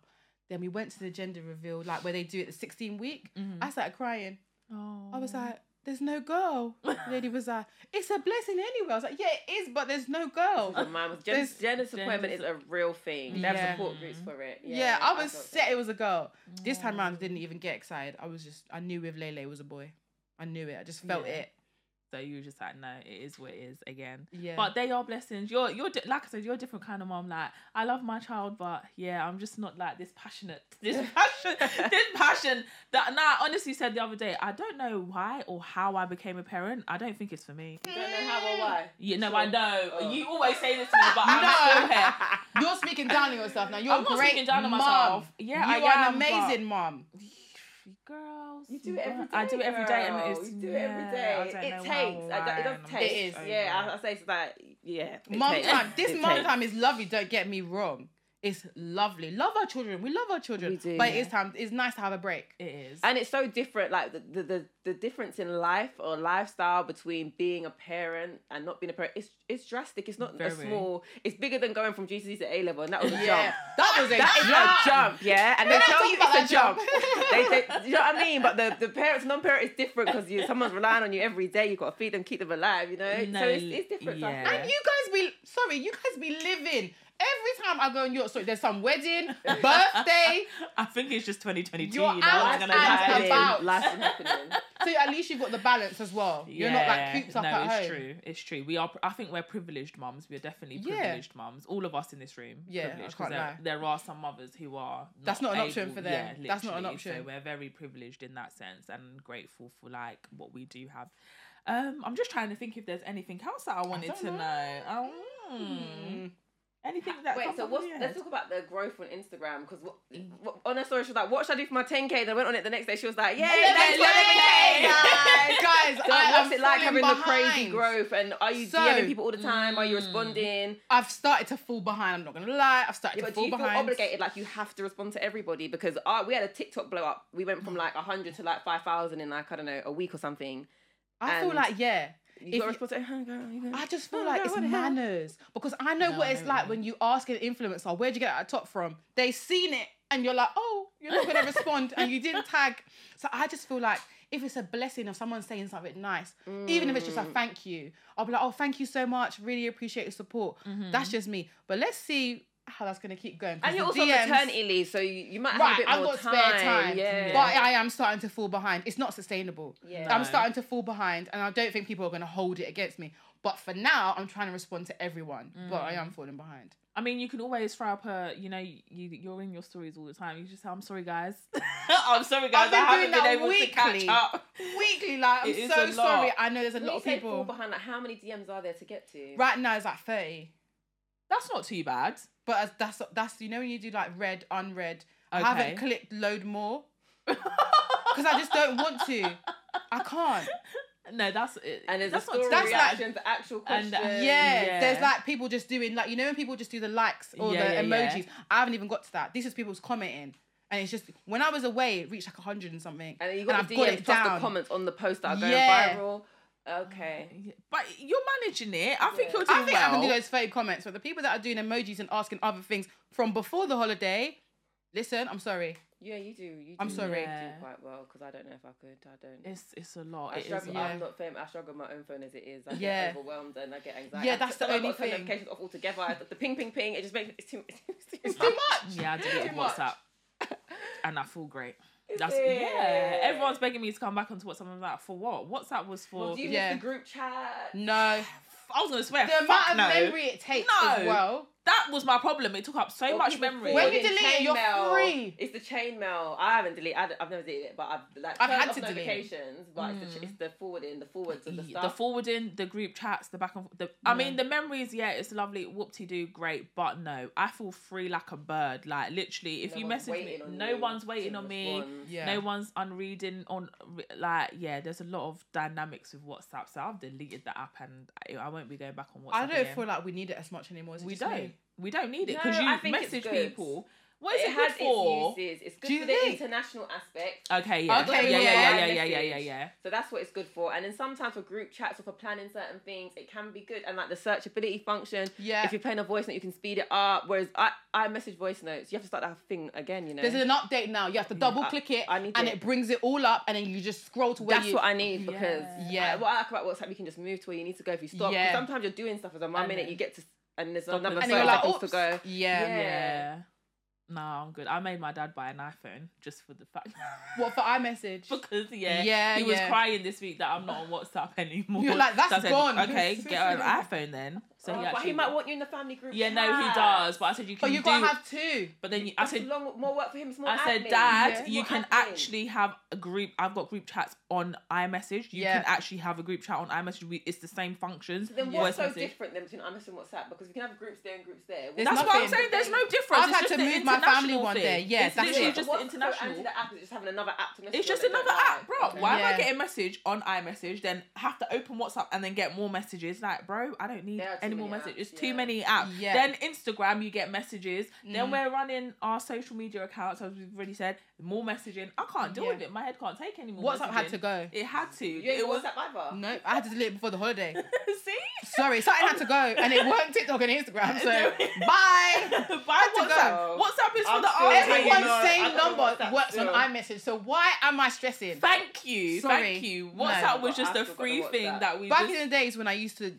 [SPEAKER 3] Then we went to the gender reveal, like where they do it the 16 week.
[SPEAKER 1] Mm-hmm.
[SPEAKER 3] I started crying.
[SPEAKER 1] Oh.
[SPEAKER 3] I was
[SPEAKER 1] Mm.
[SPEAKER 3] like, there's no girl. The lady was like, it's a blessing anyway. I was like, yeah, it is, but there's no girl.
[SPEAKER 2] But mine was gender,
[SPEAKER 3] There's-
[SPEAKER 2] gender disappointment is
[SPEAKER 1] gender-
[SPEAKER 2] a real thing. They
[SPEAKER 3] Yeah.
[SPEAKER 2] have support groups for it.
[SPEAKER 3] Yeah, I was
[SPEAKER 2] felt that.
[SPEAKER 3] set it was a girl. This time round, I didn't even get excited. I was just, I knew with Lele was a boy. I knew it. I just felt
[SPEAKER 1] Yeah.
[SPEAKER 3] it.
[SPEAKER 1] so you were just like, no, it is what it is again.
[SPEAKER 3] Yeah.
[SPEAKER 1] But they are blessings. You're, you're di- like I said, you're a different kind of mom. Like I love my child, but yeah, I'm just not like this passionate, this passion, this passion that. Nah, I honestly said the other day, I don't know why or how I became a parent. I don't think it's for me.
[SPEAKER 2] Don't know how or why.
[SPEAKER 1] You know, I know
[SPEAKER 2] Oh.
[SPEAKER 1] you always say this to me, but I'm
[SPEAKER 3] No.
[SPEAKER 1] still here.
[SPEAKER 3] You're speaking down on yourself now. You're
[SPEAKER 1] I'm
[SPEAKER 3] a
[SPEAKER 1] not
[SPEAKER 3] great
[SPEAKER 1] speaking down on
[SPEAKER 3] mum.
[SPEAKER 1] myself. Yeah,
[SPEAKER 3] you
[SPEAKER 1] I
[SPEAKER 3] are
[SPEAKER 1] am,
[SPEAKER 3] an amazing mom.
[SPEAKER 1] Girls,
[SPEAKER 2] You do it every day.
[SPEAKER 1] I do it every day, and
[SPEAKER 2] girl.
[SPEAKER 1] it's
[SPEAKER 2] you do it every day. it takes. I do- it does take.
[SPEAKER 3] It is.
[SPEAKER 2] Yeah, I, I say it's like yeah. it
[SPEAKER 3] Mom
[SPEAKER 2] takes.
[SPEAKER 3] time. This
[SPEAKER 2] It
[SPEAKER 3] mom
[SPEAKER 2] takes.
[SPEAKER 3] time is lovely. Don't get me wrong. It's lovely. Love our children. We love our children.
[SPEAKER 2] We do,
[SPEAKER 3] but
[SPEAKER 2] yeah.
[SPEAKER 3] it is time. It's nice to have a break.
[SPEAKER 1] It is.
[SPEAKER 2] And it's so different, like the, the, the, the difference in life or lifestyle between being a parent and not being a parent. It's it's drastic. It's not
[SPEAKER 1] Very.
[SPEAKER 2] a small. It's bigger than going from GCSE to A level, and that was a
[SPEAKER 3] Yeah.
[SPEAKER 2] jump.
[SPEAKER 3] That was a
[SPEAKER 2] That's
[SPEAKER 3] jump.
[SPEAKER 2] a jump, yeah. And they
[SPEAKER 3] We're not
[SPEAKER 2] tell you
[SPEAKER 3] talking
[SPEAKER 2] it's a
[SPEAKER 3] about
[SPEAKER 2] jump. they, they, you know what I mean? But the, the parents, non-parent is different because you someone's relying on you every day. You've got to feed them, keep them alive. You know,
[SPEAKER 1] No,
[SPEAKER 2] so it's, it's different.
[SPEAKER 1] yeah.
[SPEAKER 2] stuff.
[SPEAKER 3] And you guys be sorry, you guys be living Every time I go on York Street, there's some wedding, birthday.
[SPEAKER 1] I think it's just 2022.
[SPEAKER 3] You're
[SPEAKER 1] you know, I'm
[SPEAKER 3] out
[SPEAKER 1] gonna
[SPEAKER 3] and
[SPEAKER 1] lie.
[SPEAKER 3] about.
[SPEAKER 2] Life's been happening.
[SPEAKER 3] So at least you've got the balance as well. You're not like cooped up
[SPEAKER 1] no,
[SPEAKER 3] at
[SPEAKER 1] it's
[SPEAKER 3] home.
[SPEAKER 1] true. It's true. We are. pr- I think we're privileged mums. We are definitely
[SPEAKER 3] Yeah.
[SPEAKER 1] privileged mums. All of us in this room.
[SPEAKER 3] Yeah, I
[SPEAKER 1] privileged, 'cause
[SPEAKER 3] can't
[SPEAKER 1] there,
[SPEAKER 3] lie.
[SPEAKER 1] there are some mothers who are.
[SPEAKER 3] That's not an option
[SPEAKER 1] able-
[SPEAKER 3] for them. That's not an
[SPEAKER 1] literally.
[SPEAKER 3] option.
[SPEAKER 1] So we're very privileged in that sense and grateful for like what we do have. Um, I'm just trying to think if there's anything else that I wanted
[SPEAKER 3] don't
[SPEAKER 1] to know.
[SPEAKER 3] know.
[SPEAKER 1] Um,
[SPEAKER 3] Mm.
[SPEAKER 1] anything that
[SPEAKER 2] Wait,
[SPEAKER 1] comes
[SPEAKER 2] so
[SPEAKER 1] up in
[SPEAKER 2] what's,
[SPEAKER 1] your
[SPEAKER 2] let's
[SPEAKER 1] head?
[SPEAKER 2] talk about the growth on Instagram because what, what, on her story she was like, "What should I do for my 10k?" Then I went on it the next day. She was like, "Yeah,
[SPEAKER 1] Yeah,
[SPEAKER 2] yeah, 11k."
[SPEAKER 3] Guys, guys,
[SPEAKER 2] So
[SPEAKER 3] I
[SPEAKER 2] what's
[SPEAKER 3] am
[SPEAKER 2] it like having
[SPEAKER 3] falling
[SPEAKER 2] the crazy
[SPEAKER 3] behind.
[SPEAKER 2] growth? And are you
[SPEAKER 3] So- mm.
[SPEAKER 2] DMing people all the time? Are you responding?
[SPEAKER 3] I've started to fall behind. I'm not gonna lie. I've started
[SPEAKER 2] Yeah,
[SPEAKER 3] to
[SPEAKER 2] but do
[SPEAKER 3] fall
[SPEAKER 2] you feel
[SPEAKER 3] behind.
[SPEAKER 2] obligated? Like you have to respond to everybody because uh, we had a TikTok blow up. We went from like 100 to like 5,000 in like I don't know a week or something.
[SPEAKER 3] I feel
[SPEAKER 2] and-
[SPEAKER 3] like yeah.
[SPEAKER 2] You
[SPEAKER 3] If
[SPEAKER 2] got to
[SPEAKER 3] you-
[SPEAKER 2] respond to it. "Huh, girl, you know."
[SPEAKER 3] I just feel
[SPEAKER 2] Oh,
[SPEAKER 3] like
[SPEAKER 2] no,
[SPEAKER 3] it's
[SPEAKER 2] what the hell?
[SPEAKER 3] manners because I know
[SPEAKER 1] No,
[SPEAKER 3] what
[SPEAKER 1] I
[SPEAKER 3] it's
[SPEAKER 1] know what
[SPEAKER 3] like
[SPEAKER 1] you
[SPEAKER 3] when you ask an influencer, "Where'd you get that top from?" They seen it and you're like, "Oh, you're not gonna respond," and you didn't tag. So I just feel like if it's a blessing of someone saying something nice, even if it's just
[SPEAKER 2] Mm.
[SPEAKER 3] a thank you, I'll be like, "Oh, thank you so much. Really appreciate your support." That's just me. But let's see how that's gonna keep going. 'cause
[SPEAKER 2] Mm-hmm. And you're also
[SPEAKER 3] the
[SPEAKER 2] on
[SPEAKER 3] DMs
[SPEAKER 2] maternity leave, so you, you might have a
[SPEAKER 3] Right,
[SPEAKER 2] bit
[SPEAKER 3] I've
[SPEAKER 2] more
[SPEAKER 3] got spare time,
[SPEAKER 2] Yeah.
[SPEAKER 3] but I am starting to fall behind. It's not sustainable.
[SPEAKER 2] Yeah.
[SPEAKER 3] I'm
[SPEAKER 1] No.
[SPEAKER 3] starting to fall behind, and I don't think people are going to hold it against me. But for now, I'm trying to respond to everyone, but I
[SPEAKER 2] Mm.
[SPEAKER 3] am falling behind.
[SPEAKER 1] I mean, you can always throw up a, you know, you you're in your stories all the time. You just say, "I'm sorry, guys. I'm sorry, guys.
[SPEAKER 3] I've been
[SPEAKER 1] I haven't
[SPEAKER 3] doing that
[SPEAKER 1] been able to catch
[SPEAKER 3] weekly.
[SPEAKER 1] up."
[SPEAKER 3] Weekly, like
[SPEAKER 1] It is
[SPEAKER 3] I'm
[SPEAKER 1] a
[SPEAKER 3] so
[SPEAKER 1] lot.
[SPEAKER 3] sorry. I know there's a
[SPEAKER 2] When
[SPEAKER 3] lot
[SPEAKER 2] you
[SPEAKER 3] of
[SPEAKER 2] say fall
[SPEAKER 3] people
[SPEAKER 2] behind. Like how many DMs are there to get to?
[SPEAKER 3] right now. It's like thirty,
[SPEAKER 1] That's not too bad.
[SPEAKER 3] but as, that's that's you know when you do like red, unread. I haven't
[SPEAKER 1] Okay.
[SPEAKER 3] clicked load more because I just don't want to. I can't.
[SPEAKER 1] No, that's it.
[SPEAKER 2] And there's
[SPEAKER 1] that's
[SPEAKER 2] a story
[SPEAKER 3] that's like-
[SPEAKER 2] reaction to actual
[SPEAKER 1] And,
[SPEAKER 2] questions.
[SPEAKER 1] uh,
[SPEAKER 3] Yeah,
[SPEAKER 1] Yeah.
[SPEAKER 3] there's like people just doing like you know when people just do the likes or
[SPEAKER 1] Yeah,
[SPEAKER 3] the
[SPEAKER 1] yeah, yeah.
[SPEAKER 3] emojis. I haven't even got to that. This is people's commenting, and it's just when I was away, it reached like hundred and something,
[SPEAKER 2] and you got
[SPEAKER 3] I've
[SPEAKER 2] the
[SPEAKER 3] got
[SPEAKER 2] DMs
[SPEAKER 3] it
[SPEAKER 2] plus the
[SPEAKER 3] down.
[SPEAKER 2] comments on the post that are going
[SPEAKER 3] Yeah.
[SPEAKER 2] viral. Okay.
[SPEAKER 1] but you're managing it. I think
[SPEAKER 2] Yeah.
[SPEAKER 1] you're doing
[SPEAKER 3] I think I
[SPEAKER 1] well.
[SPEAKER 3] can do those fake comments, but the people that are doing emojis and asking other things from before the holiday, listen, I'm sorry.
[SPEAKER 2] Yeah, you do. You do.
[SPEAKER 3] I'm sorry.
[SPEAKER 2] You
[SPEAKER 1] Yeah.
[SPEAKER 2] do quite well because I don't know if I could. I don't.
[SPEAKER 1] It's it's a lot.
[SPEAKER 2] I
[SPEAKER 1] It is.
[SPEAKER 2] struggle.
[SPEAKER 3] yeah.
[SPEAKER 1] Yeah.
[SPEAKER 2] I'm not famous. I struggle with my own phone as it is. I
[SPEAKER 3] Yeah.
[SPEAKER 2] get overwhelmed and I get anxiety.
[SPEAKER 3] Yeah,
[SPEAKER 2] I-
[SPEAKER 3] that's the
[SPEAKER 2] sometimes
[SPEAKER 3] only
[SPEAKER 2] I've got to turn
[SPEAKER 3] thing.
[SPEAKER 2] Notifications off altogether. I- The ping, ping, ping. It just makes it's too. It's
[SPEAKER 3] Too much.
[SPEAKER 1] yeah, I deleted
[SPEAKER 3] Too much.
[SPEAKER 1] WhatsApp, and I feel great.
[SPEAKER 2] Is
[SPEAKER 1] That's
[SPEAKER 2] it?
[SPEAKER 1] yeah. Everyone's begging me to come back onto WhatsApp. I'm like, for what? WhatsApp was for.
[SPEAKER 2] Well, do you
[SPEAKER 3] Yeah.
[SPEAKER 2] miss the group chat?
[SPEAKER 3] No.
[SPEAKER 1] I was gonna swear.
[SPEAKER 3] The amount
[SPEAKER 1] fuck
[SPEAKER 3] of
[SPEAKER 1] no.
[SPEAKER 3] memory it takes
[SPEAKER 1] No.
[SPEAKER 3] as well.
[SPEAKER 1] That was my problem. It took up so
[SPEAKER 2] Or
[SPEAKER 1] much
[SPEAKER 2] people
[SPEAKER 1] memory.
[SPEAKER 3] When you
[SPEAKER 2] forwarding
[SPEAKER 3] delete it, you're
[SPEAKER 2] chainmail.
[SPEAKER 3] free.
[SPEAKER 2] It's the chain mail. I haven't deleted. I have never deleted it, but I've like
[SPEAKER 3] I've
[SPEAKER 2] turned
[SPEAKER 3] had
[SPEAKER 2] off
[SPEAKER 3] to delete it.
[SPEAKER 2] notifications. But it's, the, ch- it's the forwarding, the forwards of the
[SPEAKER 1] Mm. Ye-
[SPEAKER 2] stuff.
[SPEAKER 1] the forwarding, the group chats, the back and f- the. I mean, the memories. Yeah, it's lovely. Whoop de doo, great. But no, I feel free like a bird. Like literally, if
[SPEAKER 2] No
[SPEAKER 1] you
[SPEAKER 2] one's
[SPEAKER 1] message me,
[SPEAKER 2] waiting on
[SPEAKER 1] no
[SPEAKER 2] you
[SPEAKER 1] one's
[SPEAKER 2] to
[SPEAKER 1] waiting on me.
[SPEAKER 2] respond.
[SPEAKER 3] Yeah.
[SPEAKER 1] No one's unreading on. re- Like yeah, there's a lot of dynamics with WhatsApp. So I've deleted the app and I- I won't be going back on WhatsApp.
[SPEAKER 3] I don't
[SPEAKER 1] again.
[SPEAKER 3] feel like we need it as much anymore. Is it
[SPEAKER 1] we
[SPEAKER 3] just me?
[SPEAKER 1] don't. We don't need it because
[SPEAKER 2] No, I
[SPEAKER 1] you
[SPEAKER 2] think it's
[SPEAKER 1] message
[SPEAKER 2] good.
[SPEAKER 1] people. What is it,
[SPEAKER 2] it has
[SPEAKER 1] good for?
[SPEAKER 2] its uses. It's
[SPEAKER 3] Do
[SPEAKER 2] good
[SPEAKER 3] you
[SPEAKER 2] for the
[SPEAKER 3] think?
[SPEAKER 2] international aspect.
[SPEAKER 1] Okay. Yeah.
[SPEAKER 3] Okay,
[SPEAKER 1] yeah, yeah.
[SPEAKER 3] yeah.
[SPEAKER 1] Yeah. Yeah. Yeah. Yeah. Yeah. Yeah.
[SPEAKER 2] So that's what it's good for. And then sometimes for group chats or for planning certain things, it can be good. And like the searchability function,
[SPEAKER 3] Yeah.
[SPEAKER 2] if you're playing a voice note, you can speed it up. Whereas I, I message voice notes, you have to start that thing again, you know.
[SPEAKER 3] There's an update now. You have to double click it,
[SPEAKER 2] I need
[SPEAKER 3] and
[SPEAKER 2] it.
[SPEAKER 3] it. brings it all up, and then you just scroll to where
[SPEAKER 2] that's
[SPEAKER 3] you.
[SPEAKER 2] what I need because
[SPEAKER 3] Yeah.
[SPEAKER 2] I- what I like about WhatsApp, you can just move to where you need to go if you stop. 'Cause
[SPEAKER 3] Yeah.
[SPEAKER 2] Sometimes you're doing stuff as a mum
[SPEAKER 1] And
[SPEAKER 2] minute,
[SPEAKER 1] then-
[SPEAKER 2] you get to and there's another
[SPEAKER 1] and
[SPEAKER 2] and
[SPEAKER 3] and you're like,
[SPEAKER 2] seconds to
[SPEAKER 3] oops.
[SPEAKER 2] go.
[SPEAKER 3] Yeah.
[SPEAKER 2] Yeah.
[SPEAKER 1] Yeah. No, I'm good. I made my dad buy an iPhone just for the fact
[SPEAKER 3] What for iMessage?
[SPEAKER 1] because yeah,
[SPEAKER 3] Yeah,
[SPEAKER 1] he was
[SPEAKER 3] yeah.
[SPEAKER 1] crying this week that I'm not on WhatsApp anymore.
[SPEAKER 3] You're like,
[SPEAKER 1] that's
[SPEAKER 3] "That's gone."
[SPEAKER 1] Okay, get an iPhone then. So
[SPEAKER 2] Oh,
[SPEAKER 1] he
[SPEAKER 2] but
[SPEAKER 1] actually,
[SPEAKER 2] he might want you in the family group.
[SPEAKER 1] yeah, no, he
[SPEAKER 2] chat.
[SPEAKER 1] does. But I said you can
[SPEAKER 3] But you've
[SPEAKER 1] do.
[SPEAKER 3] got to have two.
[SPEAKER 1] but then you, I
[SPEAKER 2] That's
[SPEAKER 1] said,
[SPEAKER 2] long, more work for him. It's more
[SPEAKER 1] I said,
[SPEAKER 2] admin.
[SPEAKER 1] Dad,
[SPEAKER 2] It's
[SPEAKER 1] you
[SPEAKER 2] more
[SPEAKER 1] can
[SPEAKER 2] admin.
[SPEAKER 1] actually have a group. I've got group chats on iMessage. You
[SPEAKER 3] Yeah.
[SPEAKER 1] can actually have a group chat on iMessage. We, it's the same functions.
[SPEAKER 2] So then
[SPEAKER 1] voice
[SPEAKER 2] what's so
[SPEAKER 1] message.
[SPEAKER 2] different then between iMessage and WhatsApp? Because we can have groups there and groups there.
[SPEAKER 3] There's
[SPEAKER 1] That's
[SPEAKER 3] Nothing.
[SPEAKER 1] what I'm saying. There's no difference.
[SPEAKER 3] I've
[SPEAKER 1] It's
[SPEAKER 3] had
[SPEAKER 1] just
[SPEAKER 3] to
[SPEAKER 1] the
[SPEAKER 3] move my family
[SPEAKER 1] international
[SPEAKER 3] one
[SPEAKER 1] thing.
[SPEAKER 3] day. Yeah,
[SPEAKER 1] it's
[SPEAKER 3] that's
[SPEAKER 1] literally
[SPEAKER 3] it.
[SPEAKER 1] just
[SPEAKER 2] What's
[SPEAKER 1] the
[SPEAKER 2] so
[SPEAKER 1] international.
[SPEAKER 2] anti the app is just having another app to message.
[SPEAKER 1] It's just
[SPEAKER 2] on that
[SPEAKER 1] another
[SPEAKER 2] don't
[SPEAKER 1] app,
[SPEAKER 2] like.
[SPEAKER 1] bro. Why am I
[SPEAKER 3] Yeah.
[SPEAKER 1] getting message on iMessage, then have to open WhatsApp and then get more messages? Like, bro, I don't need
[SPEAKER 2] There are too
[SPEAKER 1] any more
[SPEAKER 2] many
[SPEAKER 1] messages.
[SPEAKER 2] apps,
[SPEAKER 1] Too
[SPEAKER 2] yeah.
[SPEAKER 1] many apps.
[SPEAKER 3] Yeah.
[SPEAKER 1] Then Instagram, you get messages.
[SPEAKER 3] Mm.
[SPEAKER 1] Then we're running our social media accounts, as we've already said. More messaging. I can't deal
[SPEAKER 3] Yeah.
[SPEAKER 1] with it. My head can't take any more.
[SPEAKER 3] WhatsApp had
[SPEAKER 1] messaging.
[SPEAKER 3] to go.
[SPEAKER 1] It had to.
[SPEAKER 2] You ain't
[SPEAKER 1] it was
[SPEAKER 2] WhatsApp either.
[SPEAKER 3] No, I had to delete it before the holiday.
[SPEAKER 1] see.
[SPEAKER 3] Sorry, something had to go, and it weren't TikTok and Instagram. So bye.
[SPEAKER 1] By
[SPEAKER 3] to
[SPEAKER 1] WhatsApp.
[SPEAKER 2] go.
[SPEAKER 1] WhatsApp is for
[SPEAKER 2] I'm
[SPEAKER 1] the
[SPEAKER 2] still
[SPEAKER 1] arse.
[SPEAKER 2] hanging
[SPEAKER 3] Everyone's
[SPEAKER 2] on.
[SPEAKER 3] same
[SPEAKER 2] I've got
[SPEAKER 3] number
[SPEAKER 2] WhatsApp
[SPEAKER 3] works
[SPEAKER 2] still.
[SPEAKER 3] on iMessage. So why am I stressing?
[SPEAKER 1] Thank you.
[SPEAKER 3] Sorry.
[SPEAKER 1] Thank you.
[SPEAKER 3] No.
[SPEAKER 1] WhatsApp was
[SPEAKER 2] I've
[SPEAKER 1] just a
[SPEAKER 2] still got the
[SPEAKER 1] free thing
[SPEAKER 2] WhatsApp.
[SPEAKER 1] that we
[SPEAKER 3] Back
[SPEAKER 1] just
[SPEAKER 3] in the days when I used to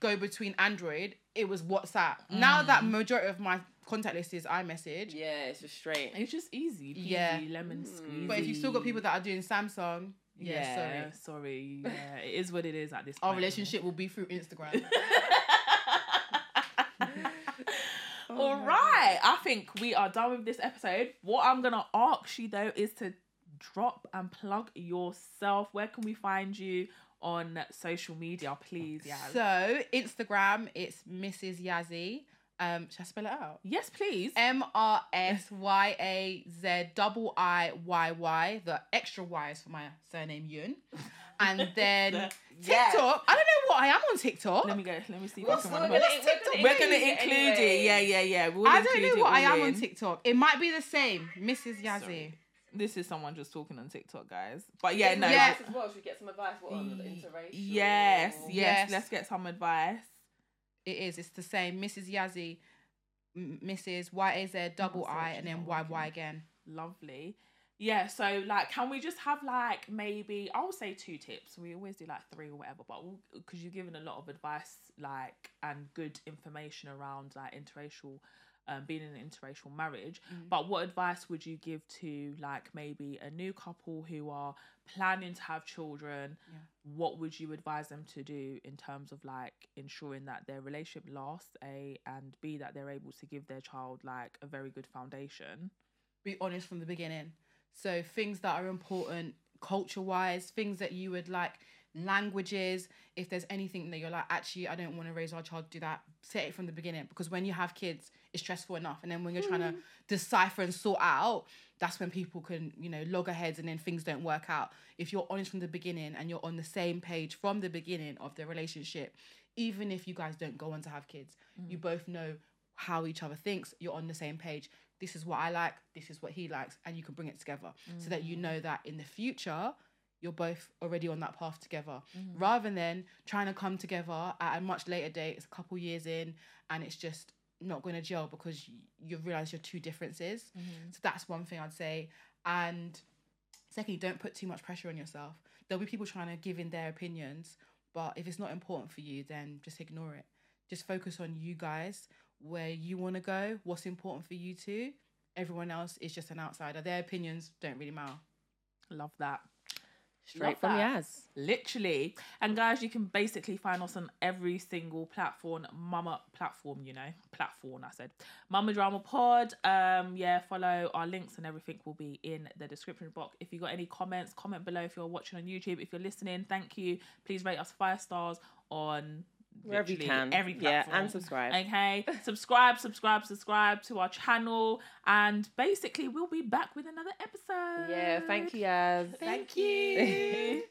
[SPEAKER 3] go between Android it was WhatsApp. Now that majority of my contact list is iMessage,
[SPEAKER 2] Yeah, it's just straight.
[SPEAKER 1] It's just easy. Peasy,
[SPEAKER 3] Yeah. Mm.
[SPEAKER 1] Lemon squeezy.
[SPEAKER 3] but if you've still got people that are doing Samsung, yeah,
[SPEAKER 1] yeah,
[SPEAKER 3] sorry.
[SPEAKER 1] sorry. Yeah, it is what it is at this point.
[SPEAKER 3] Our relationship will be through Instagram. Oh,
[SPEAKER 1] All right, I think we are done with this episode. What I'm gonna ask you though is to drop and plug yourself. Where can we find you on social media, please? Yeah.
[SPEAKER 3] So Instagram, it's Mrs. Yazzie. Um, should I spell it out?
[SPEAKER 1] yes, please.
[SPEAKER 3] M R S Y A Z double I Y Y. The extra Y is for my surname Yun. And then TikTok.
[SPEAKER 2] Yes.
[SPEAKER 3] I don't know what I am on TikTok.
[SPEAKER 1] let me go. Let me see. if I
[SPEAKER 2] We'll-
[SPEAKER 1] can
[SPEAKER 2] we're
[SPEAKER 1] remember.
[SPEAKER 2] gonna-
[SPEAKER 3] What's TikTok?
[SPEAKER 1] We're gonna
[SPEAKER 2] it
[SPEAKER 1] include it.
[SPEAKER 2] anyway.
[SPEAKER 1] Yeah, yeah, yeah. We'll
[SPEAKER 3] I don't
[SPEAKER 1] include
[SPEAKER 3] know
[SPEAKER 1] it
[SPEAKER 3] what I am
[SPEAKER 1] all
[SPEAKER 3] on
[SPEAKER 1] in.
[SPEAKER 3] TikTok. It might be the same, Mrs. Yazzie.
[SPEAKER 1] Sorry. This is someone just talking on TikTok, guys. But yeah, no.
[SPEAKER 3] Yeah.
[SPEAKER 2] Advice as well. Should we get some advice? What on the interracial?
[SPEAKER 1] Yes, yes,
[SPEAKER 3] Yes.
[SPEAKER 1] Let's get some advice.
[SPEAKER 3] It is. It's the same, Mrs. Yazzie, M- Mrs. Y A Z double I, and
[SPEAKER 1] Oh,
[SPEAKER 3] then Y Y again.
[SPEAKER 1] Lovely. Yeah, so like, can we just have like maybe I would say two tips. We always do like three or whatever, but because you've given a lot of advice, like and good information around like interracial, um, being in an interracial marriage. But what advice would you give to like maybe a new couple who are planning to have children?
[SPEAKER 3] Yeah.
[SPEAKER 1] What would you advise them to do in terms of like ensuring that their relationship lasts a and b that they're able to give their child like a very good foundation?
[SPEAKER 3] be honest from the beginning. So things that are important culture wise, things that you would like, languages, if there's anything that you're like, actually I don't want to raise our child to do that, say it from the beginning. Because when you have kids, it's stressful enough. And then when you're trying to decipher and sort out, that's when people can, you know, loggerheads and then things don't work out. If you're honest from the beginning and you're on the same page from the beginning of the relationship, even if you guys don't go on to have kids, you both know how each other thinks, you're on the same page. This is what I like, this is what he likes, and you can bring it together so that you know that in the future, you're both already on that path together rather than trying to come together at a much later date, it's a couple years in, and it's just not going to gel because you, you realize you're two differences. So that's one thing I'd say. And secondly, don't put too much pressure on yourself. There'll be people trying to give in their opinions, but if it's not important for you, then just ignore it. Just focus on you guys, where you want to go, what's important for you two. Everyone else is just an outsider. Their opinions don't really matter.
[SPEAKER 1] Love that.
[SPEAKER 2] Straight
[SPEAKER 1] Love
[SPEAKER 2] from
[SPEAKER 1] that.
[SPEAKER 2] Yaz.
[SPEAKER 1] Literally. And guys, you can basically find us on every single platform, mama platform, you know, platform, I said. Mama Drama Pod. Um, yeah, follow our links and everything will be in the description box. If you got any comments, comment below if you're watching on YouTube. If you're listening, thank you. Please rate us five stars on
[SPEAKER 2] Wherever you
[SPEAKER 1] literally
[SPEAKER 2] can.
[SPEAKER 1] Every
[SPEAKER 2] Yeah,
[SPEAKER 1] platform.
[SPEAKER 2] and subscribe.
[SPEAKER 1] Okay. subscribe, subscribe, subscribe to our channel. And basically we'll be back with another episode.
[SPEAKER 2] Yeah, thank you, Yaz.
[SPEAKER 1] Thank you.